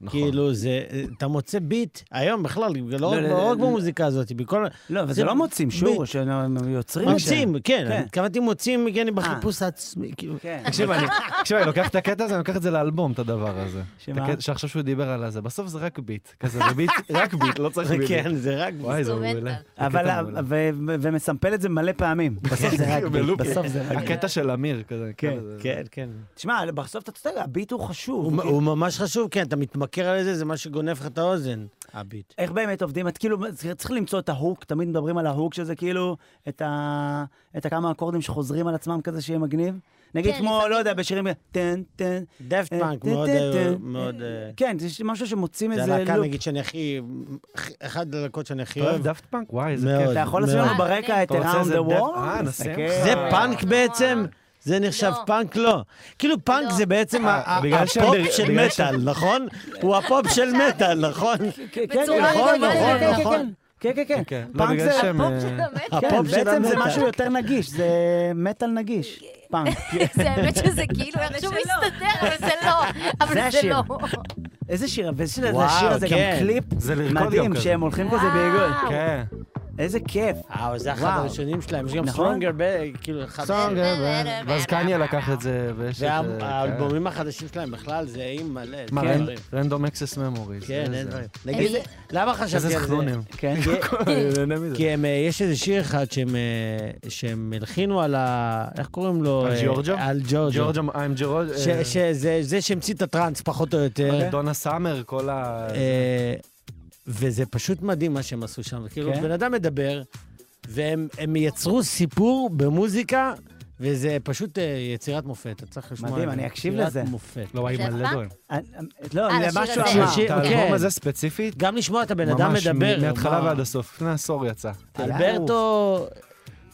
נכון. כאילו, זה, אתה מוצא ביט, היום בכלל, לא רק- לא, לא רק לא, במוזיקה הזאת, בכל... לא, אבל זה לא מוצאים שור, שהם יוצרים את זה. מוצאים, כן, כן. אני התכוונתי מוצאים, כן, אני בחיפוש העצמי, כאילו. כן. תקשיב, אני- תקשיב, אני לוקח את הקטע הזה, אני לוקח את זה לאלבום, את הדבר הזה. שמה? את הקטע שעכשיו שהוא דיבר על הזה. בסוף זה רק ביט. כזה, זה ביט, רק ביט, לא צריך ביט. כן, זה רק... וואי, זה מעולה. אבל, הקטע מעולה. ו- ו- ומסמפל את זה מלא פעמים. בסוף זה רק ביט, בלופים. בסוף זה רק ביט. הקטע של אמיר, כזה. כן, כזה- כן, כן. תשמע, בסוף אתה צודק, הביט הוא חשוב. הוא הוא כאילו- הוא ממש חשוב, כן, אתה מתמכר על זה, זה מה שגונב לך את האוזן, הביט. איך באמת עובדים? את כאילו, צריך- צריך למצוא את ההוק, תמיד מדברים על ההוק, שזה כאילו, את ה... את הכמה אקורדים שחוזרים על עצמם כזה שיהיה מגניב. נגיד כן, כמו, לפעמים. לא יודע, בשירים, טן, טן. דפט אה, פאנק טן, מאוד, טן, אה, טן. מאוד, אה, כן, זה משהו שמוצאים זה איזה הלהקה, לופ. נגיד, שאני הכי... אחד הלהקות שאני הכי אתה אוהב אוהב. דאפט פאנק? וואי, איזה כן. מאוד. כיף. אתה יכול לשים לנו מאוד. ברקע את אתה רוצה around איזה the דף- wall? אה, נשים. כן. זה אה, פאנק בעצם? זה נחשב לא. פאנק? לא. כאילו פאנק לא. זה בעצם ה- ה- בגלל הפופ שהם- של בגלל מטאל, נכון? הוא הפופ של מטאל, נכון? כן, כן, בצורה כן, נכון, כן, נכון, כן, נכון. כן, כן, כן, כן. כן, לא, פאנק בגלל זה... שהם... הפופ אה, של המטאל. הפופ כן, של בעצם זה המטאל. משהו יותר נגיש, זה מטאל נגיש, פאנק. זה האמת שזה כאילו איכשהו מסתדר, אבל זה לא. אבל זה זה השיר. לא. איזה שיר, ואיזה שיר, וואו, השיר הזה גם כן. קליפ זה לרקוד גם מדהים, כזה. שהם הולכים כזה בעיגול. וואו. כן. איזה כיף. אה, אבל זה אחד וואו. הראשונים שלהם, יש גם נכון? סטרונגר, ב- כאילו, אחד... סונג, אה, ואז קניה לקח את זה, ויש את... אה, והאלבומים החדשים שלהם בכלל זה עם מלא. מה, כן. רנדום אקסס ממוריז. כן, אין דברים. נגיד, איזה- למה חשבתי איזה על זה? זכרונים. כן. אני נהנה מזה. כי הם, אה, יש איזה שיר אחד שהם, אה, שהם הלחינו על ה... איך קוראים לו? על אה, ג'ורג'ו? אה. על ג'ורג'ו. ג'ורג'ה, I'm ג'ורג'ה. ש- שזה זה שהמציא את הטראנס, פחות או יותר. דונה סאמר, כל ה... אה, וזה פשוט מדהים מה שהם עשו שם. כאילו, כן? בן אדם מדבר, והם הם יצרו סיפור במוזיקה, וזה פשוט אה, יצירת מופת. אתה צריך לשמוע. מדהים, את זה. אני אקשיב יצירת לזה. מופת. לא, וואי, זה מלא הפעם? דברים. אה, לא, אה, למה לשיר שהוא הזה. אמר. שיר- את כן. האלבום הזה ספציפית, גם לשמוע את הבן אדם ממש, מדבר. מההתחלה מה- ועד הסוף. לפני עשור יצא. אלברטו...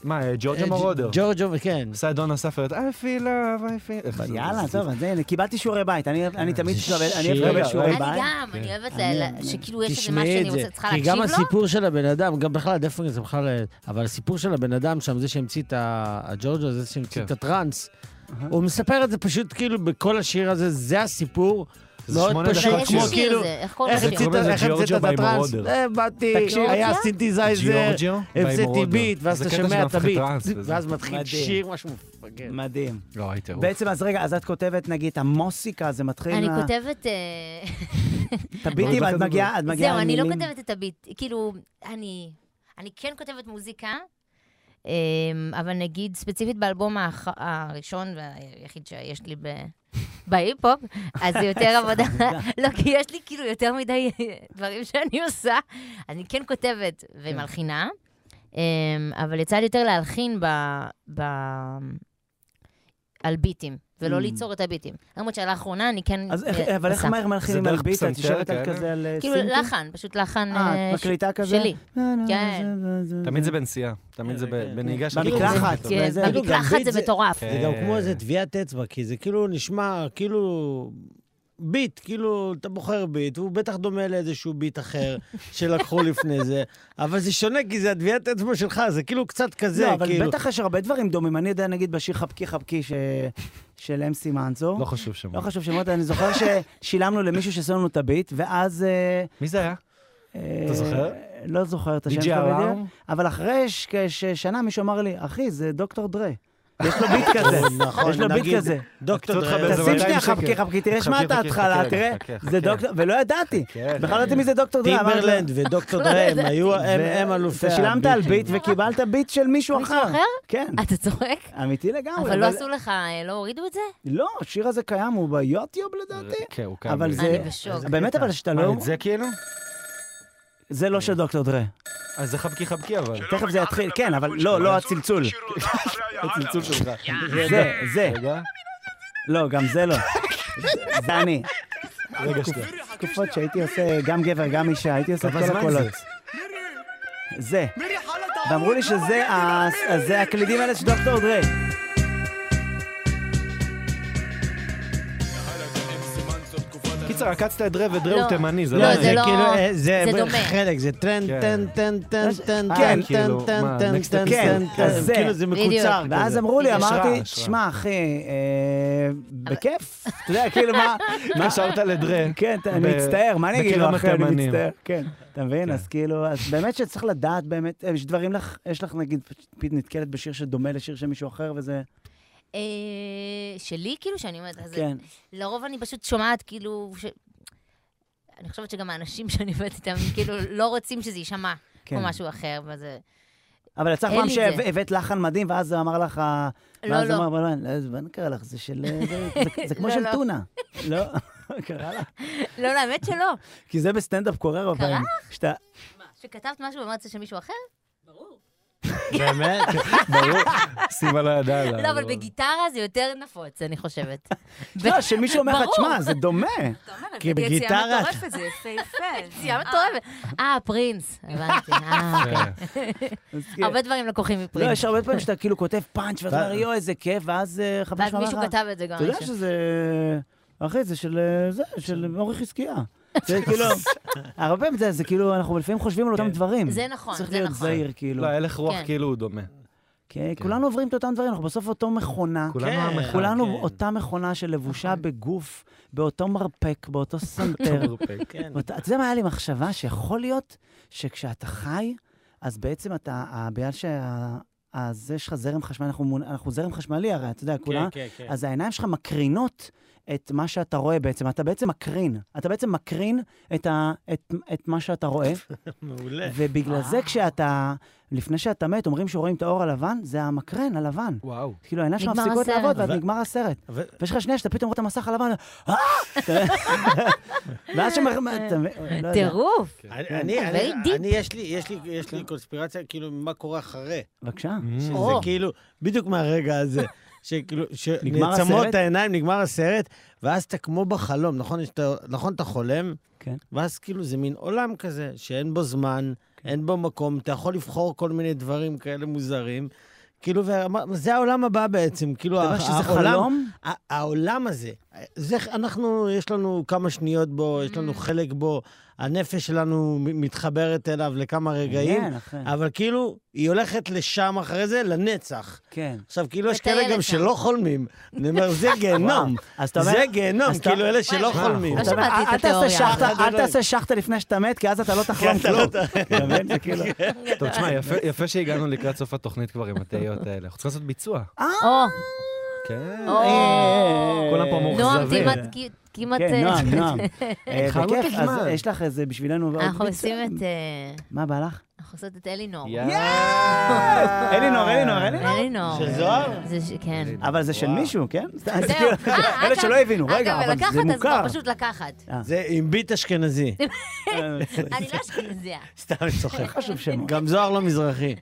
מה, אה, ג'ורג'ה אה, מורודר. ג'ורג'ו, כן. עשה את דונה סאפר, את I feel love, I feel... איך זה- יאללה, זה- טוב, אז הנה, קיבלתי שיעורי בית. אני אני תמיד זה שואל, אני שיר. אוהב לקבל רגע, שיעורי אני בית. גם, אני אוהבת ל- שכאילו יש איזה משהו תשמעי שאני את זה. רוצה- צריכה כי להקשיב גם לו. הסיפור של הבן אדם, גם בכלל, דפקינג זה בכלל... אה, אבל הסיפור של הבן אדם שם, זה שהמציא את ה- הג'ורג'ו, זה שהמציא כן. את הטראנס, הוא מספר את זה פשוט כאילו בכל השיר הזה, זה הסיפור. זה מאוד שמונה פשוט, אבל דקות איזה כמו שיר. שיר כאילו... זה? איך קוראים איך לשיר? המציא את קוראים לזה איך המציא את ג'ורג'ו by הטראנס? Moroder. אה, באתי, תקשיב. אוקיי. היה ג'ורג'ו? סינתזייזר, ג'ורג'ו by המצאתי Moroder. ביט, ואז זה אתה קטע שומע את שמהפכה הביט, טראנס וזה. ואז מתחיל מדהים. שיר, משהו מפגר. מדהים. לא, הייתי רואה. בעצם, אז רגע, אז את כותבת, נגיד, המוסיקה, זה מתחיל... אני מה- כותבת... אה, את הביטים, את מגיעה, את מגיעה... זהו, אני לא למילים. כותבת את הביט. כאילו, אני... אני כן כותבת מוזיקה, אמ, אבל נגיד, ספציפית באלבום האח- הראשון והיחיד שיש לי ב- בהיפ-הופ, אז זה יותר עבודה. לא, כי יש לי כאילו יותר מדי דברים שאני עושה. אני כן כותבת ומלחינה, אמ, אבל יצא לי יותר להלחין ב... ב- על ביטים, ולא Mm. ליצור את הביטים. למרות שלאחרונה אני כן... אז אה, איך, אבל איך עושה. מהר מלחינים זה על דרך ביט? את פסנתר יושבת על כאלה? כזה על אה, כאילו סינטי? לחן, פשוט לחן אה, אה, את מקליטה כזה? אה, שלי. כן. תמיד זה בנסיעה, תמיד זה כן, כן. ב- בנהיגה של... במקלחת. כן, וזה- גם במקלחת ביט זה זה- מטורף. כן. זה גם אה. כמו איזה טביעת אצבע, כי זה כאילו נשמע, כאילו... ביט, כאילו, אתה בוחר ביט, הוא בטח דומה לאיזשהו ביט אחר שלקחו לפני זה, אבל זה שונה כי זה הטביעת אצבע שלך, זה כאילו קצת כזה, לא, אבל כאילו... בטח יש הרבה דברים דומים. אני יודע, נגיד, בשיר חבקי חבקי ש- של אמסי מנצור. לא חשוב שם. לא חשוב שמות, אני זוכר ששילמנו למישהו שעשה לנו את הביט, ואז... אה, מי זה היה? אה, זוכר? לא זוכר את השם די.ג'י שלו בדיוק. אראום? לא, אבל אחרי ש- כששנה מישהו אמר לי, אחי, זה דוקטור דרה. יש לו ביט כזה. נכון, יש לו ביט נגיד, כזה. דוקטור תקצו אותך דרייבר. באיזה תשים 200 שנייה, שקל. חבקי, חבקי, תראה, שמע חכה, את חכה, ההתחלה, חכה, תראה. חכה, חכה. זה דוקטור, ולא ידעתי. חכה, בכלל לא ידעתי מי זה דוקטור דרייבר. טימברלנד ודוקטור דריים היו, ו- הם הם אלופי אתה שילמת על הביטים. אה, ביט וקיבלת ביט של מישהו מישהו אחר. אחר? כן, אה, אתה צוחק? אמיתי לגמרי. אבל לא עשו לך, אה, לא הורידו את זה? לא, השיר הזה קיים, הוא ביוטיוב לדעתי. כן, הוא קיים. אה, אבל ב- זה... אני בשוק. באמת, אבל שאתה מה, לא... את זה כאילו? זה לא של דוקטור דרה. אז אה, זה חבקי חבקי אבל. לא, תכף זה יתחיל, כן, אבל לא, לא הצלצול. לא, הצלצול שלך. זה, זה. רגע, לא, גם זה לא. זה אני. רגע שנייה. תקופות שהייתי עושה גם גבר, גם אישה, הייתי עושה את כמה כל זמן הקולות. זה. ואמרו לי שזה ה- זה הקלידים האלה של דוקטור דרי. קיצר, עקצת את דרה ודרה לא. הוא תימני, זה לא, לא... זה אני. לא- כאילו, אה, זה זה דומה. חלק, זה טרן, כן. טן, טן, טן, טן, אה, טן, טן, כאילו, טן, מה, טן, next טן, step. טן, כן, טן, זה. כאילו זה מקוצר. בדיוק. ואז כזה. אמרו לי, השראה, אמרתי, השראה. שמע, אחי, אה, בכיף. אתה יודע, כאילו, מה... לא- מה- התקשרת לדרה. כן, ת- אני ב- מצטער, מה אני אגיד בכרם לך, אחי, אני התימנים. מצטער. כן, אתה מבין? אז כאילו, אז באמת שצריך לדעת, באמת, אה, יש דברים לך, יש לך, נגיד, פתאום נתקלת בשיר שדומה לשיר של מישהו אחר, וזה... אה, שלי, כאילו, שאני אומרת, אז כן. לרוב אני פשוט שומעת, כאילו... ש- אני חושבת שגם האנשים שאני עובדת איתם, כאילו, לא רוצים שזה יישמע כן. כמו משהו אחר, ואז... אה, אבל יצא לך אין פעם לי את זה. שהבאת לחן מדהים, ואז הוא אמר לך... ואז לא. הוא אמר, "לא, לא, מה קרה לך? זה של... אה, זה- זה- זה כמו לא, של לא. טונה. לא, קרה לך. לא, לא, האמת שלא. כי זה בסטנדאפ קורה הרבה קרה פעמים. שאתה... שכתבת משהו ואמרת זה של מישהו אחר? באמת? ברור. סימה לא ידעה אה, עליו. לא, אבל בגיטרה זה יותר נפוץ, אני חושבת. לא, שמישהו אומר לך, ברור. תשמע, זה דומה. כי בגיטרה... זה יפהפה. יציאה מטורפת. אה, פרינס, הבנתי. אה, אוקיי. כן. אז כאילו- הרבה דברים לקוחים לא, יש מפרינס. הרבה פעמים שאתה כאילו כותב פאנץ' ואתה אומר, אתה- יואו, איזה כיף, ואז אה, חבר ואז שלך אמר לך... מישהו כתב את זה גם. אתה יודע מישהו. שזה... אחי, זה של... אה, זה, של אורי חזקיה. זה כן, כאילו... הרבה פעמים זה- זה כאילו, אנחנו לפעמים חושבים על אותם דברים. זה נכון, צריך זה להיות נכון. זהיר, כאילו. לא, הלך רוח כן. כאילו הוא דומה. כי כולנו עוברים את אותם דברים, אנחנו בסוף אותו מכונה. כולנו עם אחד. כולנו כן. אותה מכונה שלבושה בגוף, באותו מרפק, באותו סנטר. אוקיי. כן. ואתה- אתה יודע מה היה לי מחשבה? שיכול להיות שכשאתה חי, אז בעצם אתה, ה- בגלל שה... אז יש לך זרם חשמלי, אנחנו, מונ- אנחנו זרם חשמלי הרי, אתה יודע, כולם. כן, כן, כן. אז העיניים שלך מקרינות את מה שאתה רואה בעצם. אתה בעצם מקרין. אתה בעצם מקרין את, ה, את, את מה שאתה רואה, מעולה. ובגלל אה. זה כשאתה, לפני שאתה מת, אומרים שרואים את האור הלבן, זה המקרן הלבן. וואו. כאילו, העיניים שלך נגמר מפסיקות הסרט. לעבוד, ואז אבל- נגמר הסרט. אבל- ויש לך שנייה שאתה פתאום רואה את המסך הלבן, אה! ואז שמר... אה. אתה מבין? לא יודע. טירוף. כן. אני, אני, Very אני, deep. אני, יש לי, יש לי, יש Mm. לי קונספירציה, כאילו, מה קורה אחרי. בבקשה. שזה Oh. או. כאילו, בדיוק מהרגע הזה. שכאילו, נגמר הסרט? שנעצמות העיניים, נגמר הסרט, ואז אתה כמו בחלום, נכון? שאתה, נכון, אתה חולם, כן. ואז כאילו זה מין עולם כזה, שאין בו זמן, כן. אין בו מקום, אתה יכול לבחור כל מיני דברים כאלה מוזרים. כאילו, ואמר- זה העולם הבא בעצם, כאילו, אתה אומר ה- שזה העולם- חלום? ה- העולם הזה, זה, אנחנו, יש לנו כמה שניות בו, יש Mm. לנו חלק בו, הנפש שלנו מ- מתחברת אליו לכמה רגעים, מעניין, אכן. אבל כאילו, היא הולכת לשם אחרי זה, לנצח. כן. עכשיו, כאילו, יש כאלה מטיילת גם שם. שלא חולמים. אני אומר, זה גיהנום. אז אתה אומר... זה גיהנום, אז אתה- אה, כאילו, אלה שלא וואי, וואי, חולמים. לא אתה אומר, שמעתי את אל תעשה התיאוריה. שחטה- אף אחד אל לא תעשה שחטה לפני שאתה מת, כי אז אתה לא תחלום אתה לא כן. כלום. אתה מבין? זה כאילו- טוב, תשמע, יפה- יפה שהגענו לקראת סוף התוכנית כבר עם התהיות האלה. אנחנו צריכים לעשות ביצוע. או, אה, כן. או. כולם פה מאוכזבים. נועם כמעט, כמעט... כן, אה, נועם, נועם. אה, חמוד בכיף, אז הזמן. יש לך איזה בשבילנו... עוד אנחנו ביצוע? עושים את... אה, מה בא לך? אנחנו עושות את אלינור. אה, אלינור, אלינור, אלינור. אלינור. של זוהר? זה ש- כן. אבל זה של מישהו, כן? אז זהו. כאילו, אה, אלה אגב- שלא הבינו, רגע, אגב, אבל לקחת, זה אז כבר מוכר. פשוט לקחת. זה עם ביט אשכנזי. אני לא אשכנזיה. סתם, אני צוחק. אה, חשוב שמות. גם זוהר לא מזרחי.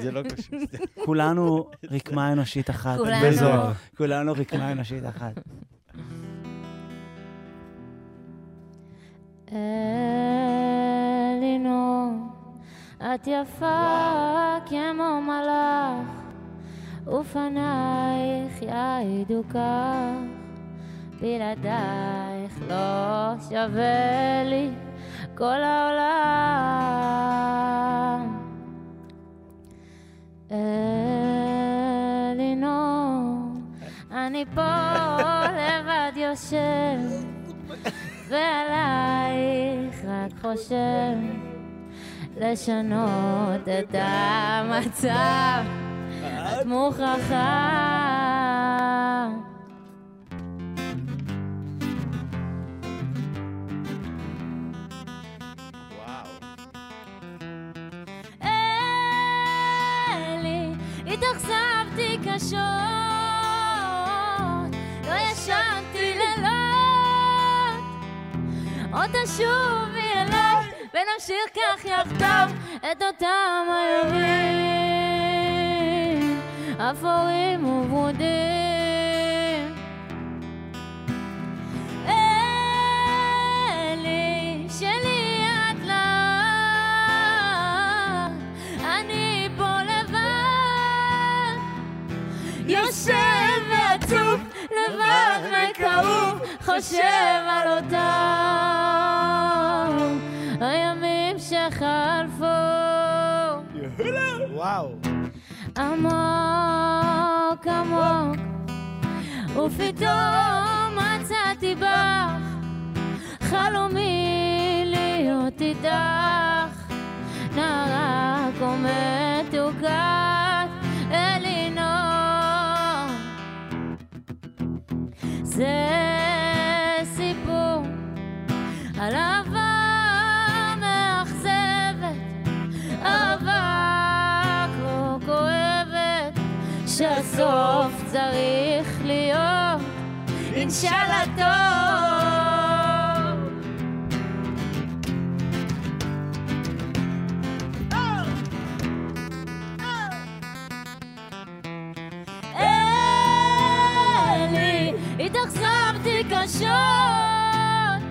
זה לא קשור. כולנו רקמה אנושית אחת. כולנו. בזוהר. כולנו רקמה אנושית אחת. אלינור, את יפה כמו מלאך, ופנייך יעידו כך, בלעדייך לא שווה לי כל העולם. אלינור, אני פה לבד יושב. ועלייך רק חושב לשנות את המצב. את מוכרחה השעות, לא ישנתי לילות. עוד תשובי אליי, ונמשיך כך יחדיו את אותם הימים אפורים וברודים. אלי, שלי את לך, אני פה לבד. יושב ועצוב, לבד וכאוב, חושב על אותם הימים שחלפו. וואו. עמוק עמוק ופתאום מצאתי בך חלומי להיות איתך נערה כה מתוקת אלינור זה סיפור על אהבה מאכזבת אהבה כה כואבת, שהסוף צריך להיות אינשאללה טוב. אה, אה. אלי, התאכזבתי קשות,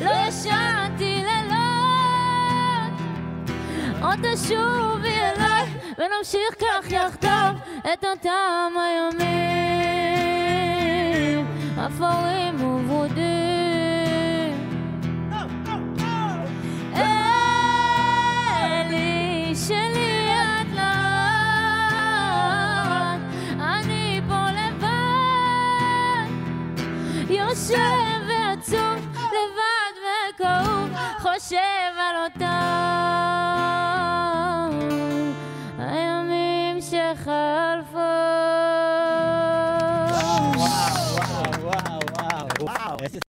לא ישנתי לילות, עוד תשובי אליי, ונמשיך כך יחדיו את אותם הימים אפורים וברודים. אלי, שלי את לאט, אני פה לבד, יושב ועצוב, לבד וכאוב, חושב על אותם הימים שחלפו.